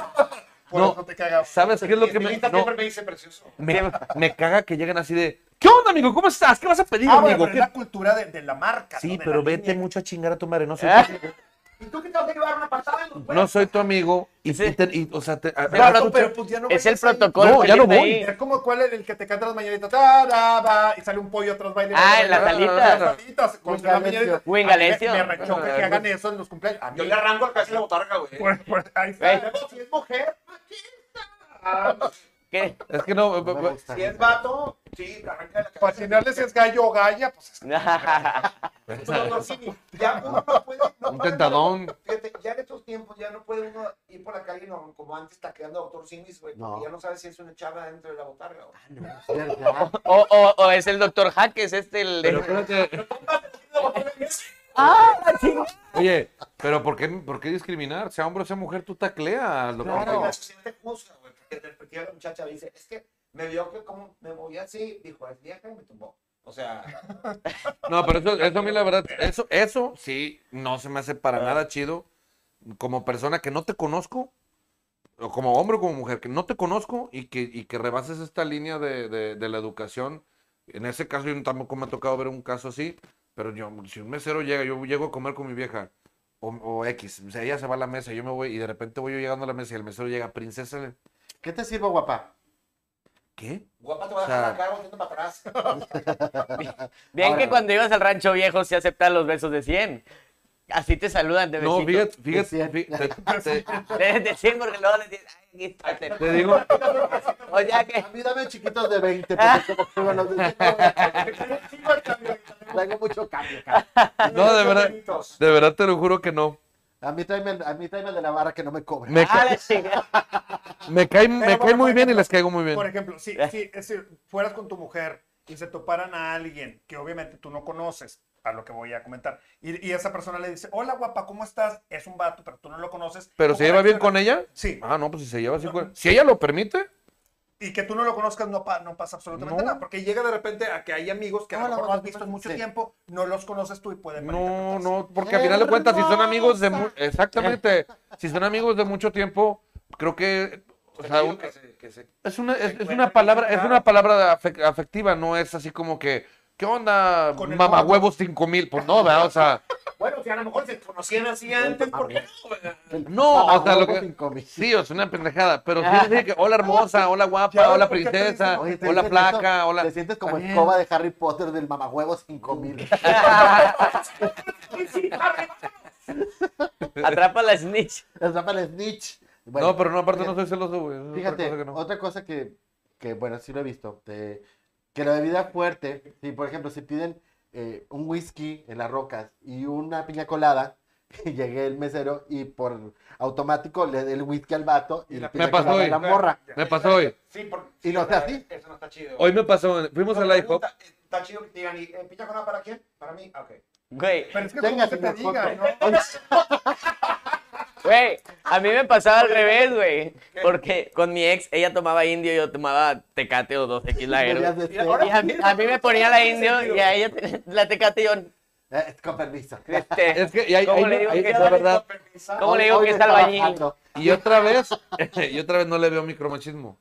Speaker 5: Por
Speaker 3: No.
Speaker 5: eso te cagamos.
Speaker 3: ¿Sabes qué es lo
Speaker 6: Y
Speaker 3: que
Speaker 6: mi
Speaker 3: me,
Speaker 6: lista
Speaker 3: no,
Speaker 6: siempre me dice precioso.
Speaker 3: me, me caga que lleguen así de ¿Qué onda, amigo? ¿Cómo estás? ¿Qué vas a pedir,
Speaker 5: Ah, bueno,
Speaker 3: amigo?
Speaker 5: pero
Speaker 3: ¿Qué-
Speaker 5: es la cultura de, de la marca.
Speaker 3: Sí,
Speaker 5: ¿no? De
Speaker 3: pero
Speaker 5: la
Speaker 3: vete
Speaker 5: línea.
Speaker 3: mucho a chingar a tu madre. No soy,
Speaker 2: Ah,
Speaker 6: ¿Y tú qué te vas a llevar una pasada? No,
Speaker 3: no soy tu amigo. Y,
Speaker 2: Sí.
Speaker 3: y te- y, o sea, te- a-
Speaker 2: Pero
Speaker 3: a-
Speaker 2: no,
Speaker 3: tú-
Speaker 2: pero-
Speaker 5: pues ya no
Speaker 2: Es el
Speaker 5: vayas ahí.
Speaker 2: protocolo.
Speaker 3: No, ya no
Speaker 2: Felipe,
Speaker 3: voy.
Speaker 2: ahí.
Speaker 5: Es como cuál es el que te canta las mañanitas. ta, ra, ba, y sale un pollo atrás baile.
Speaker 2: Ah, en las alitas.
Speaker 5: Las alitas. Con
Speaker 4: Wing
Speaker 5: las
Speaker 4: Galencio.
Speaker 5: mañanitas.
Speaker 2: Wing
Speaker 5: A mí me-
Speaker 2: Galencio.
Speaker 5: Me rechoca que hagan eso en los cumpleaños. A mí.
Speaker 6: Yo le arranco al casi la botarga, güey.
Speaker 5: Por- por- ahí está.
Speaker 2: Güey.
Speaker 6: Luego, si es mujer,
Speaker 2: ¿Qué?
Speaker 3: Es que no.
Speaker 4: No me gusta.
Speaker 6: si es vato, sí, arranca la
Speaker 5: Para
Speaker 6: cabeza.
Speaker 5: asignarle pues, si es gallo o galla, pues es
Speaker 6: No, no, sí, ya uno no puede- no
Speaker 3: Un
Speaker 6: puede-
Speaker 3: tentadón.
Speaker 6: Fíjate, ya en estos tiempos ya no puede uno ir ir por la calle no, como antes taqueando a doctor Simis, güey, porque
Speaker 4: No.
Speaker 6: ya no sabes si es una chava dentro de la botarga, güey.
Speaker 4: Ah, no, es verdad.
Speaker 2: O, o- o es el doctor Jaques, este, el de.
Speaker 3: Pero espérate, oye, pero ¿por qué, por qué discriminar? Sea hombre o sea mujer, tú tacleas. Lo
Speaker 6: Claro,
Speaker 3: que-
Speaker 6: la sociedad te juzga, güey, porque desde el perspectiva de la muchacha dice, es que me vio que como me movía así, dijo, es vieja y me tumbó. O sea,
Speaker 3: No, pero eso, eso a mí la verdad, eso, eso sí, no se me hace para nada chido. Como persona que no te conozco, o como hombre o como mujer, que no te conozco y que, y que rebases esta línea de, de- de la educación. En ese caso, yo tampoco me ha tocado ver un caso así, pero yo, si un mesero llega, yo llego a comer con mi vieja, o, o X, o sea, ella se va a la mesa, yo me voy, y de repente voy yo llegando a la mesa y el mesero llega, princesa,
Speaker 4: ¿Qué te sirvo, guapa?
Speaker 3: ¿qué?
Speaker 6: guapa te va a
Speaker 3: O sea,
Speaker 6: dejar la cara volteando para atrás.
Speaker 2: Bien
Speaker 4: Ahora-
Speaker 2: que cuando ibas al rancho viejo se aceptan los besos de 100. Así te saludan de besito.
Speaker 3: No, fíjate,
Speaker 4: Sí,
Speaker 3: fíjate,
Speaker 4: sí.
Speaker 3: fíjate, te- te-
Speaker 2: De, de 100 porque luego les dices, ay, aquí está. te-
Speaker 3: te digo,
Speaker 2: O ya que,
Speaker 4: A mí dame chiquitos de 20, porque como que bueno, de 20, Traigo mucho cambio, cabrón.
Speaker 3: no, de verdad,
Speaker 6: Bonitos.
Speaker 3: de verdad te lo juro que no.
Speaker 4: A mí tráeme, el- a mí tráeme el de la barra que no me cobre.
Speaker 3: Me,
Speaker 2: a la chingada.
Speaker 3: Me cae, me cae
Speaker 5: Pero, bueno,
Speaker 3: muy
Speaker 5: por
Speaker 3: bien y
Speaker 5: ejemplo,
Speaker 3: les caigo muy bien.
Speaker 5: Por ejemplo, si,
Speaker 6: Eh.
Speaker 5: si, si fueras con tu mujer y se toparan a alguien que obviamente tú no conoces, a lo que voy a comentar, y, y esa persona le dice, hola guapa, ¿cómo estás? Es un vato, pero tú no lo conoces.
Speaker 3: Pero
Speaker 5: ¿Cómo
Speaker 3: se lleva bien con
Speaker 5: reacciona?
Speaker 3: ella.
Speaker 5: Sí,
Speaker 3: Ah, no, pues si se lleva así con- Si ella lo permite,
Speaker 5: y que tú no lo conozcas no, pa- no pasa absolutamente
Speaker 3: No.
Speaker 5: nada, porque llega de repente a que hay amigos que a lo
Speaker 4: Hola,
Speaker 5: mejor no
Speaker 4: guapa,
Speaker 5: has visto en
Speaker 4: ¿cómo
Speaker 5: mucho
Speaker 4: estás? Sí.
Speaker 5: tiempo, no los conoces tú y pueden
Speaker 3: no,
Speaker 5: malinterpretarse.
Speaker 3: no, porque al final de cuentas, si son amigos de. mu- Exactamente. Si son amigos de mucho tiempo, creo que.
Speaker 5: Pues
Speaker 3: o sea, un-
Speaker 6: que se, que se-
Speaker 3: es una, es, es
Speaker 6: encuentran
Speaker 3: una palabra, es
Speaker 6: claro.
Speaker 3: una palabra de afe- afectiva, no es así como que. ¿Qué onda?
Speaker 5: Con el
Speaker 3: Mamahuevos 5000. Pues no, ¿verdad? O sea.
Speaker 6: Bueno, si a lo mejor se conocían así antes, ¿por qué no? güey?
Speaker 3: No, o sea, lo que-
Speaker 4: Sin comer.
Speaker 3: Sí, es una pendejada. Pero sí es decir que hola hermosa, hola guapa,
Speaker 5: Ya,
Speaker 3: hola
Speaker 5: ¿por qué te
Speaker 3: princesa,
Speaker 5: dicen-
Speaker 4: Oye, ¿te
Speaker 3: hola
Speaker 4: sientes
Speaker 3: flaca,
Speaker 4: eso?
Speaker 3: hola.
Speaker 4: Te sientes como
Speaker 3: Está bien.
Speaker 4: escoba de Harry Potter del mamahuevo 5000.
Speaker 2: Atrapa la snitch.
Speaker 4: Las el snitch. Bueno,
Speaker 3: No, pero no, aparte no
Speaker 4: fíjate-
Speaker 3: soy celoso, güey. es otra
Speaker 4: Fíjate,
Speaker 3: cosa que no.
Speaker 4: otra cosa que, que, bueno, sí lo he visto. de- que la bebida fuerte, si por ejemplo, si piden eh, un whisky en las rocas y una piña colada, llegué el mesero y por automático le dé el whisky al vato y,
Speaker 5: Y
Speaker 4: la
Speaker 5: la-
Speaker 4: piña
Speaker 3: Me pasó
Speaker 4: colada a
Speaker 3: hoy.
Speaker 4: la morra.
Speaker 3: Me pasó hoy.
Speaker 6: Sí, porque,
Speaker 4: Y no
Speaker 6: o sea,
Speaker 4: sea así.
Speaker 6: Eso no está chido.
Speaker 3: Hoy me pasó, fuimos a
Speaker 6: No,
Speaker 3: la IHOP.
Speaker 6: pregunta, Está chido que te digan, ¿y eh, piña colada para quién? Para mí, Ah, ok.
Speaker 2: Güey,
Speaker 5: Pero es que
Speaker 4: Venga,
Speaker 5: como se te
Speaker 4: señor
Speaker 5: diga, ¿no?
Speaker 4: Joto. Oye,
Speaker 2: güey, a mí me pasaba al revés, güey. Porque con mi ex, ella tomaba indio, yo tomaba tecate o 2X la
Speaker 4: deberías de
Speaker 2: Y
Speaker 4: ser-
Speaker 2: a mí, a mí me ponía la indio y a ella te- la tecate y yo,
Speaker 4: eh, con permiso.
Speaker 2: este,
Speaker 3: Es que y ahí-
Speaker 2: ¿Cómo
Speaker 3: ahí
Speaker 2: le
Speaker 3: no-
Speaker 2: digo
Speaker 3: ahí-
Speaker 2: que
Speaker 3: la
Speaker 2: no?
Speaker 3: verdad.
Speaker 2: ¿cómo le digo
Speaker 4: Hoy-
Speaker 2: que
Speaker 4: hoy
Speaker 2: es albañil?
Speaker 4: trabajando.
Speaker 3: Y otra vez, y otra vez no le veo micromachismo.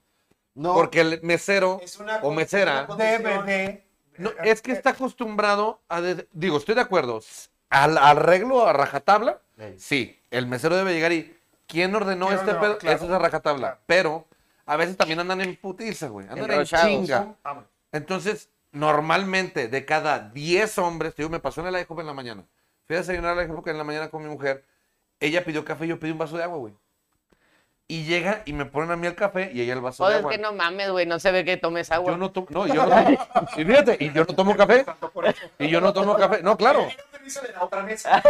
Speaker 4: No,
Speaker 3: Porque el mesero
Speaker 6: Es una-
Speaker 3: o mesera
Speaker 6: es una
Speaker 5: Debe de...
Speaker 3: no, es que está acostumbrado a. de- digo, estoy de acuerdo. s- Al arreglo a rajatabla,
Speaker 4: Ey.
Speaker 3: sí. El mesero debe llegar y. ¿Quién ordenó
Speaker 5: ¿Quién
Speaker 3: este
Speaker 5: ordenó?
Speaker 3: pedo?
Speaker 5: Claro.
Speaker 3: Eso es a rajatabla.
Speaker 5: Claro.
Speaker 3: Pero a veces también andan en putiza, güey. Andan en
Speaker 2: Enrochados.
Speaker 3: chinga.
Speaker 5: Vamos.
Speaker 3: Entonces, normalmente de cada 10 hombres, te digo, me pasó en la IHOP en la mañana. Fui a desayunar a la IHOP en la mañana con mi mujer. Ella pidió café, yo pedí un vaso de agua, güey. Y llega y me ponen a mí el café y ella el vaso
Speaker 2: Joder, "Oh,
Speaker 3: de
Speaker 2: es
Speaker 3: agua.
Speaker 2: que no mames, güey, no se ve que tomes agua.
Speaker 3: Yo no tomo, no, yo no, y fíjate, y yo no tomo café, y yo no tomo café, no, claro,
Speaker 6: Era un servicio de la otra mesa.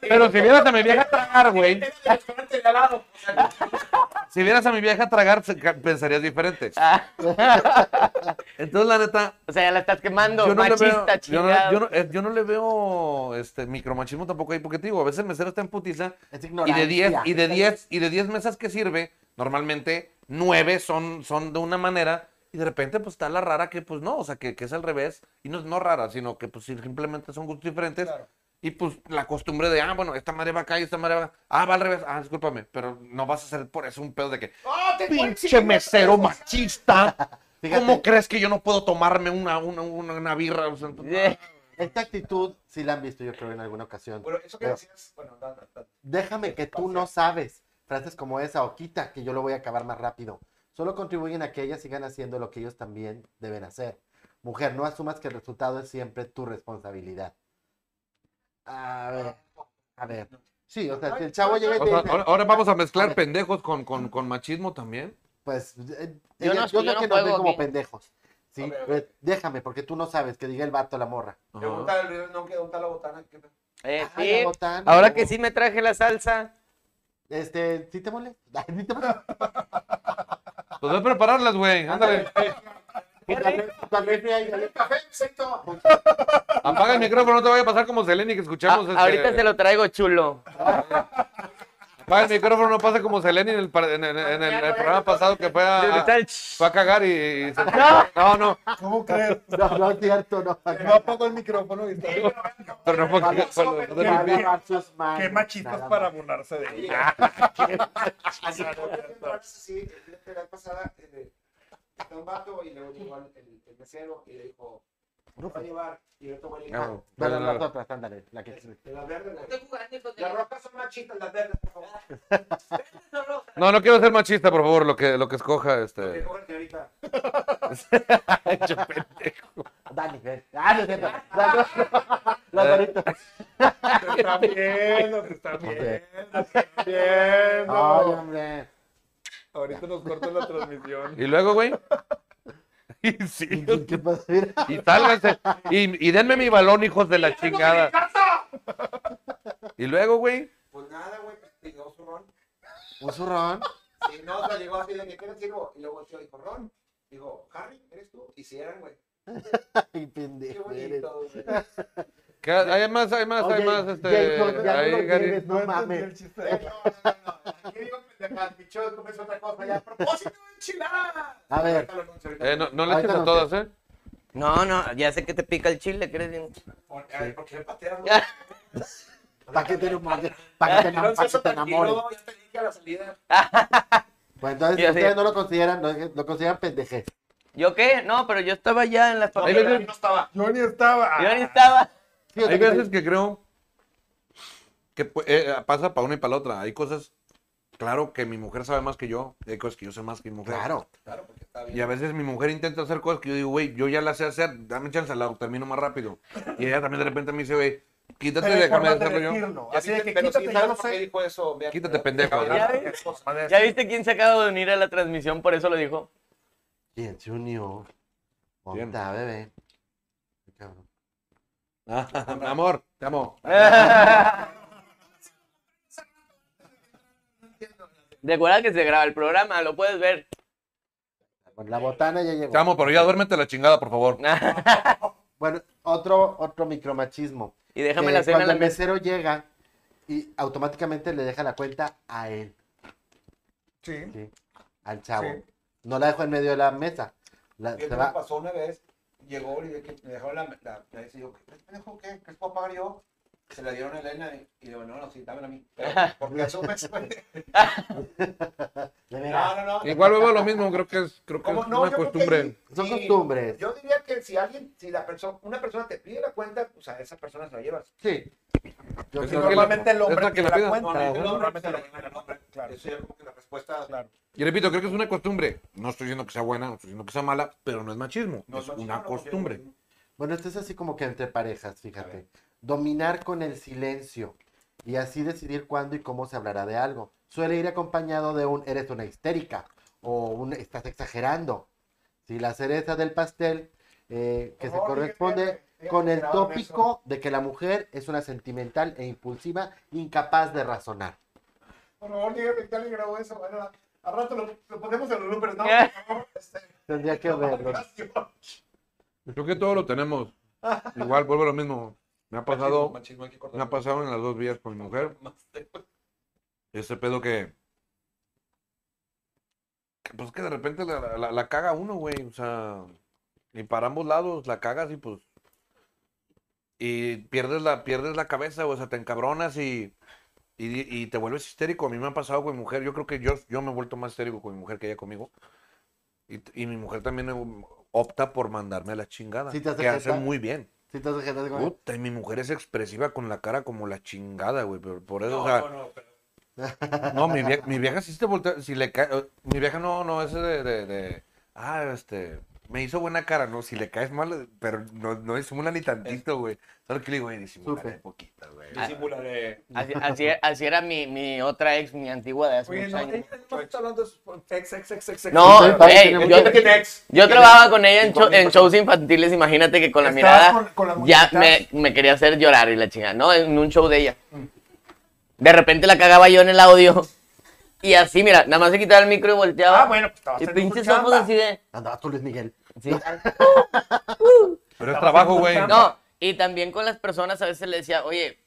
Speaker 3: pero si vieras a mi vieja tragar, güey,
Speaker 6: Era del restaurante de al lado. O sea,
Speaker 3: si vieras a mi vieja tragar, se- pensarías diferente.
Speaker 2: Ah.
Speaker 3: Entonces, la neta,
Speaker 2: O sea, ya la estás quemando,
Speaker 3: yo no le veo-
Speaker 2: machista,
Speaker 3: yo no-
Speaker 2: chingado.
Speaker 3: yo no- eh, yo no le veo este micromachismo tampoco ahí, porque te digo, a veces el mesero está en putiza
Speaker 4: es
Speaker 3: y
Speaker 4: ignorancia.
Speaker 3: de 10 y de 10 y de 10 mesas que sirve, normalmente 9 son son de una manera y de repente pues está la rara que pues no, o sea, que, que es al revés y no es no rara, sino que pues simplemente son gustos diferentes. Y pues la costumbre de, ah, bueno, esta madre va acá y esta madre va. Ah, va al revés. Ah, discúlpame, pero no vas a hacer por eso un pedo de que.
Speaker 6: ¡Ah, te
Speaker 5: Pues
Speaker 3: ¡Pinche mesero machista!
Speaker 4: Fíjate.
Speaker 3: ¿Cómo crees que yo no puedo tomarme una, una, una, una birra? O sea,
Speaker 2: Eh,
Speaker 4: Esta actitud sí la han visto, yo creo, en alguna ocasión.
Speaker 6: Bueno, eso que
Speaker 4: Pero-
Speaker 6: decías, bueno, da, da, da.
Speaker 4: Déjame que tú no sabes. Frases como esa o quita que yo lo voy a acabar más rápido. Solo contribuyen a que ellas sigan haciendo lo que ellos también deben hacer. Mujer, no asumas que el resultado es siempre tu responsabilidad. A ver, a ver. Sí, o sea, si el chavo llega y te
Speaker 3: O sea,
Speaker 4: dice,
Speaker 3: ahora, ahora vamos a mezclar pendejos con, con, con machismo también.
Speaker 4: pues, eh,
Speaker 2: Yo no-
Speaker 4: ellas- yo
Speaker 2: yo
Speaker 4: creo
Speaker 2: no
Speaker 4: que nos ven
Speaker 2: juego
Speaker 4: como
Speaker 2: aquí.
Speaker 4: pendejos. Sí,
Speaker 6: A ver, a
Speaker 4: pues, déjame, porque tú no sabes que diga el vato a la morra.
Speaker 3: Ajá.
Speaker 6: Pregunta del no quedó un tal la botana. ¿qué tal?
Speaker 2: eh,
Speaker 4: Ay, la
Speaker 2: sí.
Speaker 4: botana.
Speaker 2: Ahora que sí me traje la salsa.
Speaker 4: Este, ¿sí te molesta? ¿Sí te molesta?
Speaker 3: Pues ve a prepararlas, güey. Ándale.
Speaker 4: Dale- dale fría y dale-
Speaker 6: Café, exacto.
Speaker 3: Apaga el micrófono, no te vaya a pasar como Seleni que escuchamos.
Speaker 2: A-
Speaker 3: este,
Speaker 2: Ah, ahorita se lo traigo chulo.
Speaker 3: Apaga el micrófono, no pasa como Seleni en el, par- en, en- en el, en el programa pasado que fue a,
Speaker 2: Ahorita el
Speaker 3: fue a cagar y... y se- No, no.
Speaker 5: ¿Cómo crees?
Speaker 4: No, no es cierto, no.
Speaker 5: No apagó el micrófono y está.
Speaker 3: Pero no fue a
Speaker 4: Vale,
Speaker 3: cagar, fue a lo- fue a
Speaker 4: Va a
Speaker 3: dormir.
Speaker 4: lavar sus manos,
Speaker 5: Qué machitos
Speaker 4: nada
Speaker 5: para
Speaker 4: más.
Speaker 5: burlarse
Speaker 6: Ah,
Speaker 5: de ella.
Speaker 6: Así que, sí, la vez pasada, eh, está un vato y luego llegó el, el- el mesero y le dijo, no va a llevar, y yo te voy a llevar.
Speaker 3: No, no,
Speaker 4: Bueno,
Speaker 3: no,
Speaker 4: las
Speaker 3: no.
Speaker 4: otras, ándale, la que
Speaker 6: De las verdes, las- las rojas son machitas, las verdes, por favor.
Speaker 3: No, no quiero ser machista, por favor, lo que, lo que escoja.
Speaker 6: Que
Speaker 3: Este.
Speaker 6: cojan que ahorita.
Speaker 4: Dale, ven. Ah, no es cierto. Dale, Los doritos.
Speaker 5: Te está viendo, te está viendo, te está
Speaker 4: Ay,
Speaker 5: viendo.
Speaker 4: hombre.
Speaker 5: Ahorita nos cortan la transmisión.
Speaker 3: Y luego, güey. Y sí.
Speaker 4: ¿Qué- qué pasó? Mira.
Speaker 3: Y sálganse. Y, y denme mi balón, hijos de la chingada. Y luego, güey.
Speaker 6: Pues nada, güey, pues, llegó su ron.
Speaker 4: Un zurrón.
Speaker 6: Y no, o sea, llegó así de que, ¿qué le sirvo? Y luego volteó y dijo, ron. Digo, Harry, ¿eres tú? Y si eran, güey.
Speaker 4: Ay,
Speaker 6: Qué
Speaker 4: pendejo. eres.
Speaker 6: bonito, güey.
Speaker 3: que Hay más, hay más, hay
Speaker 4: Oye,
Speaker 3: más.
Speaker 4: Jason,
Speaker 3: Este,
Speaker 4: ya no
Speaker 3: ahí,
Speaker 4: lo
Speaker 3: Gary.
Speaker 4: tienes, no mames.
Speaker 6: No, no, no. Aquí digo, pendejadas, mi show, tú ves otra cosa ya. ¡Propósito de enchilada!
Speaker 4: A ver.
Speaker 6: Ahorita lo anuncio, ahorita
Speaker 3: Eh, no,
Speaker 6: lo
Speaker 3: no le
Speaker 4: Ahorita
Speaker 3: eches a
Speaker 4: no
Speaker 3: todas, ¿eh?
Speaker 2: No, no, ya sé que te pica el chile, ¿crees? bien?
Speaker 6: anuncio. A ver, ¿por qué me pateas, güey?
Speaker 2: Ya.
Speaker 4: Para que te enamores. Para que te,
Speaker 6: No,
Speaker 4: enam- pa' que te
Speaker 6: tranquilo,
Speaker 4: enamores.
Speaker 6: ya te dije a la salida.
Speaker 4: Pues entonces
Speaker 2: Y así-
Speaker 4: ustedes no lo consideran, lo, lo consideran pendejez.
Speaker 2: ¿Yo qué? No, pero yo estaba ya en las
Speaker 6: No,
Speaker 3: Ahí
Speaker 6: pero
Speaker 3: ves-
Speaker 6: ahí no estaba.
Speaker 5: Yo ni estaba. Ah,
Speaker 2: Yo ni estaba.
Speaker 4: Sí, o sea,
Speaker 3: Hay
Speaker 4: que
Speaker 3: veces que creo que pu- eh, pasa para una y para la otra. Hay cosas, claro, que mi mujer sabe más que yo. y Hay cosas que yo sé más que mi mujer.
Speaker 4: Claro.
Speaker 6: Claro, porque está bien.
Speaker 3: Y a veces mi mujer intenta hacer cosas que yo digo, güey, yo ya las sé hacer, dame chance, la termino más rápido. Y ella también de repente me dice, güey, quítate,
Speaker 5: Pero hay
Speaker 3: déjame
Speaker 5: formas de
Speaker 3: hacerlo yo.
Speaker 5: decirlo.
Speaker 6: Ya
Speaker 5: Así de
Speaker 6: viste,
Speaker 5: que
Speaker 6: pero
Speaker 5: quítate, ya
Speaker 6: sí, ¿sabes
Speaker 5: lo
Speaker 6: por qué
Speaker 5: sé.
Speaker 6: dijo eso? Vea,
Speaker 3: Quítate,
Speaker 6: ya-
Speaker 3: pendejo.
Speaker 6: ya-
Speaker 2: ¿Ya
Speaker 6: ya-
Speaker 2: ves?
Speaker 6: cosa.
Speaker 5: Madre,
Speaker 2: ¿Ya viste quién se acaba de unir a la transmisión? Por eso lo dijo.
Speaker 4: ¿Quién se unió?
Speaker 3: Bien.
Speaker 4: Ponta, bebé. Qué cabrón.
Speaker 3: Mi amor, te amo.
Speaker 2: Recuerda que se graba el programa, lo puedes ver.
Speaker 4: Bueno, la botana ya llegó.
Speaker 3: Te amo, pero ya duérmete la chingada, por favor.
Speaker 4: Bueno, otro, otro micromachismo.
Speaker 2: y déjame
Speaker 4: Eh,
Speaker 2: la cena en
Speaker 4: cuando
Speaker 2: la
Speaker 4: el
Speaker 2: mesa.
Speaker 4: mesero llega y automáticamente le deja la cuenta a él,
Speaker 5: Sí.
Speaker 4: ¿sí? al chavo.
Speaker 5: Sí.
Speaker 4: No la dejo en medio de la mesa. La-
Speaker 6: Fíjate,
Speaker 4: se
Speaker 6: me
Speaker 4: va.
Speaker 6: pasó una vez, llegó y de que me dejó la, la, la y yo, ¿qué pendejo qué? ¿Qué puedo pagar yo? Se la dieron a Elena y, y digo, no, no, sí, dámela a mí. Pero, porque asumes, güey.
Speaker 4: De
Speaker 6: No,
Speaker 4: veras.
Speaker 6: no, no.
Speaker 3: Igual veo lo mismo, creo que es, creo que
Speaker 6: Como-
Speaker 3: es
Speaker 6: no,
Speaker 3: una
Speaker 6: yo creo que
Speaker 3: costumbre.
Speaker 6: ahí-
Speaker 4: Son
Speaker 6: sí,
Speaker 4: costumbres.
Speaker 6: Yo diría que si alguien, si la persona, una persona te pide la cuenta, pues a esa persona se la llevas.
Speaker 4: Sí. Yo
Speaker 3: Pues Es
Speaker 4: sí
Speaker 3: la
Speaker 4: no-
Speaker 3: que
Speaker 5: Normalmente el hombre
Speaker 3: la que
Speaker 5: pide
Speaker 3: la
Speaker 5: la
Speaker 3: pida.
Speaker 5: cuenta.
Speaker 6: No, no, no,
Speaker 5: Normalmente
Speaker 6: normalmente
Speaker 5: lo
Speaker 6: la
Speaker 5: pide el
Speaker 6: el
Speaker 5: hombre.
Speaker 6: hombre.
Speaker 5: Claro.
Speaker 6: Eso ya como que la respuesta,
Speaker 5: Claro.
Speaker 3: Y repito, creo que es una costumbre. No estoy diciendo que sea buena, no estoy diciendo que sea mala, pero no es machismo.
Speaker 6: no
Speaker 3: es
Speaker 6: machismo,
Speaker 3: una
Speaker 6: no,
Speaker 3: costumbre.
Speaker 6: porque-
Speaker 4: Bueno, esto es así como que entre parejas, fíjate.
Speaker 6: ver.
Speaker 4: Dominar con el silencio y así decidir cuándo y cómo se hablará de algo. Suele ir acompañado de un eres una histérica o un estás exagerando. Si la cereza del pastel eh, que se
Speaker 6: Oh,
Speaker 4: corresponde
Speaker 6: fíjate, fíjate,
Speaker 4: con el
Speaker 6: claro,
Speaker 4: tópico de que la mujer es una sentimental e impulsiva, incapaz de razonar.
Speaker 6: Por favor, dígame que alguien grabó eso. Bueno, a rato lo, lo ponemos en los números, ¿no?
Speaker 2: Ya.
Speaker 6: Por favor, este,
Speaker 4: Tendría que verlo.
Speaker 3: Creo que todo lo tenemos. Igual, vuelvo a lo mismo. Me ha pasado, me ha pasado en las dos vías con mi mujer. Ese pedo que. que, Pues que de repente la, la- la- la caga uno, güey. O sea. Y para ambos lados la cagas y pues. Y pierdes la, pierdes la cabeza, o sea, te encabronas y, y, y te vuelves histérico. A mí me ha pasado con mi mujer. Yo creo que yo, yo me he vuelto más histérico con mi mujer que ella conmigo. Y, y mi mujer también eh, opta por mandarme a la chingada.
Speaker 4: Sí, te hace
Speaker 3: que hace
Speaker 4: jeta.
Speaker 3: muy bien.
Speaker 4: Si estás exagerando, como,
Speaker 3: Puta, y mi mujer es expresiva con la cara como la chingada, güey. Pero por eso, o
Speaker 6: No,
Speaker 3: sea.
Speaker 6: no, no, pero
Speaker 3: No, mi vieja, mi vieja sí se voltea, si le cae, eh, mi vieja no, no, es de, de, de, ah, este, me hizo buena cara, no, si le caes mal, pero no, no disimula ni tantito, güey. Solo que le digo, güey, disimula
Speaker 4: Sufre.
Speaker 3: un poquito, güey.
Speaker 6: disimularé.
Speaker 2: Así, así- así era mi, mi otra ex, mi antigua de hace
Speaker 5: Oye,
Speaker 2: muchos
Speaker 5: no,
Speaker 2: años.
Speaker 5: ey, no está hablando de su- ex, ex, ex, ex, ex.
Speaker 2: No,
Speaker 4: Entonces, padre,
Speaker 2: ey,
Speaker 4: tenemos
Speaker 2: yo,
Speaker 4: que-
Speaker 2: yo trabajaba con ella en, show- en shows infantiles, imagínate que con la
Speaker 5: Estabas
Speaker 2: mirada
Speaker 5: con- con las
Speaker 2: ya
Speaker 5: muñequitas.
Speaker 2: me, me quería
Speaker 5: Mm.
Speaker 2: hacer llorar y la chingada, ¿no? En un show de ella. De repente la cagaba yo en el audio Y así, mira, nada más se quitaba el micro y volteaba.
Speaker 5: Ah, bueno, pues estabas
Speaker 2: Y
Speaker 5: haciendo tu
Speaker 2: pinches
Speaker 5: chamba.
Speaker 2: ojos así de.
Speaker 4: Andaba tú, Luis Miguel.
Speaker 2: sí.
Speaker 3: Pero es trabajo, güey.
Speaker 2: No, y también con las personas a veces le decía, oye,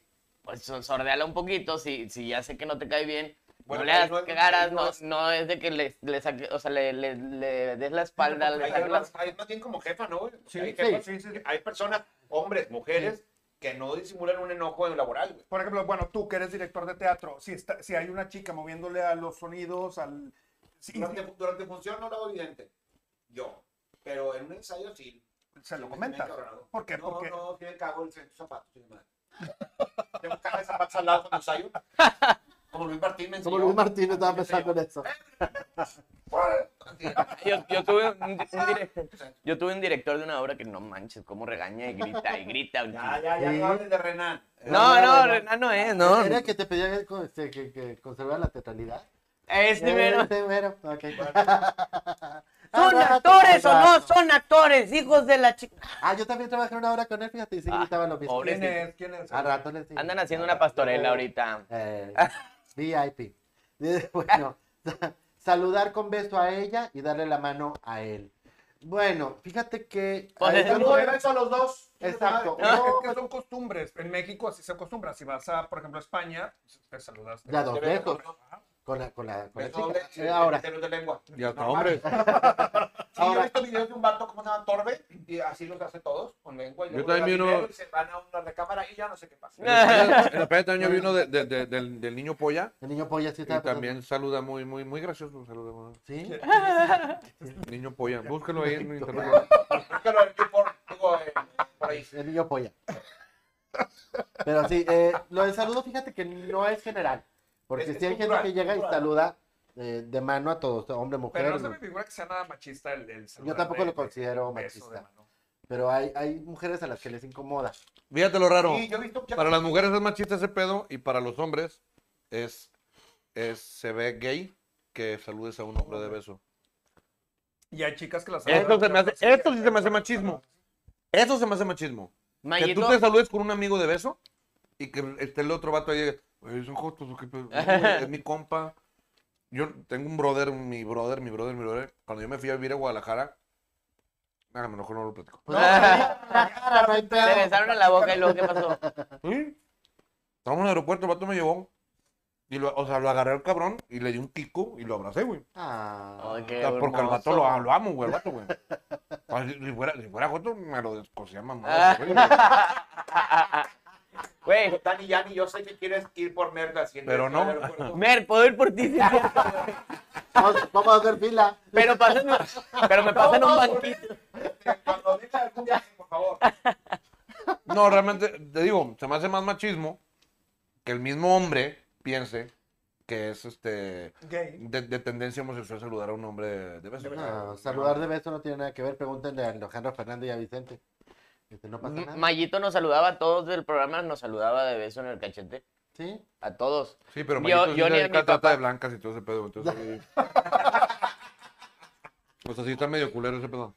Speaker 2: pues son- sordeala un poquito, si, si ya sé que no te cae bien,
Speaker 6: Bueno,
Speaker 2: no le
Speaker 6: ahí
Speaker 2: hagas
Speaker 6: no es-
Speaker 2: caras,
Speaker 6: ahí
Speaker 2: no,
Speaker 6: no
Speaker 2: no,
Speaker 6: es-
Speaker 2: es de que le, le saque- o sea, le, le- le des la espalda, le
Speaker 6: Hay
Speaker 2: saques la-
Speaker 6: jefas- hay más bien como jefa, ¿no? güey?
Speaker 5: Sí,
Speaker 6: hay,
Speaker 5: sí,
Speaker 6: jefas-
Speaker 5: sí, sí, sí.
Speaker 6: hay personas, hombres, mujeres, que no disimulan un enojo laboral, güey.
Speaker 5: Por ejemplo, bueno, tú que eres director de teatro, si, está, si hay una chica moviéndole a los sonidos, al... sí,
Speaker 6: Durante, durante función no lo hago evidente. Yo. Pero en un ensayo sí.
Speaker 5: se lo
Speaker 6: Sí,
Speaker 5: comentas.
Speaker 6: me he encabronado.
Speaker 5: ¿Por qué?
Speaker 6: No,
Speaker 5: Porque
Speaker 6: no, sí me cago en tus zapatos, sí, madre. Tengo caja de zapatos al lado pues, cuando ensayo. Como Luis Martín me
Speaker 4: Como
Speaker 6: enseñó.
Speaker 4: Luis Martín estaba pensando en eso.
Speaker 6: Sí,
Speaker 2: Yo, yo tuve un, un dire- yo tuve un director de una obra que no manches, cómo regaña y grita y grita. un
Speaker 6: Ya,
Speaker 2: chingo.
Speaker 6: Ah, ya, ya,
Speaker 4: Sí.
Speaker 6: no hables de Renan.
Speaker 2: No, no,
Speaker 4: no, no.
Speaker 2: Renan no es, no.
Speaker 4: Era que te pedía que, con- este, que, que conservara la teatralidad.
Speaker 2: Este mero.
Speaker 4: Este mero, ok.
Speaker 2: ¿Son
Speaker 4: Ah,
Speaker 2: actores o no?
Speaker 4: rato.
Speaker 2: Son actores, hijos de la chica.
Speaker 4: Ah, yo también trabajé una hora con él, fíjate, y sí
Speaker 2: Ah,
Speaker 4: gritaban lo mismo.
Speaker 2: pobre.
Speaker 5: ¿quién es? ¿Quién es?
Speaker 4: A rato le sí.
Speaker 2: Andan haciendo una pastorela ahorita.
Speaker 4: Eh, VIP. Eh, Bueno, saludar con beso a ella y darle la mano a él. Bueno, fíjate que...
Speaker 2: Pues,
Speaker 4: ahí-
Speaker 6: Saludos, de beso a los dos.
Speaker 4: Exacto.
Speaker 5: No,
Speaker 4: No,
Speaker 5: es que son costumbres. En México así se acostumbra. Si vas a, por ejemplo, a España, pues, te saludas.
Speaker 4: Ya dos
Speaker 6: De beso,
Speaker 4: besos. Con la, con la, con la
Speaker 6: beso
Speaker 4: chica.
Speaker 6: doble,
Speaker 4: Eh,
Speaker 6: Pues, sí,
Speaker 4: Ahora,
Speaker 6: pelos de lengua.
Speaker 3: Y hasta
Speaker 6: Normal.
Speaker 3: hombres.
Speaker 6: Sí, yo
Speaker 4: Ahora-
Speaker 6: he visto videos de un vato, ¿cómo se llama? Torbe, y así los hace todos, con lengua. Y
Speaker 3: Yo
Speaker 6: luego le da
Speaker 3: también uno-
Speaker 6: dinero y se van a una recámara y ya no sé qué pasa.
Speaker 3: En la playa también yo vi uno de- de- de- del, del niño polla.
Speaker 4: el niño polla sí
Speaker 3: Y
Speaker 4: estaba
Speaker 3: también saluda muy, muy, muy gracioso. Saluda muy-
Speaker 4: pensando- Sí,
Speaker 3: Niño polla. Búscalo ahí en internet.
Speaker 6: Búscalo en YouTube, digo, eh, por ahí.
Speaker 4: el niño polla. Pero sí, eh, lo del saludo, fíjate que no es general. Porque
Speaker 6: Es-
Speaker 4: si
Speaker 6: es
Speaker 4: hay gente
Speaker 6: cultural,
Speaker 4: que llega y
Speaker 6: cultural.
Speaker 4: saluda eh, de mano a todos, hombre, mujer.
Speaker 5: Pero no se me figura que sea nada machista el, el saludar
Speaker 4: tampoco
Speaker 5: de-
Speaker 4: lo
Speaker 5: de-
Speaker 4: considero
Speaker 5: de beso de
Speaker 4: machista.
Speaker 5: mano.
Speaker 4: Pero hay, hay mujeres a las que les incomoda.
Speaker 3: Fíjate lo raro.
Speaker 6: Sí, yo he visto muchas-
Speaker 3: Para las mujeres es machista ese pedo y para los hombres es, es se ve gay que saludes a un hombre de beso.
Speaker 5: Y hay chicas que las
Speaker 3: Esto, se me hace- esto sí se me hace machismo. Eso se me hace machismo. Que tú
Speaker 2: Mayito,
Speaker 3: te saludes con un amigo de beso y que esté el otro vato ahí. "Oye, Son jotos, ¿o qué pedo?". No, güey, es mi compa. Yo tengo un brother, mi brother, mi brother, mi brother. Cuando yo me fui a vivir a Guadalajara, ah, mejor no lo platico.
Speaker 4: Pues, no, la cara, no hay pedo.
Speaker 2: se besaron en la boca y luego, ¿qué pasó?
Speaker 3: Sí. Estábamos en el aeropuerto, el vato me llevó. Y lo- o sea, lo agarré al cabrón y le di un tico y lo abracé, güey.
Speaker 4: Ah,
Speaker 2: Ay,
Speaker 3: O
Speaker 2: qué
Speaker 3: sea, porque al vato
Speaker 2: hermoso.
Speaker 3: lo, lo amo, güey, al vato, güey. O sea, Si fuera, si fuera joto, me lo descosía
Speaker 2: Ah.
Speaker 3: mamá. güey, güey.
Speaker 2: Güey,
Speaker 6: Dani, Yanni, yo sé que quieres ir por merda. si en
Speaker 3: Pero
Speaker 6: el
Speaker 3: no.
Speaker 6: aeropuerto-
Speaker 2: Mer, puedo ir por ti.
Speaker 4: vamos, vamos a hacer fila.
Speaker 2: Pero pásenme, pero me pasan un
Speaker 6: Vamos,
Speaker 2: banquito.
Speaker 6: eh, Cuando venga algún viaje, por favor.
Speaker 3: No, realmente, te digo, se me hace más machismo que el mismo hombre piense que es este
Speaker 5: Gay.
Speaker 3: de, de tendencia homosexual saludar a un hombre de beso. Ah,
Speaker 4: No, saludar de beso no tiene nada que ver. Pregúntenle a Alejandro Fernández y a Vicente. Este, no pasa nada.
Speaker 2: Mayito nos saludaba a todos del programa, nos saludaba de beso en el cachete.
Speaker 4: Sí.
Speaker 2: A todos.
Speaker 3: Sí, pero
Speaker 2: Yo-
Speaker 3: Mayito sí
Speaker 2: yo
Speaker 3: se
Speaker 2: ni a
Speaker 3: dedica
Speaker 2: mi
Speaker 3: a trata
Speaker 2: papá.
Speaker 3: de blancas y todo ese pedo. Entonces, sí. o sea, sí está medio culero ese pedo.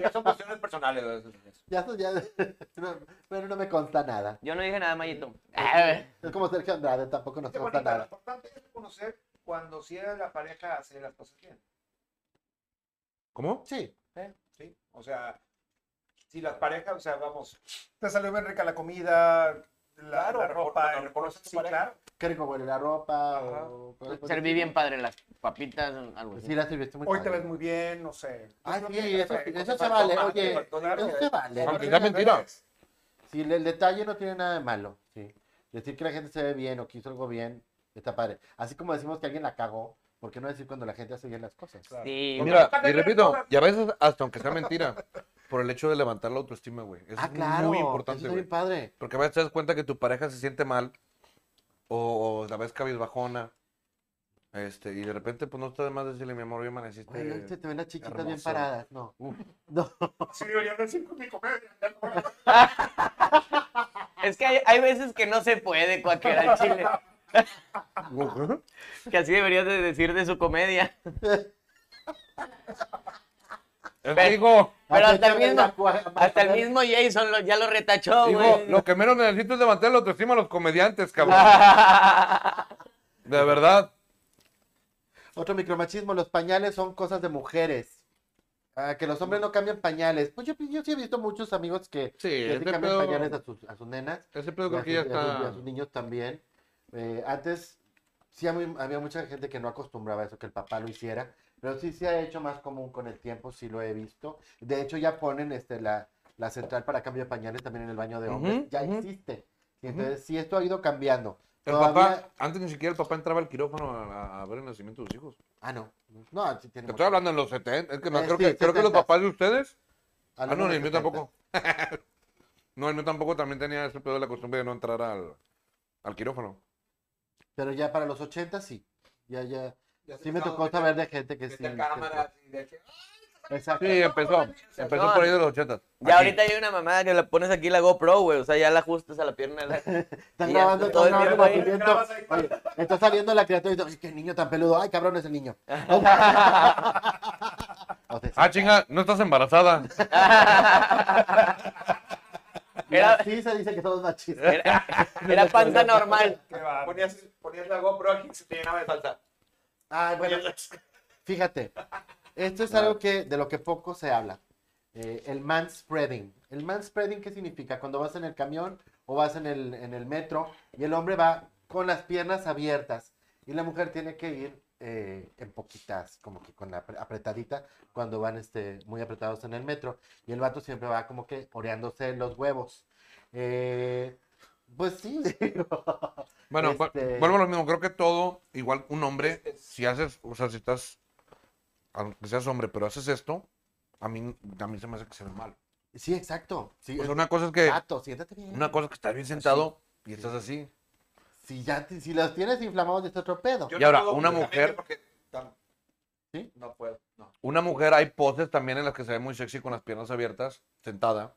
Speaker 6: Ya son cuestiones personales. güey.
Speaker 4: Ya, eso ya. no, Bueno, no me consta nada.
Speaker 2: Yo no dije nada, Mayito. Ah,
Speaker 4: Es como Sergio Andrade, tampoco nos
Speaker 6: Qué
Speaker 4: consta
Speaker 6: bonito, Lo
Speaker 4: nada.
Speaker 6: importante es conocer cuando si era la pareja hace las cosas bien.
Speaker 3: ¿Cómo?
Speaker 4: Sí.
Speaker 6: ¿sí? O sea, si las parejas, o sea, vamos.
Speaker 5: Te salió bien rica la comida, la,
Speaker 6: Claro,
Speaker 5: la
Speaker 6: recor-
Speaker 5: ropa.
Speaker 6: cuando
Speaker 5: el-
Speaker 6: reconoces a tu
Speaker 5: sí,
Speaker 6: pareja.
Speaker 5: claro.
Speaker 4: Qué rico huele la ropa.
Speaker 6: Ajá.
Speaker 4: o cosas por el
Speaker 2: Serví
Speaker 4: estilo.
Speaker 2: bien padre las papitas, algo
Speaker 4: Sí,
Speaker 2: así.
Speaker 4: la serviste muy
Speaker 5: Hoy te
Speaker 4: padre.
Speaker 5: ves muy bien, no sé.
Speaker 4: Ay,
Speaker 5: Yo creo
Speaker 4: sí,
Speaker 5: que-
Speaker 4: eso,
Speaker 5: eh,
Speaker 4: eso se
Speaker 6: faltó
Speaker 4: vale.
Speaker 6: más,
Speaker 4: Oye,
Speaker 6: te faltó darle-
Speaker 4: eso se
Speaker 3: Aunque
Speaker 4: vale.
Speaker 3: sea mentira.
Speaker 4: Si el detalle no tiene nada de malo. Sí. Decir que la gente se ve bien o que hizo algo bien está padre. Así como decimos que alguien la cagó, ¿por qué no decir cuando la gente hace bien las cosas?
Speaker 2: Sí.
Speaker 3: Mira, y repito, y a veces, hasta aunque sea mentira, por el hecho de levantar la autoestima, güey. Eso
Speaker 4: ah,
Speaker 3: es
Speaker 4: claro.
Speaker 3: muy
Speaker 4: Eso
Speaker 3: importante,
Speaker 4: es
Speaker 3: güey.
Speaker 4: bien padre.
Speaker 3: Porque a veces te das cuenta que tu pareja se siente mal o, o la ves cabizbajona. Este, y de repente, pues no está de más decirle, mi amor, hoy amaneciste.
Speaker 4: Güey, hoy se te ven las chiquitas bien
Speaker 3: hermoso.
Speaker 4: paradas. No.
Speaker 3: Uf.
Speaker 4: No.
Speaker 6: Sí, debería decir con mi comedia.
Speaker 2: Es que hay, hay veces que no se puede cualquiera al chile.
Speaker 3: Ujú.
Speaker 2: Que así deberías de decir de su comedia.
Speaker 3: Es
Speaker 2: Ve.
Speaker 3: que digo,
Speaker 2: Pero
Speaker 4: Así
Speaker 2: hasta el
Speaker 4: se ve
Speaker 2: mismo,
Speaker 4: la cua-
Speaker 2: hasta el mismo Jason lo- ya lo retachó,
Speaker 3: digo,
Speaker 2: güey.
Speaker 3: lo que menos necesito es levantar la autoestima a los comediantes, cabrón. De verdad.
Speaker 4: Otro micromachismo, los pañales son cosas de mujeres. Ah, que los hombres no cambian pañales. Pues yo, yo sí he visto muchos amigos que,
Speaker 3: Mm.
Speaker 4: que
Speaker 3: Sí,
Speaker 4: sí
Speaker 3: ese
Speaker 4: cambian
Speaker 3: pedo,
Speaker 4: pañales a sus, a sus nenas.
Speaker 3: ese pedo
Speaker 4: y a
Speaker 3: creo que ya
Speaker 4: sus- y a sus- y a
Speaker 3: está.
Speaker 4: sus niños también. Eh, antes sí había, había mucha gente que no acostumbraba a eso, que el papá lo hiciera. Pero sí se ha hecho más común con el tiempo, sí lo he visto. De hecho, ya ponen este, la, la central para cambio de pañales también en el baño de hombres.
Speaker 3: Ujú,
Speaker 4: ya
Speaker 3: ujú.
Speaker 4: existe. Y entonces, sí, esto ha ido cambiando.
Speaker 3: El
Speaker 4: Todavía-
Speaker 3: papá, antes ni siquiera el papá entraba al quirófano a, a- a ver el nacimiento de sus hijos.
Speaker 4: Ah, no. No, sí tiene mucho.
Speaker 3: Te estoy hablando en los 70. Es que no,
Speaker 4: Eh,
Speaker 3: creo,
Speaker 4: sí,
Speaker 3: que, creo que los
Speaker 4: 70s.
Speaker 3: papás de ustedes.
Speaker 4: A
Speaker 3: Ah,
Speaker 4: lo
Speaker 3: no,
Speaker 4: mejor
Speaker 3: ni el mío
Speaker 4: 70.
Speaker 3: tampoco. no, el mío tampoco también tenía ese pedo de la costumbre de no entrar al, al quirófano.
Speaker 4: Pero ya para los 80 sí. Ya, ya.
Speaker 6: Ya se
Speaker 4: Sí me
Speaker 6: empezaba
Speaker 4: tocó
Speaker 6: a meter-
Speaker 4: saber de gente que sí.
Speaker 6: meter cámaras y de que,
Speaker 4: Exacto.
Speaker 3: Sí, empezó. Empezó por ahí de los 80.
Speaker 2: Ya ahorita hay una mamada que la pones aquí la GoPro, güey. O sea, ya la ajustas a la pierna. de la-
Speaker 4: Están
Speaker 2: Y
Speaker 4: grabando
Speaker 2: ya, todo
Speaker 4: todo el
Speaker 2: el tiempo ahí.
Speaker 4: nacimiento.
Speaker 5: Grabas ahí.
Speaker 4: Oye, está saliendo la criatura y dice, "Ay, qué niño tan peludo. Ay, cabrón, es el niño. O sea,
Speaker 3: Ah, chinga, no estás embarazada.
Speaker 4: y
Speaker 2: Era- Eh,
Speaker 4: así se dice que somos machistas.
Speaker 2: Era, era panza normal.
Speaker 5: Qué bárbaro.
Speaker 6: ponías, ponías la GoPro y se te llenaba de salsa.
Speaker 4: Ay, bueno, fíjate, esto es algo que de lo que poco se habla. Eh, el manspreading. ¿El manspreading qué significa? Cuando vas en el camión o vas en el, en el metro y el hombre va con las piernas abiertas y la mujer tiene que ir eh, en poquitas, como que con la apre- apretadita, cuando van este, muy apretados en el metro. Y el vato siempre va como que oreándose los huevos. Eh, pues sí, digo.
Speaker 3: Bueno, vu-
Speaker 4: Este-
Speaker 3: vuelvo a lo mismo. Creo que todo, igual un hombre,
Speaker 6: Es- es-
Speaker 3: si haces, o sea, si estás, aunque seas hombre, pero haces esto, a mí, a mí se me hace que se ve mal.
Speaker 4: Sí, exacto. Sí,
Speaker 3: O
Speaker 4: es-
Speaker 3: sea, una cosa es que,
Speaker 4: Gato, siéntate bien.
Speaker 3: una cosa es que estás bien sentado y estás así.
Speaker 4: Si ya te- si los tienes inflamados de este otro pedo.
Speaker 6: Yo
Speaker 3: Y ahora,
Speaker 6: puedo
Speaker 3: una
Speaker 6: públicamente
Speaker 3: mujer-
Speaker 6: porque tam-
Speaker 4: ¿Sí?
Speaker 6: No puedo, no.
Speaker 3: Una mujer, hay poses también en las que se ve muy sexy con las piernas abiertas, sentada.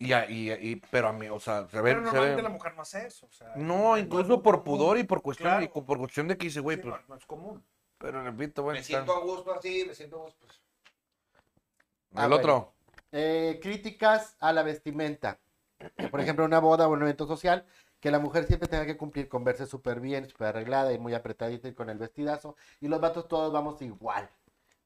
Speaker 3: Y, a- y, y- pero a mí, o sea, se ve,
Speaker 5: Pero
Speaker 3: se
Speaker 5: normalmente
Speaker 3: ve-
Speaker 5: la mujer no hace eso. o sea,
Speaker 3: No, incluso
Speaker 5: es
Speaker 3: por
Speaker 5: común.
Speaker 3: pudor y por cuestión,
Speaker 5: Claro.
Speaker 3: y por cuestión de que dice, güey,
Speaker 5: Sí,
Speaker 3: pues,
Speaker 5: no, no es común.
Speaker 3: pero repito, bueno,
Speaker 6: Me
Speaker 3: está-
Speaker 6: siento a gusto así, me siento a gusto. Pues,
Speaker 4: Ah,
Speaker 3: el
Speaker 4: bueno.
Speaker 3: otro.
Speaker 4: Eh, críticas a la vestimenta. Por ejemplo, una boda o un evento social, que la mujer siempre tenga que cumplir con verse súper bien, súper arreglada y muy apretadita y con el vestidazo. Y los vatos todos vamos igual.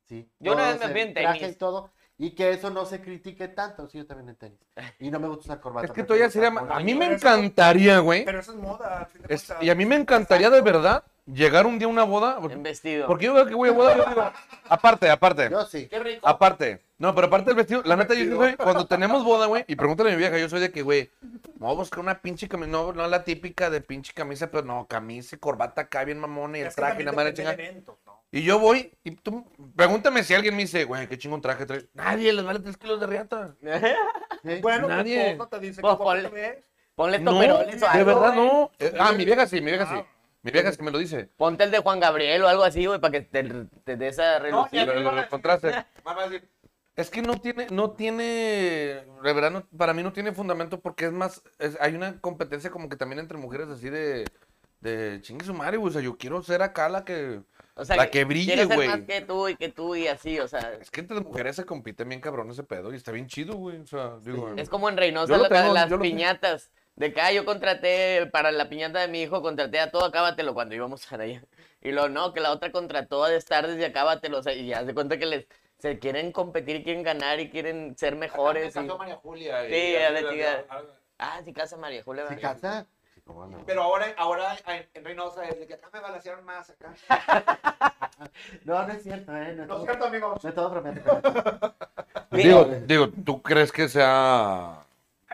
Speaker 4: ¿sí?
Speaker 2: Yo una
Speaker 4: Todos
Speaker 2: vez me
Speaker 4: en
Speaker 2: fui en
Speaker 4: traje
Speaker 2: tenis.
Speaker 4: Y todo. Y que eso no se critique tanto. Sí, yo también en tenis. Y no me gusta usar corbata.
Speaker 3: Es que
Speaker 4: prefiero
Speaker 3: todavía
Speaker 4: usar
Speaker 3: sería...
Speaker 4: mono.
Speaker 3: A mí me encantaría, güey.
Speaker 5: Pero eso es moda. al fin de
Speaker 3: Es-
Speaker 5: cuentas.
Speaker 3: y a mí me encantaría de verdad llegar un día a una boda.
Speaker 2: En
Speaker 3: Porque,
Speaker 2: vestido.
Speaker 3: porque yo veo que voy a boda, yo digo, aparte, aparte.
Speaker 4: Yo sí.
Speaker 6: qué rico.
Speaker 3: Ah, Aparte, no, pero aparte del vestido, la neta, yo sí soy, cuando tenemos boda, güey, y pregúntale a mi vieja, yo soy de que, güey, no a buscar una pinche camisa, no, no la típica de pinche camisa, pero no, camisa y corbata acá bien mamona y el
Speaker 5: Es que
Speaker 3: traje, y
Speaker 5: también
Speaker 3: la madre
Speaker 5: depende del
Speaker 3: chingada.
Speaker 5: evento, ¿no?
Speaker 3: Y yo voy, y tú, pregúntame si alguien me dice, güey, qué chingón traje traes. Nadie les vale tres kilos de riata.
Speaker 4: sí.
Speaker 5: Bueno,
Speaker 3: Nadie.
Speaker 5: tu esposa te dice que
Speaker 2: Pues,
Speaker 5: guapa te
Speaker 2: ponle-
Speaker 5: ves.
Speaker 2: Ponle
Speaker 3: No,
Speaker 2: toperoles o
Speaker 3: de
Speaker 2: algo,
Speaker 3: verdad
Speaker 2: güey.
Speaker 3: no. Eh, ah, mi vieja sí, mi vieja sí. Mi vieja sí me lo dice.
Speaker 2: Ponte el de Juan Gabriel o algo así, güey, para que te, te dé esa
Speaker 6: No,
Speaker 2: relucida.
Speaker 6: y a mí
Speaker 3: Lo-
Speaker 6: me
Speaker 3: lo-
Speaker 6: van a
Speaker 3: los contrastes.
Speaker 6: Van a decir,
Speaker 3: Es que no tiene, no tiene, de verdad, no- para mí no tiene fundamento porque es más, es- hay una competencia como que también entre mujeres así de, de chingue su madre, güey, o sea, yo quiero ser acá la que,
Speaker 2: O sea,
Speaker 3: la que brille,
Speaker 2: quieres ser
Speaker 3: güey.
Speaker 2: más que tú y que tú y así, o sea.
Speaker 3: es que entre mujeres se compite bien cabrón ese pedo y está bien chido, güey, o sea, digo,
Speaker 2: Es como en Reynosa
Speaker 3: Yo lo
Speaker 2: la-
Speaker 3: tengo,
Speaker 2: las
Speaker 3: yo lo-
Speaker 2: piñatas. De que, ah, yo contraté para la piñata de mi hijo, contraté a todo, acábatelo cuando íbamos para allá. Y lo no, que la otra contrató a destardes y acábatelo. O sea, y ya se cuenta que les, se quieren competir, quieren ganar y quieren ser mejores.
Speaker 6: "Ah, me
Speaker 2: y-
Speaker 6: casó María Julia. y-
Speaker 2: Sí,
Speaker 6: y-
Speaker 2: a la
Speaker 6: y-
Speaker 2: chica.
Speaker 6: ah,
Speaker 2: Ah, sí, casa María Julia.
Speaker 4: ¿Sí
Speaker 2: ¿verdad?
Speaker 4: casa? Sí, cómo no.
Speaker 6: Pero ahora, ahora en, en Reynosa es de que acá me balancearon más, acá.
Speaker 4: No, no es cierto, ¿eh? No es
Speaker 6: No es
Speaker 4: todo,
Speaker 6: cierto, amigos.
Speaker 4: no es todo bromeando.
Speaker 3: digo, digo, ¿tú crees que sea?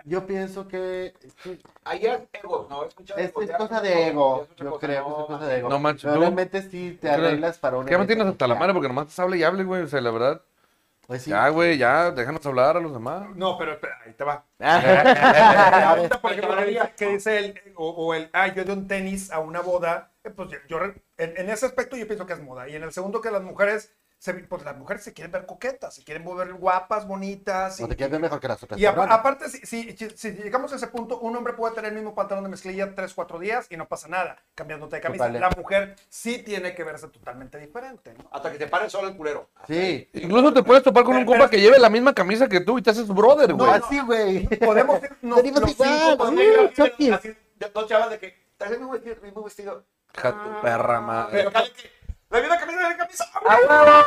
Speaker 4: Yo pienso que- que
Speaker 6: Ahí es ego, ¿no? Es, mucha
Speaker 4: Es, es
Speaker 6: ya
Speaker 4: cosa
Speaker 6: otra
Speaker 4: de
Speaker 6: ya
Speaker 4: ego,
Speaker 6: es otra
Speaker 4: yo
Speaker 6: cosa,
Speaker 4: creo
Speaker 6: no,
Speaker 4: que es cosa
Speaker 6: man.
Speaker 4: de ego.
Speaker 3: No manches,
Speaker 4: Pero
Speaker 3: ¿no?
Speaker 4: realmente sí te
Speaker 3: ¿Qué
Speaker 4: arreglas para un
Speaker 3: Es que ya me
Speaker 4: evento
Speaker 3: tienes hasta la
Speaker 4: social.
Speaker 3: madre porque nomás te habla y hable, güey, o sea, la verdad,
Speaker 4: Pues sí.
Speaker 3: ya, güey, ya, déjanos hablar a los demás.
Speaker 5: No, pero espera, ahí te va.
Speaker 2: Ah,
Speaker 5: Ahorita, por
Speaker 6: Ay,
Speaker 5: ejemplo, que
Speaker 6: cabrón.
Speaker 5: dice, que dice el, o, o el, ah, yo de un tenis a una boda, eh, pues yo, yo re- en, en ese aspecto yo pienso que es moda. Y en el segundo que las mujeres, se, pues las mujeres se quieren ver coquetas, se quieren volver guapas, bonitas.
Speaker 4: O
Speaker 5: y-
Speaker 4: te quieres ver mejor que las otras
Speaker 5: y apa-
Speaker 4: cabronas.
Speaker 5: aparte, si, si- si llegamos a ese punto, un hombre puede tener el mismo pantalón de mezclilla 3, 4 días y no pasa nada, cambiándote de camisa.
Speaker 4: Totalmente.
Speaker 5: La mujer sí tiene que verse totalmente diferente.
Speaker 4: Ah,
Speaker 5: ¿no?
Speaker 6: Hasta que te pare solo el culero.
Speaker 4: Sí.
Speaker 3: Incluso te puedes topar con un
Speaker 5: Pero-
Speaker 3: compa que lleve la misma camisa que tú y te haces brother, güey.
Speaker 4: Así, güey.
Speaker 5: Podemos ir no,
Speaker 4: Venimos
Speaker 5: los
Speaker 4: igual,
Speaker 5: cinco podemos
Speaker 4: sí,
Speaker 5: ir al-
Speaker 4: Chucky.
Speaker 5: así,
Speaker 6: De- Dos chavas de que, traes el mismo vestido, el mismo vestido.
Speaker 3: Hija de tu perra madre.
Speaker 6: Pero cada que,
Speaker 5: La vida camisa, la vida camisa.
Speaker 4: Ah.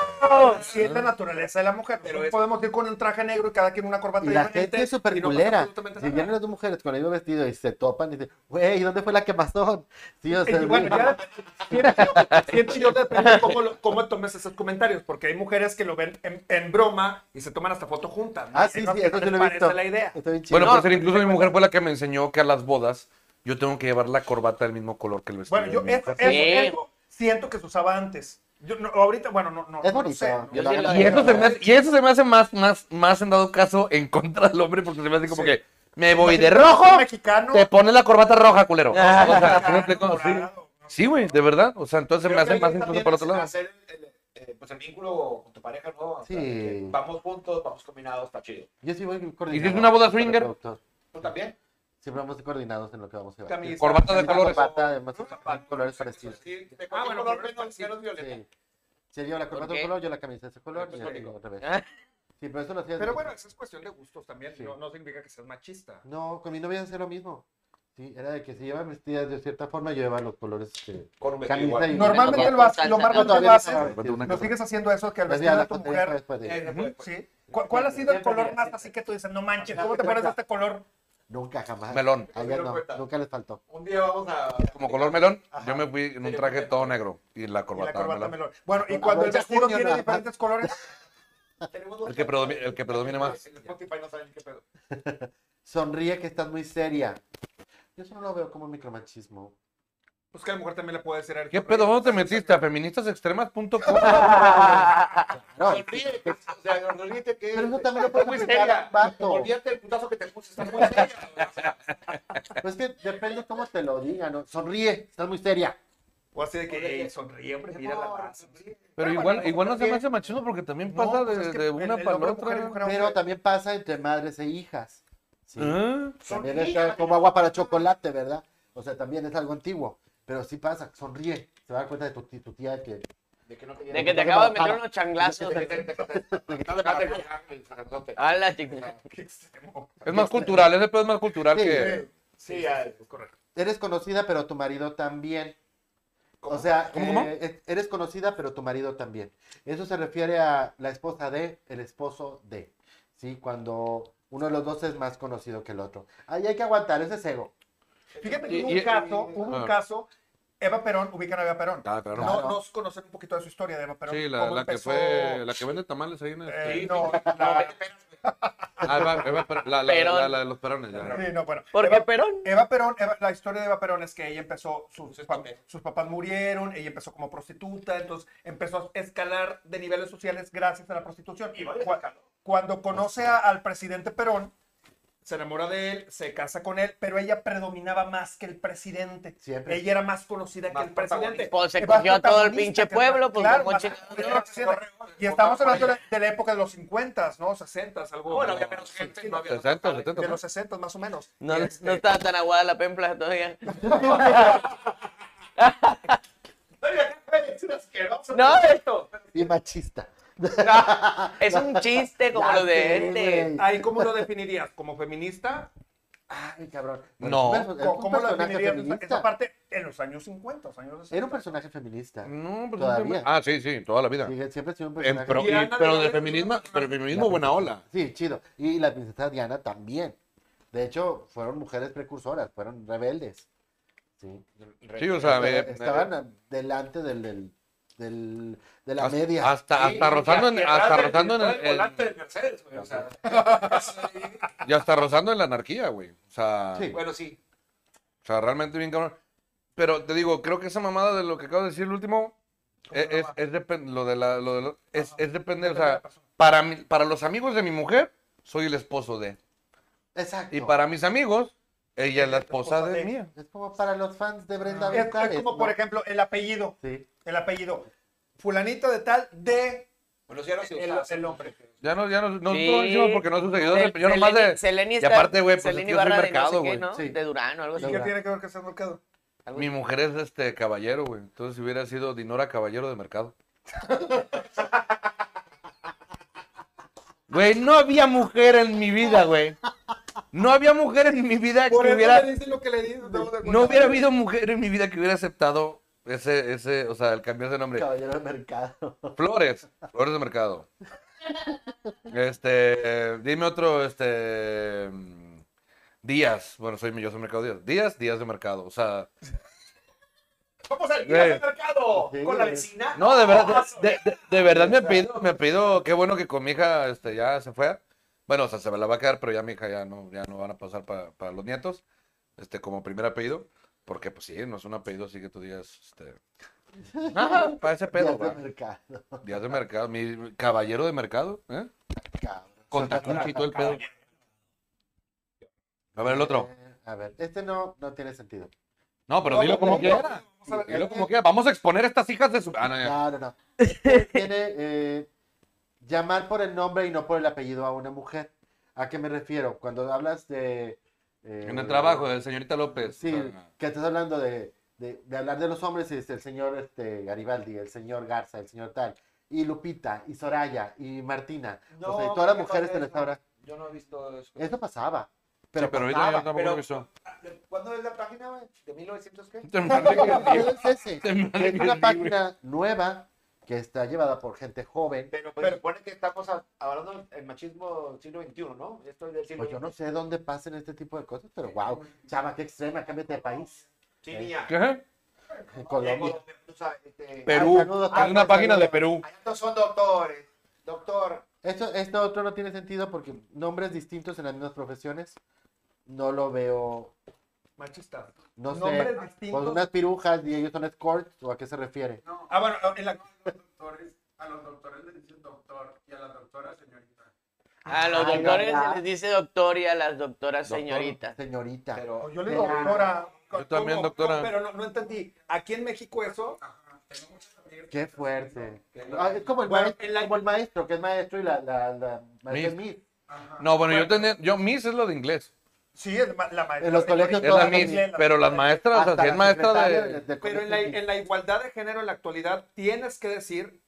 Speaker 5: Sí, es la naturaleza de la mujer.
Speaker 6: Pero
Speaker 5: Pero
Speaker 6: es-
Speaker 5: podemos ir con un traje negro y cada quien una corbata
Speaker 4: Y la
Speaker 5: diferente
Speaker 4: gente es súper
Speaker 5: y no pasa
Speaker 4: culera.
Speaker 5: absolutamente
Speaker 4: Si
Speaker 5: nada.
Speaker 4: vienen las dos mujeres con el mismo vestido y se topan y dicen, güey, ¿dónde fue la quemazón? Sí, o sea,
Speaker 5: Y bueno, ya siento yo- siento yo depende cómo, lo- cómo tomes esos comentarios, porque hay mujeres que lo ven en, en broma y se toman hasta foto juntas. ¿no?
Speaker 4: Ah,
Speaker 5: Y
Speaker 4: sí,
Speaker 5: no-
Speaker 4: sí, eso
Speaker 5: no
Speaker 4: sí lo
Speaker 5: les
Speaker 4: he visto.
Speaker 5: parece la idea.
Speaker 4: Está bien chido.
Speaker 3: Bueno, pues, por ser incluso mi mujer fue la que me enseñó que a las bodas yo tengo que llevar la corbata del mismo color que el vestido.
Speaker 5: Bueno, yo
Speaker 3: de mi
Speaker 5: eso,
Speaker 3: mujer.
Speaker 5: eso-
Speaker 2: Sí.
Speaker 5: eso siento que se usaba antes. Yo no- ahorita, bueno, no, no,
Speaker 4: Es
Speaker 5: no
Speaker 4: bonito.
Speaker 5: sé.
Speaker 2: Yo
Speaker 4: La
Speaker 2: sí lo
Speaker 4: verdad.
Speaker 3: Y eso se me hace, y eso se me hace más, más, más en dado caso en contra del hombre, porque se me hace como
Speaker 5: Sí.
Speaker 3: que me voy de
Speaker 5: Imagínate
Speaker 3: rojo,
Speaker 5: un mexicano,
Speaker 3: te pones la corbata roja, culero. O sea, ¿sí me
Speaker 5: mexicano,
Speaker 3: explico? Sí.
Speaker 5: morado, ¿no?
Speaker 3: Sí, güey, de verdad. O sea, entonces se me
Speaker 6: Creo que
Speaker 3: hace
Speaker 6: ahí
Speaker 3: más
Speaker 6: es
Speaker 3: incluso
Speaker 6: también
Speaker 3: para otro lado.
Speaker 6: Hacer el, eh, pues el vínculo con tu pareja, ¿no? O sea,
Speaker 4: Sí.
Speaker 6: de que vamos juntos, vamos combinados, está chido.
Speaker 4: Yo sí voy coordinado.
Speaker 3: ¿Y si es una boda
Speaker 4: con el
Speaker 3: swinger?
Speaker 4: productor.
Speaker 6: ¿Tú también?
Speaker 4: Siempre vamos coordinados en lo que vamos a llevar.
Speaker 6: Camisa.
Speaker 3: Corbata de
Speaker 4: Camisa,
Speaker 3: colores.
Speaker 4: corbata, además,
Speaker 6: Una
Speaker 4: con colores parecidos.
Speaker 6: Sí, de
Speaker 5: Ah,
Speaker 6: cualquier
Speaker 5: bueno,
Speaker 6: color
Speaker 5: colores
Speaker 6: menos menos violeta.
Speaker 4: Sí. Si él lleva la corbata de
Speaker 2: Ok.
Speaker 4: un color, yo la camisa de ese color
Speaker 6: Pues
Speaker 4: y así
Speaker 6: conmigo.
Speaker 4: otra vez.
Speaker 2: Ah.
Speaker 4: Sí, pero eso lo hacía.
Speaker 5: Pero bueno, esa es cuestión de gustos también.
Speaker 4: Sí.
Speaker 5: No, no significa que seas machista.
Speaker 4: No, con mi novia hacía lo mismo. Sí, era de que si lleva vestidas de cierta forma, yo llevaba los colores. este,
Speaker 6: Con un
Speaker 4: Camisa
Speaker 6: vestido Pues igual.
Speaker 4: y-
Speaker 5: Normalmente lo haces, lo más
Speaker 2: No,
Speaker 5: lo
Speaker 4: todavía
Speaker 5: haces,
Speaker 4: estaba
Speaker 3: Falta una
Speaker 5: lo
Speaker 3: cosa.
Speaker 5: sigues haciendo eso que al
Speaker 4: Las
Speaker 5: vestir a
Speaker 4: la
Speaker 5: tu
Speaker 4: foto ya fue
Speaker 5: mujer.
Speaker 4: después de-
Speaker 6: Eh, después, pues.
Speaker 5: ¿sí? ¿Cu- ¿Cuál ha sido el color más así que tú dices, no manches, ¿cómo te pones este color?
Speaker 4: Nunca, jamás.
Speaker 3: Melón.
Speaker 4: A ella no, nunca les faltó.
Speaker 6: Un día vamos a...
Speaker 3: Como color melón,
Speaker 5: Ajá.
Speaker 3: yo me fui en un traje todo negro y la
Speaker 5: Y la
Speaker 3: corbata,
Speaker 5: corbata
Speaker 3: melón.
Speaker 5: melón. Bueno, y
Speaker 4: Con
Speaker 5: cuando el
Speaker 4: abrocha
Speaker 5: vestido
Speaker 4: junior,
Speaker 5: tiene
Speaker 4: nada más.
Speaker 5: diferentes colores,
Speaker 6: Tenemos dos
Speaker 3: El que predomi- el que predomine más.
Speaker 6: En Spotify no saben qué pedo.
Speaker 4: Sonríe que estás muy seria. Yo solo lo veo como un micromachismo.
Speaker 5: pues que "Pues a la mujer también le puede decir. a él,
Speaker 3: ¿Qué
Speaker 5: "Sonríe,
Speaker 3: pedo? ¿Dónde te
Speaker 5: estás
Speaker 3: metiste? ¿A feministasextremas.com?
Speaker 4: No,
Speaker 6: Sonríe. O sea, sonríete que...
Speaker 4: Pero eso también lo puedes
Speaker 6: Muy
Speaker 4: aplicar
Speaker 6: seria.
Speaker 4: al vato.
Speaker 6: Olvídate del putazo que te puse. Estás muy seria. güey. O sea,
Speaker 4: Pues que depende cómo te lo digan. ¿no? Sonríe, estás muy seria.
Speaker 5: O así de que
Speaker 6: Oye,
Speaker 5: "Ey, sonríe, hombre, mira la
Speaker 6: no, pues
Speaker 5: raza.
Speaker 6: sonríe.
Speaker 3: Pero
Speaker 5: Pero
Speaker 3: igual,
Speaker 5: bueno,
Speaker 3: igual no se me
Speaker 5: también-
Speaker 3: hace machismo porque también
Speaker 5: No,
Speaker 3: pasa
Speaker 5: pues
Speaker 3: de,
Speaker 5: es que
Speaker 3: de una
Speaker 5: el- el
Speaker 3: para
Speaker 5: hombre,
Speaker 3: la
Speaker 5: mujer,
Speaker 3: otra.
Speaker 5: mujer,
Speaker 4: Pero
Speaker 5: hombre.
Speaker 4: también pasa entre madres e hijas. Sí.
Speaker 3: Ah,
Speaker 4: También
Speaker 6: Sonríe.
Speaker 4: es algo como agua para chocolate, ¿verdad? O sea, también es algo antiguo. Pero sí pasa, sonríe. Se va a dar cuenta de tu, ti- tu tía que.
Speaker 6: De que no
Speaker 2: De que te acabo de meter unos changlazos. Hala, chica.
Speaker 5: Qué extremo.
Speaker 3: Es más cultural, ese pedo es más cultural
Speaker 4: Sí.
Speaker 3: que...
Speaker 6: Sí, ya,
Speaker 5: es correcto.
Speaker 4: Eres conocida, pero tu marido también.
Speaker 6: ¿Cómo?
Speaker 4: O sea,
Speaker 3: ¿Cómo, cómo?
Speaker 4: eh, e- eres conocida, pero tu marido también. Eso se refiere a la esposa de, el esposo de. ¿Sí? Cuando uno de los dos es más conocido que el otro. Ahí hay que aguantar, ese es ego.
Speaker 5: Fíjate que
Speaker 3: Y-
Speaker 5: hubo
Speaker 3: y-
Speaker 5: un caso, hubo
Speaker 3: Ah.
Speaker 5: un caso, Eva Perón, ubican a Eva Perón.
Speaker 3: Ah, claro.
Speaker 5: No,
Speaker 4: Claro.
Speaker 5: nos conocen un poquito de su historia de Eva Perón.
Speaker 3: Sí, la,
Speaker 5: cómo
Speaker 3: la que
Speaker 5: empezó,
Speaker 3: fue... La que vende tamales ahí en
Speaker 5: eh,
Speaker 3: este...
Speaker 5: no, la-
Speaker 3: Ah, va, va, pero- la, la,
Speaker 2: Perón.
Speaker 3: la- la de los perones. ya.
Speaker 5: sí, no, bueno.
Speaker 2: ¿Por
Speaker 5: Eva-
Speaker 2: qué Perón?
Speaker 5: Eva Perón, Eva- la historia de Eva Perón es que ella empezó, sus,
Speaker 6: Sus
Speaker 5: pa-
Speaker 6: papás.
Speaker 5: sus papás murieron, ella empezó como prostituta, entonces empezó a escalar de niveles sociales gracias a la prostitución. Y cua- cuando conoce a- al presidente Perón, se enamora de él, se casa con él, pero ella predominaba más que el presidente.
Speaker 4: Siempre.
Speaker 5: Ella era más conocida
Speaker 6: Más
Speaker 5: que el presidente.
Speaker 6: protagonista.
Speaker 2: Pues se
Speaker 5: Más
Speaker 2: cogió a todo el
Speaker 5: protagonista
Speaker 2: pinche
Speaker 5: que-
Speaker 2: pueblo, pues
Speaker 5: claro,
Speaker 2: como
Speaker 5: más-
Speaker 2: chingado.
Speaker 5: Y estamos hablando de la, de la época de los 50, ¿no? 60, algo.
Speaker 6: Bueno, había menos gente, no había-
Speaker 3: 60, 70. ¿no?
Speaker 5: de los 60 más o menos.
Speaker 2: No,
Speaker 5: Y
Speaker 2: no
Speaker 5: este-
Speaker 2: estaba tan aguada la pempla todavía. No, esto.
Speaker 4: Y machista.
Speaker 2: Es un chiste como
Speaker 4: Ya
Speaker 2: lo de
Speaker 4: sé,
Speaker 2: este.
Speaker 4: güey.
Speaker 5: Ahí, ¿cómo lo definirías? ¿Como feminista?
Speaker 4: Ay, cabrón.
Speaker 3: No.
Speaker 4: Es un perso- es
Speaker 5: ¿Cómo,
Speaker 4: un
Speaker 5: cómo lo
Speaker 4: personaje
Speaker 5: definirías esa,
Speaker 4: feminista.
Speaker 5: esa parte en los años 50, los años 60?
Speaker 4: Era un personaje feminista.
Speaker 3: No, pero
Speaker 4: Todavía.
Speaker 3: siempre- Ah, sí, sí, toda la vida.
Speaker 4: Sí, siempre ha sido un
Speaker 3: Mm. En
Speaker 4: personaje.
Speaker 3: pro- y-
Speaker 5: Y Ana
Speaker 3: pero
Speaker 5: de
Speaker 3: del
Speaker 5: Armas-
Speaker 3: feminismo, pero el feminismo
Speaker 4: La
Speaker 3: buena ola.
Speaker 4: Sí, chido. Y la princesa Diana también. De hecho, fueron mujeres precursoras, fueron rebeldes. Sí.
Speaker 3: Sí, o sea, eh,
Speaker 4: Estaban
Speaker 3: eh,
Speaker 4: a- delante del, del, del- de la
Speaker 3: hasta-
Speaker 4: media.
Speaker 3: Hasta, hasta rozando en, hasta rozando en, el-
Speaker 6: volante
Speaker 3: en-
Speaker 6: del Mercedes, güey, o sea,
Speaker 3: y hasta rozando en la anarquía, güey. O sea,
Speaker 4: Sí.
Speaker 6: bueno, sí.
Speaker 3: o sea, realmente bien cabrón. Pero te digo, creo que esa mamada de lo que acabo de decir el último es, es, es depen- lo de la, lo de lo- es, es depende, o sea, para mi- para los amigos de mi mujer soy el esposo de
Speaker 4: Exacto.
Speaker 3: y para mis amigos ella es la esposa de mía.
Speaker 4: Es como para los fans de Brenda
Speaker 5: Ah, Es, es
Speaker 4: González,
Speaker 5: como,
Speaker 4: ¿no?
Speaker 5: por ejemplo, el apellido.
Speaker 4: Sí.
Speaker 5: El apellido. Fulanito de tal de
Speaker 6: Bueno, sí, ahora sí, o
Speaker 5: el,
Speaker 6: sea,
Speaker 5: el hombre.
Speaker 3: Ya no, ya no, no
Speaker 2: Sí.
Speaker 3: no lo hicimos porque no es su seguidor, yo nomás
Speaker 2: Seleni-
Speaker 3: de
Speaker 2: Seleni
Speaker 3: y
Speaker 2: está-
Speaker 3: aparte, güey, pues,
Speaker 2: Seleni
Speaker 3: es que yo soy
Speaker 2: Barra de
Speaker 3: mercado,
Speaker 2: no sé qué,
Speaker 3: güey.
Speaker 2: ¿no?
Speaker 4: Sí.
Speaker 2: De Durán o algo
Speaker 5: ¿Y
Speaker 2: así.
Speaker 5: qué tiene que ver que sea mercado?
Speaker 3: mi mujer es este caballero, güey. Entonces si hubiera sido Dinora Caballero de Mercado. Güey, no había mujer en mi vida, güey. No había mujer en mi vida que
Speaker 5: Por eso
Speaker 3: hubiera
Speaker 5: le dicen lo que le dicen.
Speaker 3: no hubiera habido mujer en mi vida que hubiera aceptado Ese, ese, o sea, el cambiar de nombre.
Speaker 4: Caballero de mercado.
Speaker 3: Flores, flores de mercado. Este, dime otro, este, mm, Díaz. Bueno, soy yo soy Mercado Díaz. Díaz, Díaz de mercado. O sea,
Speaker 5: Vamos al
Speaker 3: Güey.
Speaker 5: día del mercado
Speaker 4: Sí,
Speaker 5: con la
Speaker 4: güey.
Speaker 5: vecina.
Speaker 3: no, de verdad, de, de- de verdad me pido, me pido, qué bueno que con mi hija, este, ya se fue. Bueno, o sea, se me la va a quedar, pero ya mi hija ya no, ya no van a pasar para, para los nietos, este, como primer apellido, porque pues sí, no es un apellido así que tú digas, este, "Ah, para ese pedo,
Speaker 4: Días de
Speaker 3: va".
Speaker 4: mercado.
Speaker 3: Díaz de mercado, mi caballero de mercado, ¿eh?
Speaker 4: Cabrón.
Speaker 3: Con tacuncho y todo el pedo. A ver el otro.
Speaker 4: Eh, a ver, este no, no tiene sentido.
Speaker 3: No, pero
Speaker 4: No,
Speaker 3: dilo
Speaker 4: no,
Speaker 3: como
Speaker 4: no,
Speaker 3: quiera.
Speaker 5: Vamos a ver, eh,
Speaker 3: Dilo como quiera. Vamos a exponer a estas hijas de su. Ah, no, ya.
Speaker 4: No, no, no. Este tiene eh, llamar por el nombre y no por el apellido a una mujer. ¿A qué me refiero? Cuando hablas de. eh,
Speaker 3: En el trabajo pues, de señorita López.
Speaker 4: Sí,
Speaker 3: o sea,
Speaker 4: que estás hablando de, de- de hablar de los hombres, es el señor este, Garibaldi, el señor Garza, el señor tal, y Lupita, y Soraya, y Martina. o sea, y todas las
Speaker 6: ¿qué
Speaker 4: mujeres
Speaker 6: pasa
Speaker 4: te lo
Speaker 6: eso?
Speaker 4: ahora.
Speaker 6: Yo no he visto eso.
Speaker 4: Eso pasaba.
Speaker 3: Pero,
Speaker 4: Pero,
Speaker 3: pero ahorita ya
Speaker 4: pasaba.
Speaker 3: tampoco
Speaker 6: pero-
Speaker 3: me hizo.
Speaker 6: ¿Cuándo es la página, güey? ¿De 1900 qué?
Speaker 3: Te mandé que-
Speaker 4: Es ese,
Speaker 3: Te mandé
Speaker 4: que es
Speaker 3: que
Speaker 4: una
Speaker 3: sí,
Speaker 4: página nueva que está llevada por gente joven.
Speaker 6: Pero, pues,
Speaker 5: Pero-
Speaker 6: supone que estamos a- hablando del machismo siglo XXI, ¿no? Esto es del siglo
Speaker 4: Pues yo no
Speaker 6: XXI.
Speaker 4: sé dónde pasen este tipo de cosas, pero wow, chava, qué extrema, cámbiate de país.
Speaker 6: Sí, niña.
Speaker 3: ¿Qué?
Speaker 4: En Colombia.
Speaker 6: Tú sabes, este,
Speaker 3: Perú.
Speaker 4: Ay, Ah, saludos,
Speaker 3: Es una
Speaker 4: saludos,
Speaker 3: página de
Speaker 4: saludos.
Speaker 3: Perú.
Speaker 6: allá todos son doctores. Doctor.
Speaker 4: Esto, esto otro no tiene sentido porque nombres distintos en las mismas profesiones no lo veo,
Speaker 5: Machista.
Speaker 4: no sé.
Speaker 5: Nombres distintos.
Speaker 4: Pues unas pirujas y ellos son escorts, ¿o a qué se refiere?
Speaker 5: Ah, bueno, en la...
Speaker 7: doctores, a los doctores les dicen doctor y a las doctoras señorita.
Speaker 2: A los
Speaker 4: Ay,
Speaker 2: doctores
Speaker 4: ¿verdad?
Speaker 2: se les dice doctor y a las doctoras
Speaker 3: Doctor.
Speaker 2: señorita.
Speaker 4: Señorita.
Speaker 6: Pero
Speaker 5: Yo le
Speaker 4: De
Speaker 5: digo
Speaker 4: la-
Speaker 5: doctora.
Speaker 3: Yo también,
Speaker 5: ¿Cómo?
Speaker 3: doctora.
Speaker 5: No, pero no, no entendí. Aquí en México eso.
Speaker 7: Tengo muchas amigas que
Speaker 4: Qué fuerte.
Speaker 6: que-
Speaker 4: Ah, es como el,
Speaker 5: Bueno,
Speaker 4: maestro,
Speaker 5: en la-
Speaker 4: como el maestro, que es maestro y la, la, la maestra es
Speaker 3: Miss.
Speaker 4: Miss.
Speaker 3: No, bueno, yo tenía. Yo, Miss es lo de inglés.
Speaker 5: Sí, es ma- la maestra.
Speaker 4: En los colegios
Speaker 3: Es
Speaker 4: todas
Speaker 3: la
Speaker 4: las
Speaker 3: Miss.
Speaker 5: miss,
Speaker 3: Pero las maestras, o sea,
Speaker 4: Hasta
Speaker 3: si es
Speaker 4: la
Speaker 3: maestra
Speaker 4: secretaria
Speaker 3: de.
Speaker 4: del- del
Speaker 5: Pero en
Speaker 4: colegio
Speaker 5: la,
Speaker 4: es Miss.
Speaker 5: en la igualdad de género en la actualidad tienes que decir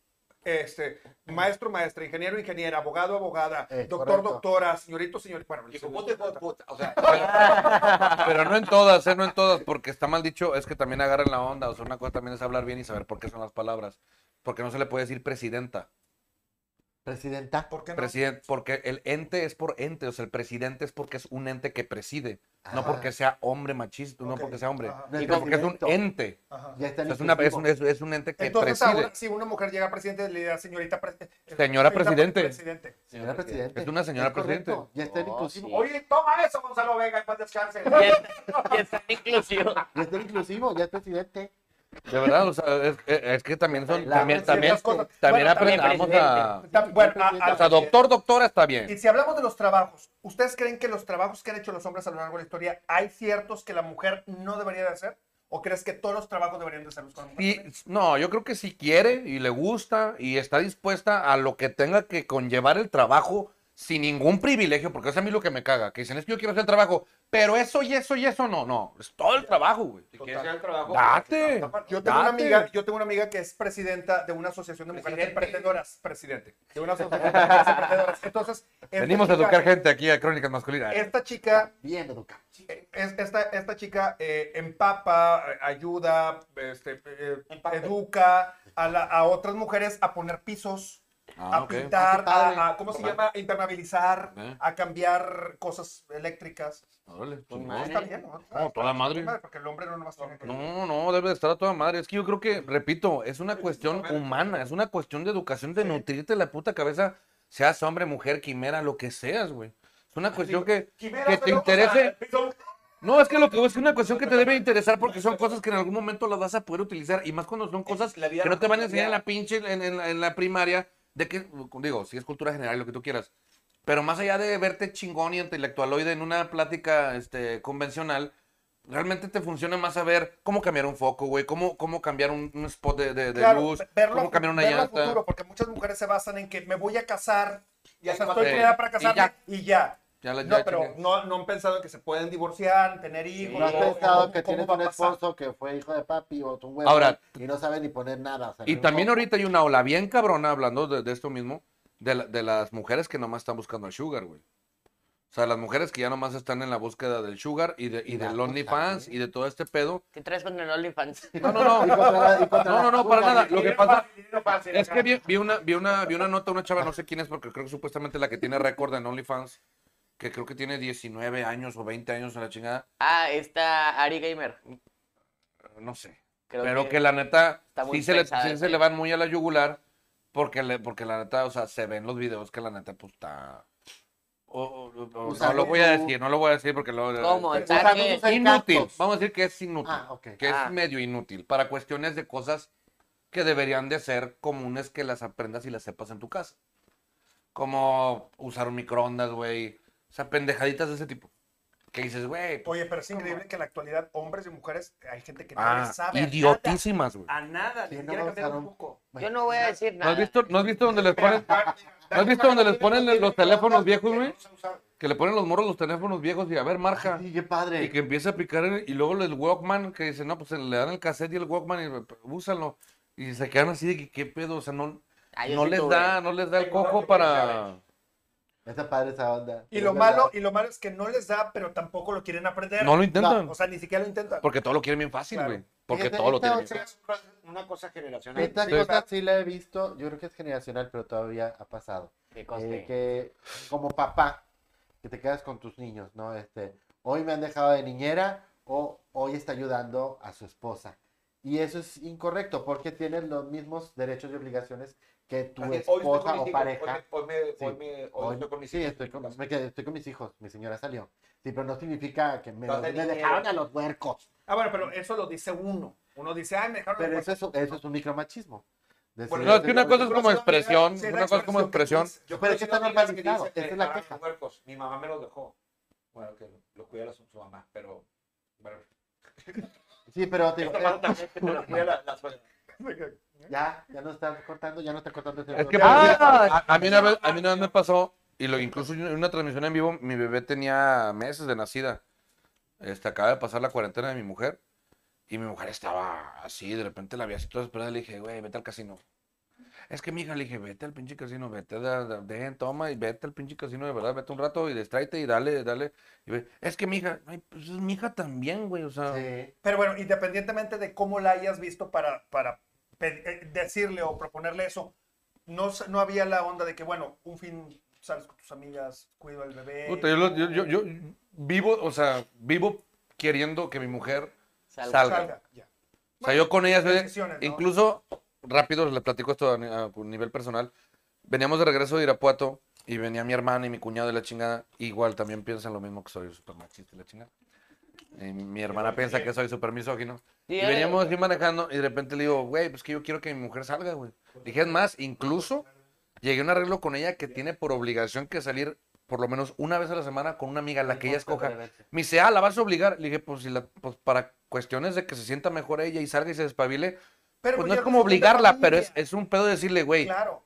Speaker 5: este, maestro, maestra, ingeniero, ingeniera, abogado, abogada,
Speaker 4: Eh,
Speaker 5: doctor,
Speaker 4: correcto.
Speaker 5: doctora, señorito, señor. Bueno,
Speaker 6: Hijo
Speaker 5: señor-
Speaker 6: puta, hijo de puta. O sea,
Speaker 3: Pero no en todas, ¿eh? No en todas, porque está mal dicho, es que también agarran la onda. O sea, una cosa también es hablar bien y saber por qué son las palabras. Porque no se le puede decir presidenta.
Speaker 4: Presidenta.
Speaker 5: ¿Por qué no?
Speaker 3: Presidente, porque el ente es por ente, o sea, el presidente es porque es un ente que preside,
Speaker 4: Ajá.
Speaker 3: no
Speaker 4: Ah,
Speaker 3: porque sea hombre machista, no
Speaker 5: Ok,
Speaker 3: porque sea hombre,
Speaker 5: ajá.
Speaker 4: No es
Speaker 3: sino porque es un
Speaker 4: presidento.
Speaker 3: ente,
Speaker 5: Ajá.
Speaker 4: Ya está
Speaker 3: o
Speaker 4: en
Speaker 3: sea, es, una- es un,
Speaker 4: inclusivo.
Speaker 3: es- es un ente que
Speaker 5: Entonces
Speaker 3: preside.
Speaker 5: ahora, si una mujer llega a presidente, le dirá señorita presidente.
Speaker 3: Señora presidente.
Speaker 5: presidente.
Speaker 4: Señora presidente.
Speaker 3: Es una señora
Speaker 4: Es correcto,
Speaker 3: presidente.
Speaker 4: Ya está en
Speaker 2: Oh,
Speaker 4: inclusivo.
Speaker 2: sí.
Speaker 6: oye, toma eso, Gonzalo Vega, y paz descanse.
Speaker 2: Y es- y es inclusivo.
Speaker 4: Ya está en inclusivo, ya es presidente.
Speaker 3: De verdad, o sea, es, es- es que también son,
Speaker 4: La-
Speaker 3: también,
Speaker 4: ciertas
Speaker 3: también,
Speaker 5: cosas.
Speaker 3: también
Speaker 5: Bueno, también
Speaker 3: aprendamos a,
Speaker 5: Ta- Bueno, a- a-
Speaker 3: o sea, doctor, doctora está bien.
Speaker 5: Y si hablamos de los trabajos, ¿ustedes creen que los trabajos que han hecho los hombres a lo largo de la historia hay ciertos que la mujer no debería de hacer? ¿O crees que todos los trabajos deberían de ser los hombres?
Speaker 3: Y, no, yo creo que si quiere y le gusta y está dispuesta a lo que tenga que conllevar el trabajo sin ningún privilegio, porque eso es a mí lo que me caga, que dicen es que yo quiero hacer el trabajo, pero eso y eso y eso no, no, es todo el trabajo, güey. Si quieres- pues,
Speaker 6: Total, trabajo.
Speaker 3: Date.
Speaker 5: Yo tengo, una
Speaker 3: Date.
Speaker 5: amiga, yo tengo una amiga que es presidenta de una asociación de mujeres
Speaker 6: Presidente.
Speaker 5: emprendedoras. Presidente. De una asociación de mujeres emprendedoras. Entonces, esta
Speaker 3: Venimos a
Speaker 5: chica-
Speaker 3: educar gente aquí a Crónicas Masculinas.
Speaker 5: Esta chica
Speaker 4: Bien educado.
Speaker 5: Eh, es- esta, esta chica eh, empapa, eh, ayuda, este, eh,
Speaker 6: Empapa.
Speaker 5: educa a, la- a otras mujeres a poner pisos,
Speaker 3: Ah,
Speaker 5: a
Speaker 3: ok. Eh.
Speaker 5: pintar,
Speaker 4: Ah, qué padre.
Speaker 5: a, a- ¿cómo se llama? A impermeabilizar,
Speaker 3: Ok.
Speaker 5: a cambiar cosas eléctricas.
Speaker 3: Órale, chingón.
Speaker 2: madre.
Speaker 5: Está bien, ¿no?
Speaker 3: No, Oh, toda madre.
Speaker 5: Porque el hombre no nomás tiene que...
Speaker 3: No, no, debe de estar a toda madre. Es que yo creo que, repito, es una cuestión humana, es una cuestión de educación, de nutrirte la puta cabeza, seas hombre, mujer, quimera, lo que seas, güey. Es una cuestión que, que te interese. No, es que lo que es una cuestión que te debe interesar porque son cosas que en algún momento las vas a poder utilizar y más cuando son cosas
Speaker 6: la vida
Speaker 3: que no te van a
Speaker 6: la
Speaker 3: enseñar en
Speaker 6: vida.
Speaker 3: la pinche, en, en la- en la primaria, de que, digo, si es cultura general, lo que tú quieras. Pero más allá de verte chingón y intelectualoide en una plática este, convencional, realmente te funciona más saber cómo cambiar un foco, güey, cómo, cómo cambiar un, un spot de, de- de
Speaker 5: Claro,
Speaker 3: luz,
Speaker 5: verlo,
Speaker 3: cómo cambiar una
Speaker 5: verlo a
Speaker 3: llanta.
Speaker 5: futuro, porque muchas mujeres se basan en que me voy a casar,
Speaker 6: Y
Speaker 5: o sea,
Speaker 6: así va a
Speaker 5: estoy
Speaker 3: ser.
Speaker 5: creada para
Speaker 3: Y ya.
Speaker 5: casarme y ya.
Speaker 3: Ya la-
Speaker 5: no,
Speaker 3: ya
Speaker 5: pero
Speaker 3: chingué.
Speaker 5: no, no han pensado que se pueden divorciar, tener hijos.
Speaker 4: ¿No has
Speaker 5: o-
Speaker 4: pensado
Speaker 5: o-
Speaker 4: que
Speaker 5: cómo
Speaker 4: tienes
Speaker 5: va a
Speaker 4: un
Speaker 5: pasar?
Speaker 4: esposo que fue hijo de papi o tu huevo
Speaker 3: Ahora-
Speaker 4: y no sabe ni poner nada? o sea,
Speaker 3: Y
Speaker 4: no-
Speaker 3: también ahorita hay una ola bien cabrona, hablando de, de esto mismo, de, la- de las mujeres que nomás están buscando al sugar, güey. O O sea, las mujeres que ya nomás están en la búsqueda del sugar y, de, y del
Speaker 4: Claro,
Speaker 3: OnlyFans y de todo este pedo.
Speaker 2: ¿Qué traes con el OnlyFans?
Speaker 3: No, no, no.
Speaker 4: Y contra la- y contra
Speaker 3: No, no,
Speaker 4: la-
Speaker 3: no, para nada. Lo que pasa
Speaker 6: fácil,
Speaker 3: es que vi, vi una, vi, una, vi una nota, una chava, no sé quién es, porque creo que supuestamente la que tiene récord en OnlyFans, que creo que tiene 19 años o 20 años en la chingada.
Speaker 2: Ah, está Ari Gamer.
Speaker 3: No sé.
Speaker 2: Creo
Speaker 3: pero que, la neta
Speaker 2: está muy
Speaker 3: sí, se le,
Speaker 2: pesada,
Speaker 3: sí se
Speaker 2: sí.
Speaker 3: le van muy a la yugular porque, le, porque la neta, o sea, se ven los videos que la neta pues está... o- o- o- o-
Speaker 4: Usando
Speaker 3: no lo voy a
Speaker 4: su-
Speaker 3: decir, no lo voy a decir porque luego...
Speaker 2: ¿Cómo?
Speaker 3: Es
Speaker 2: Está
Speaker 4: Usando
Speaker 2: que-
Speaker 4: sus
Speaker 3: Inútil,
Speaker 4: encantos.
Speaker 3: vamos a decir que es inútil,
Speaker 4: Ah, ok.
Speaker 3: que
Speaker 2: Ah.
Speaker 3: es medio inútil para cuestiones de cosas que deberían de ser comunes que las aprendas y las sepas en tu casa. Como usar un microondas, güey. O sea, pendejaditas de ese tipo. Que dices, güey, pues,
Speaker 5: Oye, pero es increíble que en la actualidad hombres y mujeres hay gente que no
Speaker 3: ah,
Speaker 5: le sabe
Speaker 3: idiotísimas, güey.
Speaker 5: a nada,
Speaker 4: Sí,
Speaker 5: ni
Speaker 4: no
Speaker 5: siquiera
Speaker 4: lo
Speaker 5: cambiar
Speaker 4: usaron.
Speaker 5: un poco.
Speaker 2: Yo no voy a decir
Speaker 3: ¿No
Speaker 2: nada.
Speaker 3: has visto, ¿no has visto donde les ponen, ¿no has visto donde les ponen los teléfonos viejos, güey? Que le ponen los morros los teléfonos viejos y a ver, marca.
Speaker 4: Sí, qué padre.
Speaker 3: Y que empieza a picar el- y luego el Walkman, que dice, no, pues le dan el cassette y el Walkman y pues, úsalo. Y se quedan así de que qué pedo, o sea, no,
Speaker 2: Ah, yo
Speaker 3: no
Speaker 2: sí
Speaker 3: les
Speaker 2: tuve.
Speaker 3: da, no les da el
Speaker 6: Tengo
Speaker 3: coco
Speaker 6: que
Speaker 3: para.
Speaker 4: Está padre esa onda.
Speaker 5: Y
Speaker 4: Es
Speaker 5: lo
Speaker 4: verdad.
Speaker 5: malo, y lo malo es que no les da, pero tampoco lo quieren aprender.
Speaker 3: No lo intentan.
Speaker 5: O sea, ni siquiera lo intentan.
Speaker 3: Porque todo lo quieren bien fácil,
Speaker 5: Claro.
Speaker 3: güey. Porque
Speaker 4: Fíjate,
Speaker 3: todo lo
Speaker 4: esta
Speaker 3: tienen bien
Speaker 4: otra-
Speaker 3: fácil.
Speaker 6: Una cosa generacional.
Speaker 4: Esta
Speaker 5: Sí,
Speaker 4: cosa
Speaker 5: ¿verdad?
Speaker 4: sí la he visto, yo creo que es generacional, pero todavía ha pasado.
Speaker 2: Que
Speaker 4: Eh,
Speaker 2: conste.
Speaker 4: que como papá, que te quedas con tus niños, ¿no? Este, hoy me han dejado de niñera o hoy está ayudando a su esposa. Y eso es incorrecto porque tienen los mismos derechos y obligaciones que tu
Speaker 6: Así es, hoy estoy
Speaker 4: esposa
Speaker 6: con mis
Speaker 4: o
Speaker 6: hijos,
Speaker 4: pareja.
Speaker 6: Hoy, me- hoy,
Speaker 4: Sí.
Speaker 6: me, hoy, me- hoy
Speaker 4: Hoy-
Speaker 6: estoy con mis
Speaker 4: sí,
Speaker 6: hijos.
Speaker 4: estoy con, me quedé- estoy con mis hijos, mi señora salió. Sí, pero no significa que me,
Speaker 6: Estás de
Speaker 4: me
Speaker 6: niñera.
Speaker 4: dejaron a los huercos.
Speaker 5: Ah, bueno, pero eso lo dice uno. Uno dice, ay, me dejaron
Speaker 4: Pero
Speaker 5: de
Speaker 4: eso es, eso es un micromachismo. Decir-
Speaker 5: Bueno,
Speaker 3: No, es que una cosa es
Speaker 5: Pero
Speaker 3: como
Speaker 5: sí,
Speaker 3: expresión,
Speaker 5: sí, la
Speaker 3: una cosa es como
Speaker 5: que tú
Speaker 3: expresión.
Speaker 5: dices.
Speaker 6: Yo
Speaker 4: Pero
Speaker 6: conocí
Speaker 4: es que está
Speaker 6: unas niñas que "Ah,
Speaker 4: normalizado,
Speaker 6: dicen,
Speaker 4: esa es la
Speaker 6: "Dejaron
Speaker 4: queja".
Speaker 6: huercos. Mi mamá me los dejó. Bueno, que lo, lo cuidara su, su mamá, pero. Bueno,
Speaker 4: Sí, pero te digo,
Speaker 6: esto pasa también, que lo cuida la, la suegra.
Speaker 4: ya, ya no está cortando, ya no está cortando. ese
Speaker 3: Es que
Speaker 4: rollo.
Speaker 3: pues, mira, a, a mí una vez, a mí una vez me pasó, y lo incluso en una transmisión en vivo, mi bebé tenía meses de nacida. Este, acaba de pasar la cuarentena de mi mujer, y mi mujer estaba así, de repente la vi así toda esperada, le dije, güey, vete al casino. Es que, mija, le dije, vete al pinche casino, vete, da- da- den, toma y vete al pinche casino, de verdad, vete un rato y distráete y dale, dale. Y ve, es que, mija, ay, pues es mi hija también, güey, o sea.
Speaker 4: Sí.
Speaker 5: Pero bueno, independientemente de cómo la hayas visto para, para pe- eh, decirle o proponerle eso, no, se- no había la onda de que, bueno, un fin sales con tus amigas, cuido al bebé.
Speaker 3: Puta, yo, lo- yo- yo- yo vivo, o sea, vivo queriendo que mi mujer
Speaker 2: Salga.
Speaker 3: salga.
Speaker 5: Salga, ya.
Speaker 3: O sea, yo con ellas, güey,
Speaker 5: decisiones, ¿no?
Speaker 3: incluso, rápido, les platico esto a, ni- a nivel personal. Veníamos de regreso de Irapuato y venía mi hermana y mi cuñado de la chingada. Igual también piensan lo mismo que soy super machista y la chingada. Y mi hermana piensa que soy super misógino.
Speaker 2: Sí,
Speaker 3: Y
Speaker 2: eh.
Speaker 3: veníamos así manejando y de repente le digo, güey, pues que yo quiero que mi mujer salga, güey. Le Dije, es más, incluso llegué a un arreglo con ella que tiene por obligación que salir por lo menos una vez a la semana con una amiga, la que ella escoja. Me dice, ah, la vas a obligar. Le dije, pues, si la- pues, para cuestiones de que se sienta mejor ella y salga y se despabile, pues
Speaker 5: Pero pues
Speaker 3: no
Speaker 5: ya
Speaker 3: es como
Speaker 5: resulta
Speaker 3: obligarla,
Speaker 5: familia.
Speaker 3: pero es, es un pedo decirle, güey,
Speaker 5: Claro.